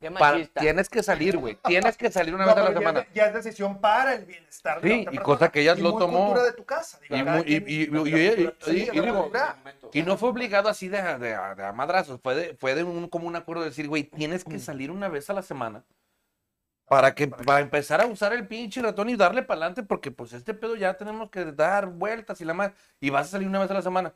Speaker 2: Qué
Speaker 3: para-
Speaker 2: machista.
Speaker 3: tienes que salir, güey. Tienes que salir una
Speaker 5: No,
Speaker 3: vez a la
Speaker 5: pero ya es
Speaker 3: semana.
Speaker 5: de- Ya, es decisión para el bienestar de
Speaker 3: Sí,
Speaker 5: la otra
Speaker 3: y
Speaker 5: persona.
Speaker 3: cosa que ella
Speaker 5: Y
Speaker 3: lo
Speaker 5: muy
Speaker 3: tomó.
Speaker 5: cultura de tu casa. digo,
Speaker 3: Y
Speaker 5: cada
Speaker 3: muy- y-
Speaker 5: quien-
Speaker 3: y- y- y-
Speaker 5: Sí,
Speaker 3: y- y- y
Speaker 5: la
Speaker 3: digo,
Speaker 5: cultura.
Speaker 3: y no fue obligado así de, de, de a madrazos, fue de, fue de un, como un acuerdo de decir, güey, tienes que salir una vez a la semana para que para empezar a usar el pinche ratón y darle para adelante, porque pues este pedo ya tenemos que dar vueltas y la más, y vas a salir una vez a la semana.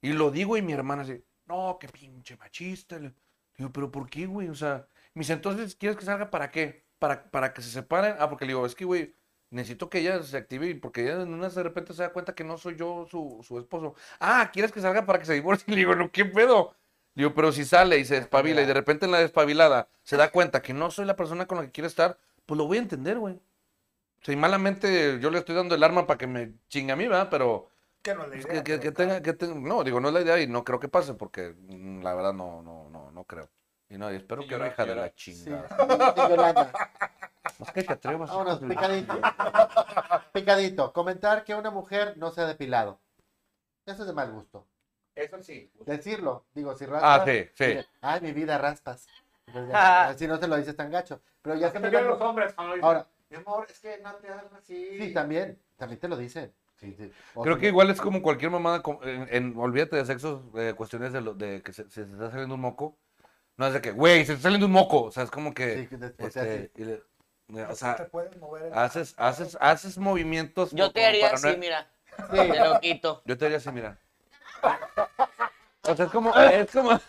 Speaker 3: Y lo digo y mi hermana así, no, qué pinche machista. Le digo, pero ¿por qué, güey? O sea, me dice, entonces, ¿quieres que salga para qué? Para, para que se separen. Ah, porque le digo, es que, güey, necesito que ella se active y porque ella en una de repente se da cuenta que no soy yo su, su esposo. Ah, ¿quieres que salga para que se divorcie? Le digo, no, ¿qué pedo? Le digo, pero si sale y se despabila y de repente en la despabilada se da cuenta que no soy la persona con la que quiere estar, pues lo voy a entender, güey. O sea, y malamente yo le estoy dando el arma para que me chingue a mí, ¿verdad? Pero...
Speaker 5: Que no es la
Speaker 3: Pues que,
Speaker 5: idea,
Speaker 3: que-
Speaker 5: pero
Speaker 3: que
Speaker 5: claro.
Speaker 3: tenga, que tenga- no, digo, no es la idea y no creo que pase porque mm, la verdad no, no, no, no creo. Y no, y espero
Speaker 6: Sí,
Speaker 3: que no,
Speaker 6: llora,
Speaker 3: hija de
Speaker 6: llora.
Speaker 3: la
Speaker 4: Sí, sí,
Speaker 3: chingada.
Speaker 4: Yolanda.
Speaker 3: Más que te atrevas.
Speaker 4: Vámonos,
Speaker 3: hijo de la-
Speaker 4: picadito. Picadito. Comentar que una mujer no se ha depilado. Eso es de mal gusto.
Speaker 6: Eso sí.
Speaker 4: Decirlo. Digo, si raspas.
Speaker 3: Ah, sí, sí.
Speaker 4: mire, Ay, mi vida, raspas. Pues
Speaker 2: Ah.
Speaker 4: ya, así no se lo dices tan gacho. Pero ya
Speaker 6: Es que
Speaker 4: se
Speaker 6: me
Speaker 4: lo
Speaker 6: quedan los hombres cuando dicen,
Speaker 4: Ahora,
Speaker 6: mi amor, es que no te hagas así.
Speaker 4: sí, también. También te lo dicen. Sí, sí. O
Speaker 3: Creo
Speaker 4: si-
Speaker 3: que igual es como cualquier mamada, como en, en- olvídate de sexos, eh, cuestiones de, lo, de que se, se te está saliendo un moco. No es de que, güey, se te está saliendo un moco. O sea, es como que...
Speaker 4: Sí, que después
Speaker 3: este,
Speaker 4: te hace-
Speaker 3: y le- O
Speaker 5: te
Speaker 3: sea,
Speaker 5: pueden mover. el-
Speaker 3: haces, haces, haces movimientos.
Speaker 2: Yo
Speaker 3: como
Speaker 2: te haría
Speaker 3: para no- e-
Speaker 2: así, mira. Te lo quito.
Speaker 3: Yo te haría así, mira. O sea, es como, es como.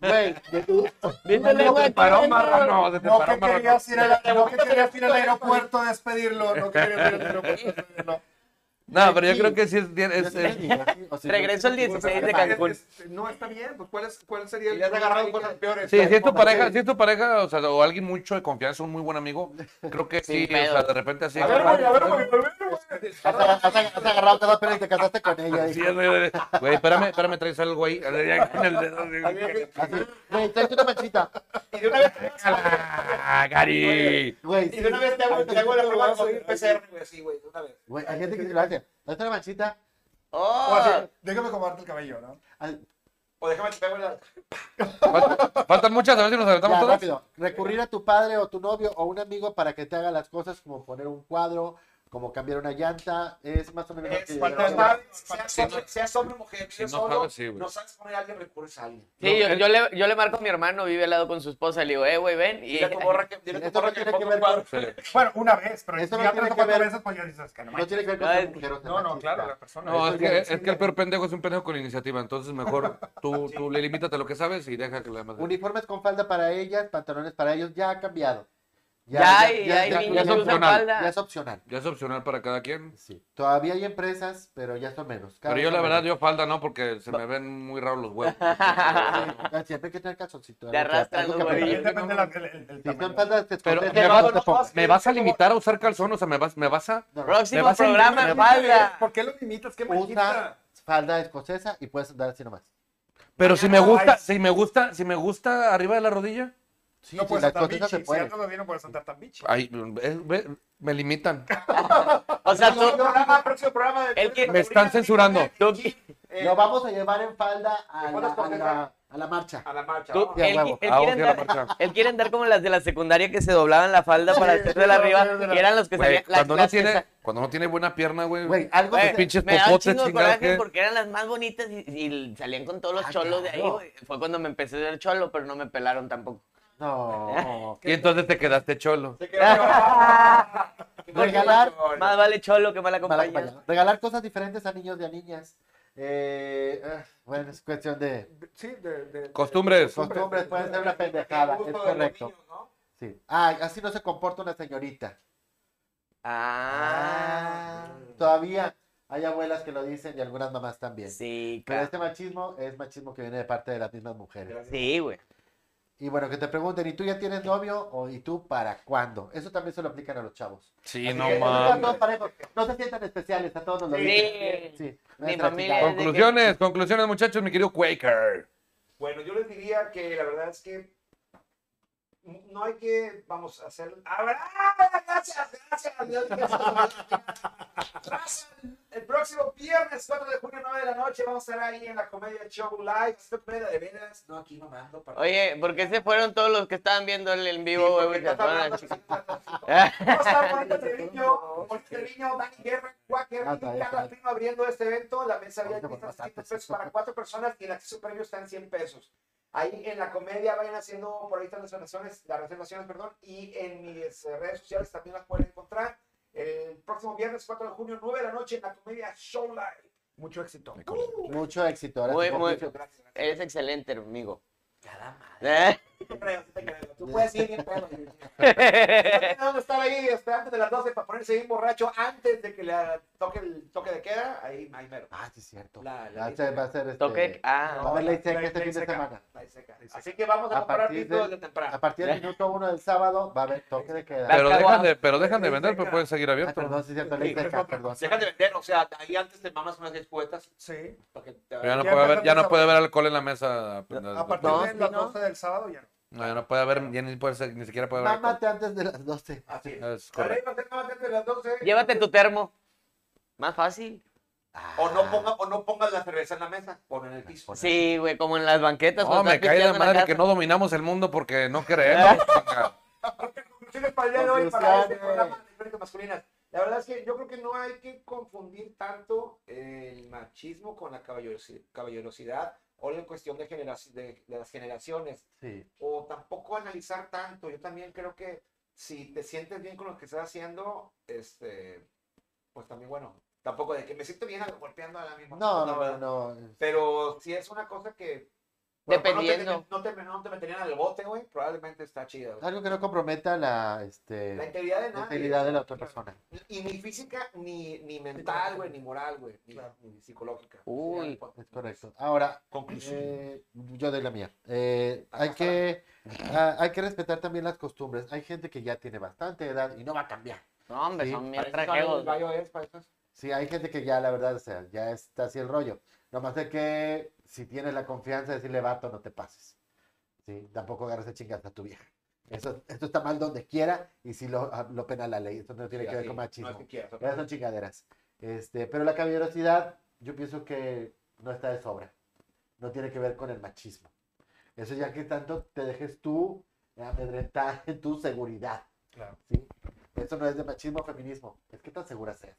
Speaker 4: Güey, de tu-
Speaker 2: Dísele, güey.
Speaker 3: Paró marrano, se te
Speaker 5: No
Speaker 3: paró
Speaker 5: que,
Speaker 3: marrano.
Speaker 5: querías ir al, no que querías ir al aeropuerto a despedirlo. No que querías ir al aeropuerto a despedirlo.
Speaker 3: No, pero yo creo que sí es. bien- es-
Speaker 4: yo
Speaker 3: es-
Speaker 4: te digo así, o sea,
Speaker 2: Regreso
Speaker 4: yo-
Speaker 2: el 16 de
Speaker 5: Es-
Speaker 2: Cancún.
Speaker 5: es- no, está bien. Pues, ¿cuál, es, ¿Cuál sería el
Speaker 6: Y ya te agarraron
Speaker 5: problema?
Speaker 6: cosas peores.
Speaker 3: Sí, si es tu
Speaker 6: Como
Speaker 3: pareja,
Speaker 6: que-
Speaker 3: si es tu pareja, o sea, o alguien mucho de confianza, un muy buen amigo, creo que sí,
Speaker 2: Sin
Speaker 3: o sea,
Speaker 2: pedos.
Speaker 3: de repente así.
Speaker 5: A ver, güey, a ver, güey, a ver, güey.
Speaker 4: Has, agarrado- has agarrado- has agarrado cada pelo y te casaste con ella.
Speaker 3: Ah, Sí,
Speaker 4: dijo.
Speaker 3: güey, güey, espérame, espérame, traes algo ahí. En el dedo, güey.
Speaker 4: Así, güey, traes una manchita.
Speaker 6: Y de una vez,
Speaker 3: Ah, Gary.
Speaker 4: Güey,
Speaker 6: y de una vez te hago, te hago la prueba con un PCR, güey, así, güey, de una vez.
Speaker 4: güey, hay gente que se lo hace. Traes una manchita.
Speaker 5: O así,
Speaker 2: Oh,
Speaker 5: déjame comerte el cabello, ¿no?
Speaker 4: Al-
Speaker 6: O déjame te pego la...
Speaker 3: Faltan- Faltan muchas, a ver si nos aventamos
Speaker 4: Ya,
Speaker 3: todas.
Speaker 4: rápido. Recurrir a tu padre o tu novio o un amigo para que te haga las cosas como poner un cuadro, como cambiar una llanta. Es más o menos lo
Speaker 6: Es,
Speaker 4: que-
Speaker 6: cuando estás, seas hombre, seas hombre o mujer, vives
Speaker 3: Si no
Speaker 6: solo,
Speaker 3: sabes, sí, güey.
Speaker 6: no sabes poner a alguien, recurres a alguien.
Speaker 2: sí, yo, yo le, yo le marco a mi hermano, vive al lado con su esposa, le digo, eh, güey, ven. Y
Speaker 6: Dile a tu morra que, dile a tu
Speaker 4: Esto
Speaker 6: morra
Speaker 4: no
Speaker 6: que
Speaker 4: tiene
Speaker 6: le
Speaker 4: que
Speaker 6: ponga
Speaker 4: ver
Speaker 6: un
Speaker 4: con,
Speaker 6: cuadro.
Speaker 5: Bueno, una vez, pero
Speaker 4: Eso
Speaker 5: si
Speaker 4: no tiene
Speaker 5: ya tres o
Speaker 4: que
Speaker 5: cuatro
Speaker 4: ver-
Speaker 5: veces, pues ya dices que no.
Speaker 4: no
Speaker 5: manches.
Speaker 4: tiene que ver con
Speaker 2: No,
Speaker 4: ser
Speaker 2: es-
Speaker 4: mujer o ser
Speaker 5: No, no,
Speaker 4: machista.
Speaker 5: claro, la persona.
Speaker 3: No,
Speaker 4: Eso
Speaker 3: es
Speaker 4: ya
Speaker 3: que,
Speaker 4: es
Speaker 3: es que el peor pendejo es un pendejo con iniciativa. Entonces, mejor tú, tú le limítate a lo que sabes y deja que la demás.
Speaker 4: Uniformes con falda para ellas, pantalones para ellos, ya ha cambiado.
Speaker 2: Ya hay- ya hay
Speaker 3: niños que usan
Speaker 2: falda.
Speaker 4: ya es opcional.
Speaker 3: Ya es opcional para cada quien.
Speaker 4: Sí. Todavía hay empresas, pero ya son menos. Cada
Speaker 3: Pero yo,
Speaker 4: vez
Speaker 3: la
Speaker 4: son
Speaker 3: verdad,
Speaker 4: menos.
Speaker 3: yo falda no, porque se me ven muy raros los huevos.
Speaker 4: Sí, Siempre hay que tener calzoncito.
Speaker 2: Te
Speaker 4: algo que-
Speaker 2: arrastran
Speaker 4: algo
Speaker 2: los
Speaker 4: que apriete.
Speaker 5: También depende la- el, el- el
Speaker 4: Si son
Speaker 5: tamaño.
Speaker 4: faldas, te
Speaker 3: Pero
Speaker 4: escondes,
Speaker 3: me
Speaker 4: no,
Speaker 3: vas-
Speaker 4: no te pongas.
Speaker 3: ¿Me vas a limitar a usar calzón? O sea, ¿me vas, me vas a...?
Speaker 4: No, no.
Speaker 3: Me
Speaker 2: Próximo
Speaker 3: vas a
Speaker 2: programa,
Speaker 3: invitar,
Speaker 2: falda.
Speaker 5: ¿Por qué lo limitas? ¿Qué
Speaker 4: Usa
Speaker 5: maldita?
Speaker 4: falda escocesa y puedes andar así nomás.
Speaker 3: Pero si me
Speaker 5: No,
Speaker 3: gusta,
Speaker 5: ay.
Speaker 3: si me gusta, si me gusta arriba de la rodilla,
Speaker 4: Sí,
Speaker 5: no
Speaker 4: pues, sí,
Speaker 5: puedes
Speaker 4: la
Speaker 5: andar
Speaker 4: escocesa
Speaker 5: bichi.
Speaker 4: se Ah,
Speaker 5: Si
Speaker 4: puede.
Speaker 5: ya todavía no puedes andar tan bichi.
Speaker 3: ay, eh, ve, me limitan.
Speaker 2: O sea, tú,
Speaker 6: Próximo programa, próximo programa de-
Speaker 2: El que-
Speaker 3: Me están censurando.
Speaker 2: tú-
Speaker 6: Eh,
Speaker 4: Lo vamos a llevar en falda a
Speaker 6: ¿Me
Speaker 4: la,
Speaker 6: puedes
Speaker 4: a
Speaker 6: coger?
Speaker 4: la, a la marcha.
Speaker 6: A la marcha.
Speaker 2: tú-
Speaker 6: vamos.
Speaker 4: Ya,
Speaker 2: él,
Speaker 4: huevo.
Speaker 2: él
Speaker 3: Ah,
Speaker 2: quiere
Speaker 3: sí, a la
Speaker 2: andar,
Speaker 3: marcha.
Speaker 2: él quiere andar como las de la secundaria que se doblaban la falda para hacerse la arriba. Y eran los que
Speaker 3: Güey,
Speaker 2: salían. las-
Speaker 3: cuando, no
Speaker 2: las que
Speaker 3: tiene,
Speaker 2: sa-
Speaker 3: cuando no tiene buena pierna, güey.
Speaker 4: Güey, algo
Speaker 2: Güey,
Speaker 4: que-
Speaker 3: pinches
Speaker 2: me daba un
Speaker 3: popotes,
Speaker 2: chingo de
Speaker 3: chingados,
Speaker 2: coraje
Speaker 3: ¿qué?
Speaker 2: porque eran las más bonitas y, y salían con todos los
Speaker 4: Ah,
Speaker 2: cholos de ahí,
Speaker 4: claro.
Speaker 2: güey. Fue cuando me empecé a ser cholo, pero no me pelaron tampoco.
Speaker 4: No.
Speaker 3: Y entonces te quedaste cholo.
Speaker 6: Se queda-
Speaker 4: Regalar
Speaker 2: Más vale cholo que mal
Speaker 4: Mal
Speaker 2: acompañado.
Speaker 4: acompañado. Regalar cosas diferentes a niños y a niñas. Eh, ah, bueno, es cuestión de
Speaker 5: Sí, de, de-
Speaker 3: Costumbres.
Speaker 4: costumbres, pueden ser una pendejada,
Speaker 6: El
Speaker 4: es
Speaker 6: gusto de los
Speaker 4: correcto.
Speaker 6: niños, ¿no?
Speaker 4: Sí. Ah, así no se comporta una señorita.
Speaker 2: Ah,
Speaker 4: Todavía hay abuelas que lo dicen y algunas mamás también.
Speaker 2: sí,
Speaker 4: Pero
Speaker 2: claro.
Speaker 4: este machismo es machismo que viene de parte de las mismas mujeres.
Speaker 3: este-
Speaker 2: Sí, güey.
Speaker 4: Y bueno, que te pregunten, ¿y tú ya tienes novio o y tú para cuándo? Eso también se lo aplican a los chavos.
Speaker 3: Sí,
Speaker 4: Así
Speaker 3: no
Speaker 4: que,
Speaker 6: Ah,
Speaker 4: sean todos
Speaker 3: mames.
Speaker 4: parejos. No se sientan especiales, a todos nos lo
Speaker 2: Sí.
Speaker 4: dicen. Sí,
Speaker 2: Mi
Speaker 4: nuestra
Speaker 2: familia
Speaker 4: chingada.
Speaker 2: es de-
Speaker 3: Conclusiones, conclusiones, muchachos, mi querido Quaker.
Speaker 6: Bueno, yo les diría que la verdad es que no hay que, vamos a hacer. ¡Habrá! ¡Gracias! ¡Gracias! Dios, gracias. El próximo viernes 4 de junio, 9 de la noche, vamos a estar ahí en la Comedia Show Live. Esta comedia de veras, no aquí no mando. para-
Speaker 2: Oye, ¿por qué se fueron todos los que estaban viendo el en vivo, güey? Ah,
Speaker 6: porque
Speaker 2: güey? Se
Speaker 6: está
Speaker 2: fueron a
Speaker 6: hablando-
Speaker 2: chingar.
Speaker 6: ¿Cómo está Juanita Treviño? Juanita Treviño, Dani este Guerra, Quaker,
Speaker 4: Ah, está bien, está
Speaker 6: cada
Speaker 4: bien.
Speaker 6: primo abriendo este evento. La
Speaker 4: Vamos
Speaker 6: mesa abierta
Speaker 4: a
Speaker 6: está
Speaker 4: pasar
Speaker 6: 100 pesos para
Speaker 4: pesos.
Speaker 6: cuatro personas y el acceso premio está en 100 pesos. Ahí en la comedia vayan haciendo por ahí están las reservaciones, las reservaciones, perdón, y en mis eh, redes sociales también las pueden encontrar. El próximo viernes 4 de junio, 9 de la noche, en la comedia Show Live. Mucho éxito.
Speaker 4: Mucho éxito. Ahora
Speaker 2: Muy,
Speaker 4: sí,
Speaker 2: muy-
Speaker 4: Patricio.
Speaker 6: Gracias.
Speaker 2: Eres excelente, amigo.
Speaker 6: Cada madre.
Speaker 2: ¿Eh?
Speaker 6: Te creo, te creo. Tú puedes ir bien pedo. No tiene dónde estar Pues ahí hasta antes de las 12 para ponerse bien borracho antes de que le toque el toque de queda. Ahí, ahí mero.
Speaker 4: Ah, sí, es cierto.
Speaker 6: La- la
Speaker 4: Ya
Speaker 6: ley
Speaker 4: se
Speaker 6: seca.
Speaker 4: va a hacer este.
Speaker 2: Toque.
Speaker 4: Va a
Speaker 2: Ah,
Speaker 4: haber ley seca
Speaker 5: Ley-
Speaker 4: este
Speaker 5: ley
Speaker 4: fin de
Speaker 5: seca.
Speaker 4: semana.
Speaker 6: Ahí seca. Así que vamos a,
Speaker 4: A
Speaker 6: comprar
Speaker 4: partir
Speaker 6: pito
Speaker 4: de-
Speaker 6: desde temprano.
Speaker 4: A partir del minuto uno del sábado va a haber toque de queda.
Speaker 3: Pero
Speaker 2: Las
Speaker 3: dejan
Speaker 2: caguamas.
Speaker 3: de, pero dejan de vender, pero pueden seguir
Speaker 4: Ay,
Speaker 3: abiertos.
Speaker 4: perdón, sí, es cierto, ley seca, perdón.
Speaker 6: Deja de vender, o sea, ahí antes te mamas unas 10 cubetas
Speaker 5: Sí.
Speaker 6: para que te
Speaker 3: Ya no
Speaker 5: Ya
Speaker 3: puede haber,
Speaker 5: empezaron
Speaker 3: ya no
Speaker 5: esa-
Speaker 3: puede haber alcohol en la mesa.
Speaker 5: A partir
Speaker 2: No,
Speaker 5: de
Speaker 2: sí,
Speaker 5: las
Speaker 2: no.
Speaker 5: 12 del sábado ya no.
Speaker 3: No, ya no puede haber, ya ni, puede ser- ni siquiera puede haber. alcohol.
Speaker 4: Mámate antes de las 12.
Speaker 6: Así es.
Speaker 3: Es correcto.
Speaker 6: Arriba, te mamas antes de las 12.
Speaker 2: llévate tu termo. Más fácil.
Speaker 6: O no, ponga, o no pongas la cerveza en la mesa, pon en el piso.
Speaker 2: Sí, güey, como en las banquetas.
Speaker 3: No,
Speaker 2: cuando
Speaker 3: me
Speaker 2: estás
Speaker 3: cae la
Speaker 2: pisteando en
Speaker 3: madre que
Speaker 2: casa.
Speaker 3: no dominamos el mundo porque no queremos. chinga.
Speaker 6: conclusiones para el día de hoy, para este
Speaker 4: Conclusiones.
Speaker 6: programa de Crónicas Masculinas. La verdad es que yo creo que no hay que confundir tanto el machismo con la caballerosi- caballerosidad o la cuestión de, generaci- de- de las generaciones,
Speaker 4: Sí.
Speaker 6: o tampoco analizar tanto. Yo también creo que si te sientes bien con lo que estás haciendo, este, pues también bueno, tampoco de que me siento bien golpeando a la misma.
Speaker 4: No,
Speaker 6: persona,
Speaker 4: no,
Speaker 6: ¿verdad?
Speaker 4: no.
Speaker 6: Pero si es una cosa que.
Speaker 2: Dependiendo.
Speaker 6: No te, no te, no te meterían al bote, güey. Probablemente está chida, güey.
Speaker 4: Algo que no comprometa la,
Speaker 6: La
Speaker 4: este,
Speaker 6: integridad de
Speaker 4: la
Speaker 6: nadie.
Speaker 4: integridad de la otra persona.
Speaker 6: Y ni física, ni, ni mental, güey, ni moral, güey. Ni,
Speaker 5: Claro.
Speaker 6: ni psicológica. pues,
Speaker 2: Uy.
Speaker 6: Sí, algo-
Speaker 4: Es correcto. Ahora,
Speaker 6: Conclusión.
Speaker 4: eh, yo doy la mía. Eh,
Speaker 6: Ajá.
Speaker 4: hay, que, ah, hay que respetar también las costumbres. Hay gente que ya tiene bastante edad y no va a cambiar.
Speaker 2: No, hombre,
Speaker 4: Sí,
Speaker 2: son
Speaker 6: Para
Speaker 2: bien
Speaker 6: eso
Speaker 2: trajeos.
Speaker 6: son los iOS, ¿eh? para eso es-
Speaker 4: Sí, hay gente que ya, la verdad, o sea, ya está así el rollo. Nomás de que si tienes la confianza de decirle, vato, no te pases. Sí, tampoco agarres a chingas a tu vieja. Eso, esto está mal donde quiera y si lo, ah, lo pena la ley. Esto no tiene
Speaker 6: sí,
Speaker 4: que ver
Speaker 6: así,
Speaker 4: con machismo.
Speaker 6: No es que quieras, ok.
Speaker 4: Ya son chingaderas. Este, pero la caballerosidad, yo pienso que no está de sobra. No tiene que ver con el machismo. Eso ya que tanto te dejes tú amedrentar en tu seguridad.
Speaker 5: Claro.
Speaker 4: ¿sí? Eso no es de machismo o feminismo. Es que tan segura seas.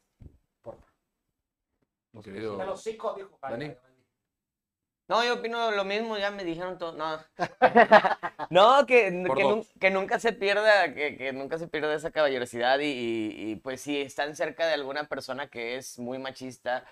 Speaker 4: Porfa.
Speaker 3: mi querido.
Speaker 6: Quita los cinco, dijo. Ay,
Speaker 3: Dani.
Speaker 6: ay, ay.
Speaker 2: No, yo opino lo mismo, ya me dijeron todo. No, no que,
Speaker 3: Por
Speaker 2: que,
Speaker 3: dos.
Speaker 2: nun- que nunca se pierda, que, que nunca se pierda esa caballerosidad y, y- y, pues si están cerca de alguna persona que es muy machista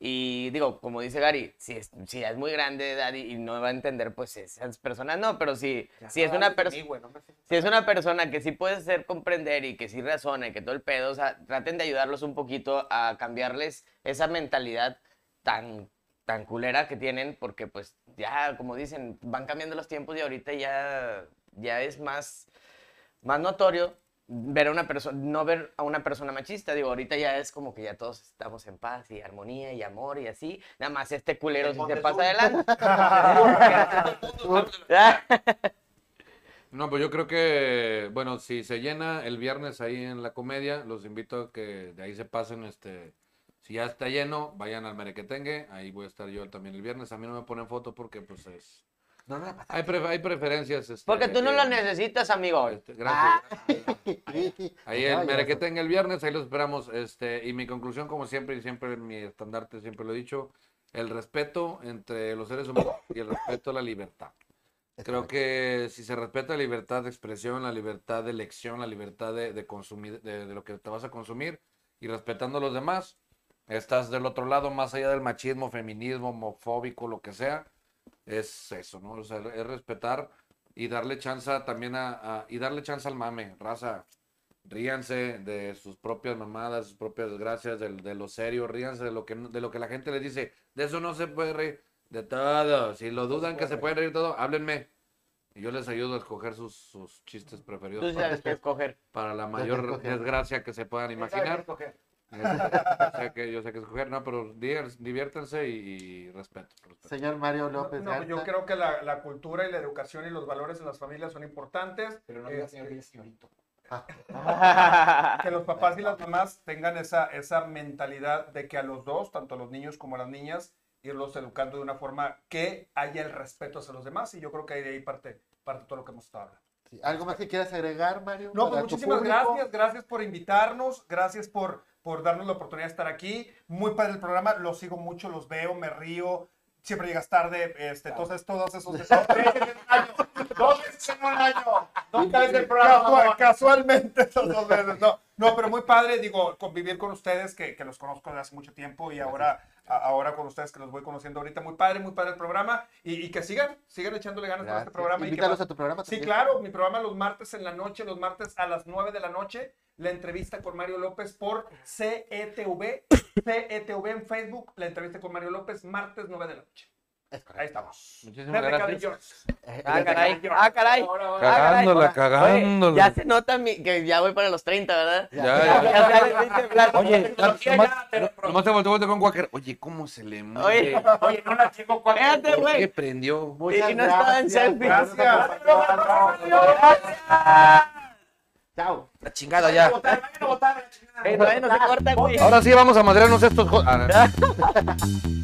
Speaker 2: y digo, como dice Gary, si es, si ya es muy grande de edad y, y no va a entender, pues esas personas no, pero si, si es una
Speaker 6: Sí,
Speaker 2: persona...
Speaker 6: Ah, güey, no me sé.
Speaker 2: Si es una persona que sí puede hacer comprender y que sí razona y que todo el pedo, o sea, traten de ayudarlos un poquito a cambiarles esa mentalidad tan, tan culera que tienen, porque pues ya, como dicen, van cambiando los tiempos y ahorita ya, ya es más, más notorio ver a una persona, no ver a una persona machista, digo, ahorita ya es como que ya todos estamos en paz y armonía y amor y así, nada más este culero
Speaker 6: El
Speaker 2: si se pasa
Speaker 6: Montezuma.
Speaker 2: adelante.
Speaker 3: No, pues yo creo que, bueno, si se llena el viernes ahí en la comedia, los invito a que de ahí se pasen, este, si ya está lleno, vayan al Merequetengue, ahí voy a estar yo también el viernes, a mí no me ponen foto porque, pues, es,
Speaker 4: No, no la pasas.
Speaker 3: hay, pre- hay preferencias, este,
Speaker 2: Porque tú no Ah.
Speaker 3: que-
Speaker 2: lo necesitas, amigo.
Speaker 3: este, gracias. Ahí
Speaker 4: Ay,
Speaker 3: el
Speaker 4: gracias.
Speaker 3: Merequetengue el viernes, ahí los esperamos, este, y mi conclusión, como siempre, y siempre mi estandarte, siempre lo he dicho, el respeto entre los seres humanos y el respeto a la libertad.
Speaker 4: Es
Speaker 3: Creo
Speaker 4: correcto.
Speaker 3: que si se respeta la libertad de expresión, la libertad de elección, la libertad de, de consumir, de, de lo que te vas a consumir y respetando a los demás, estás del otro lado, más allá del machismo, feminismo, homofóbico, lo que sea, es eso, ¿no? O sea, es respetar y darle chance también a, a- y darle chance al mame, raza. Ríanse de sus propias mamadas, sus propias desgracias, del- de, lo serio, ríanse de lo que no- de lo que la gente les dice, de eso no se puede reír, de todo. Si lo dudan que se puede reír todo, háblenme. Y yo les ayudo a escoger sus, sus chistes
Speaker 2: Tú
Speaker 3: preferidos para,
Speaker 2: sabes qué escoger.
Speaker 3: para la
Speaker 4: Ya te
Speaker 3: mayor
Speaker 4: escogí.
Speaker 3: desgracia que se puedan
Speaker 6: Esa
Speaker 3: imaginar.
Speaker 6: es, ok.
Speaker 3: Este, yo sé que, yo sé que escoger, no, pero divier- diviértanse y, y respeto. respeto.
Speaker 4: Señor Mario López
Speaker 5: No, pues
Speaker 4: Garza.
Speaker 5: yo creo que la, la cultura y la educación y los valores en las familias son importantes.
Speaker 6: Pero no
Speaker 5: Eh,
Speaker 6: digas señor, digas señorito.
Speaker 5: que los papás y las mamás tengan esa, esa mentalidad de que a los dos, tanto a los niños como a las niñas, irlos educando de una forma que haya el respeto hacia los demás. Y yo creo que de ahí parte, parte todo lo que hemos estado hablando.
Speaker 4: Sí, ¿Algo más que quieras agregar, Mario?
Speaker 5: No, pues
Speaker 4: para tu
Speaker 5: muchísimas
Speaker 4: público?
Speaker 5: gracias. Gracias por invitarnos. Gracias por, por darnos la oportunidad de estar aquí. Muy padre el programa. Los sigo mucho, los veo, me río. Siempre llegas tarde. Este, Entonces, todos esos. Dos veces en un año. Dos veces en un año. Dos veces en el programa. Casual- casualmente, esas dos veces. No, no, pero muy padre, digo, convivir con ustedes, que, que los conozco desde hace mucho tiempo y ahora. a- Ahora con ustedes que los voy conociendo ahorita, muy padre, muy padre el programa y, y que sigan, sigan echándole ganas con
Speaker 4: Gracias.
Speaker 5: este programa. y que
Speaker 4: Invítalos
Speaker 5: va-
Speaker 4: a tu programa
Speaker 5: Sí,
Speaker 4: también.
Speaker 5: claro, mi programa los martes en la noche, los martes a las 9 de la noche, la entrevista con Mario López por CETV, CETV en Facebook, la entrevista con Mario López, martes 9 de la noche.
Speaker 4: Es
Speaker 5: Ahí
Speaker 4: correcto.
Speaker 5: estamos.
Speaker 3: Muchísimas
Speaker 5: Desde
Speaker 3: gracias.
Speaker 5: Cadillos.
Speaker 4: Eh,
Speaker 2: Ah,
Speaker 4: desde-
Speaker 2: caray. Ah, caray.
Speaker 6: Ahora, ahora.
Speaker 2: Ah, caray.
Speaker 3: Cagándola,
Speaker 2: Oye,
Speaker 3: cagándola.
Speaker 2: ya se nota mi- que ya voy para los 30, ¿verdad?
Speaker 4: Ya,
Speaker 3: Ya,
Speaker 2: Ya,
Speaker 3: ya.
Speaker 2: ya le diste hablar.
Speaker 3: Oye,
Speaker 6: Tecnología ya, te lo prometo.
Speaker 3: nomás se volteó, volteó con Quaker. Oye, ¿cómo se
Speaker 2: Oye,
Speaker 3: le mueve?
Speaker 6: Oye, no la chico cuál es.
Speaker 2: espérate,
Speaker 3: ¿Por qué
Speaker 2: güey.
Speaker 3: prendió?
Speaker 4: Muchas
Speaker 2: Y no estaba
Speaker 4: é
Speaker 2: en selfie.
Speaker 4: gracias. Chao.
Speaker 3: La chingada ya.
Speaker 2: Eh, todavía no se corta, güey.
Speaker 3: Ahora sí vamos a madrearnos estos. jo- Ah, no.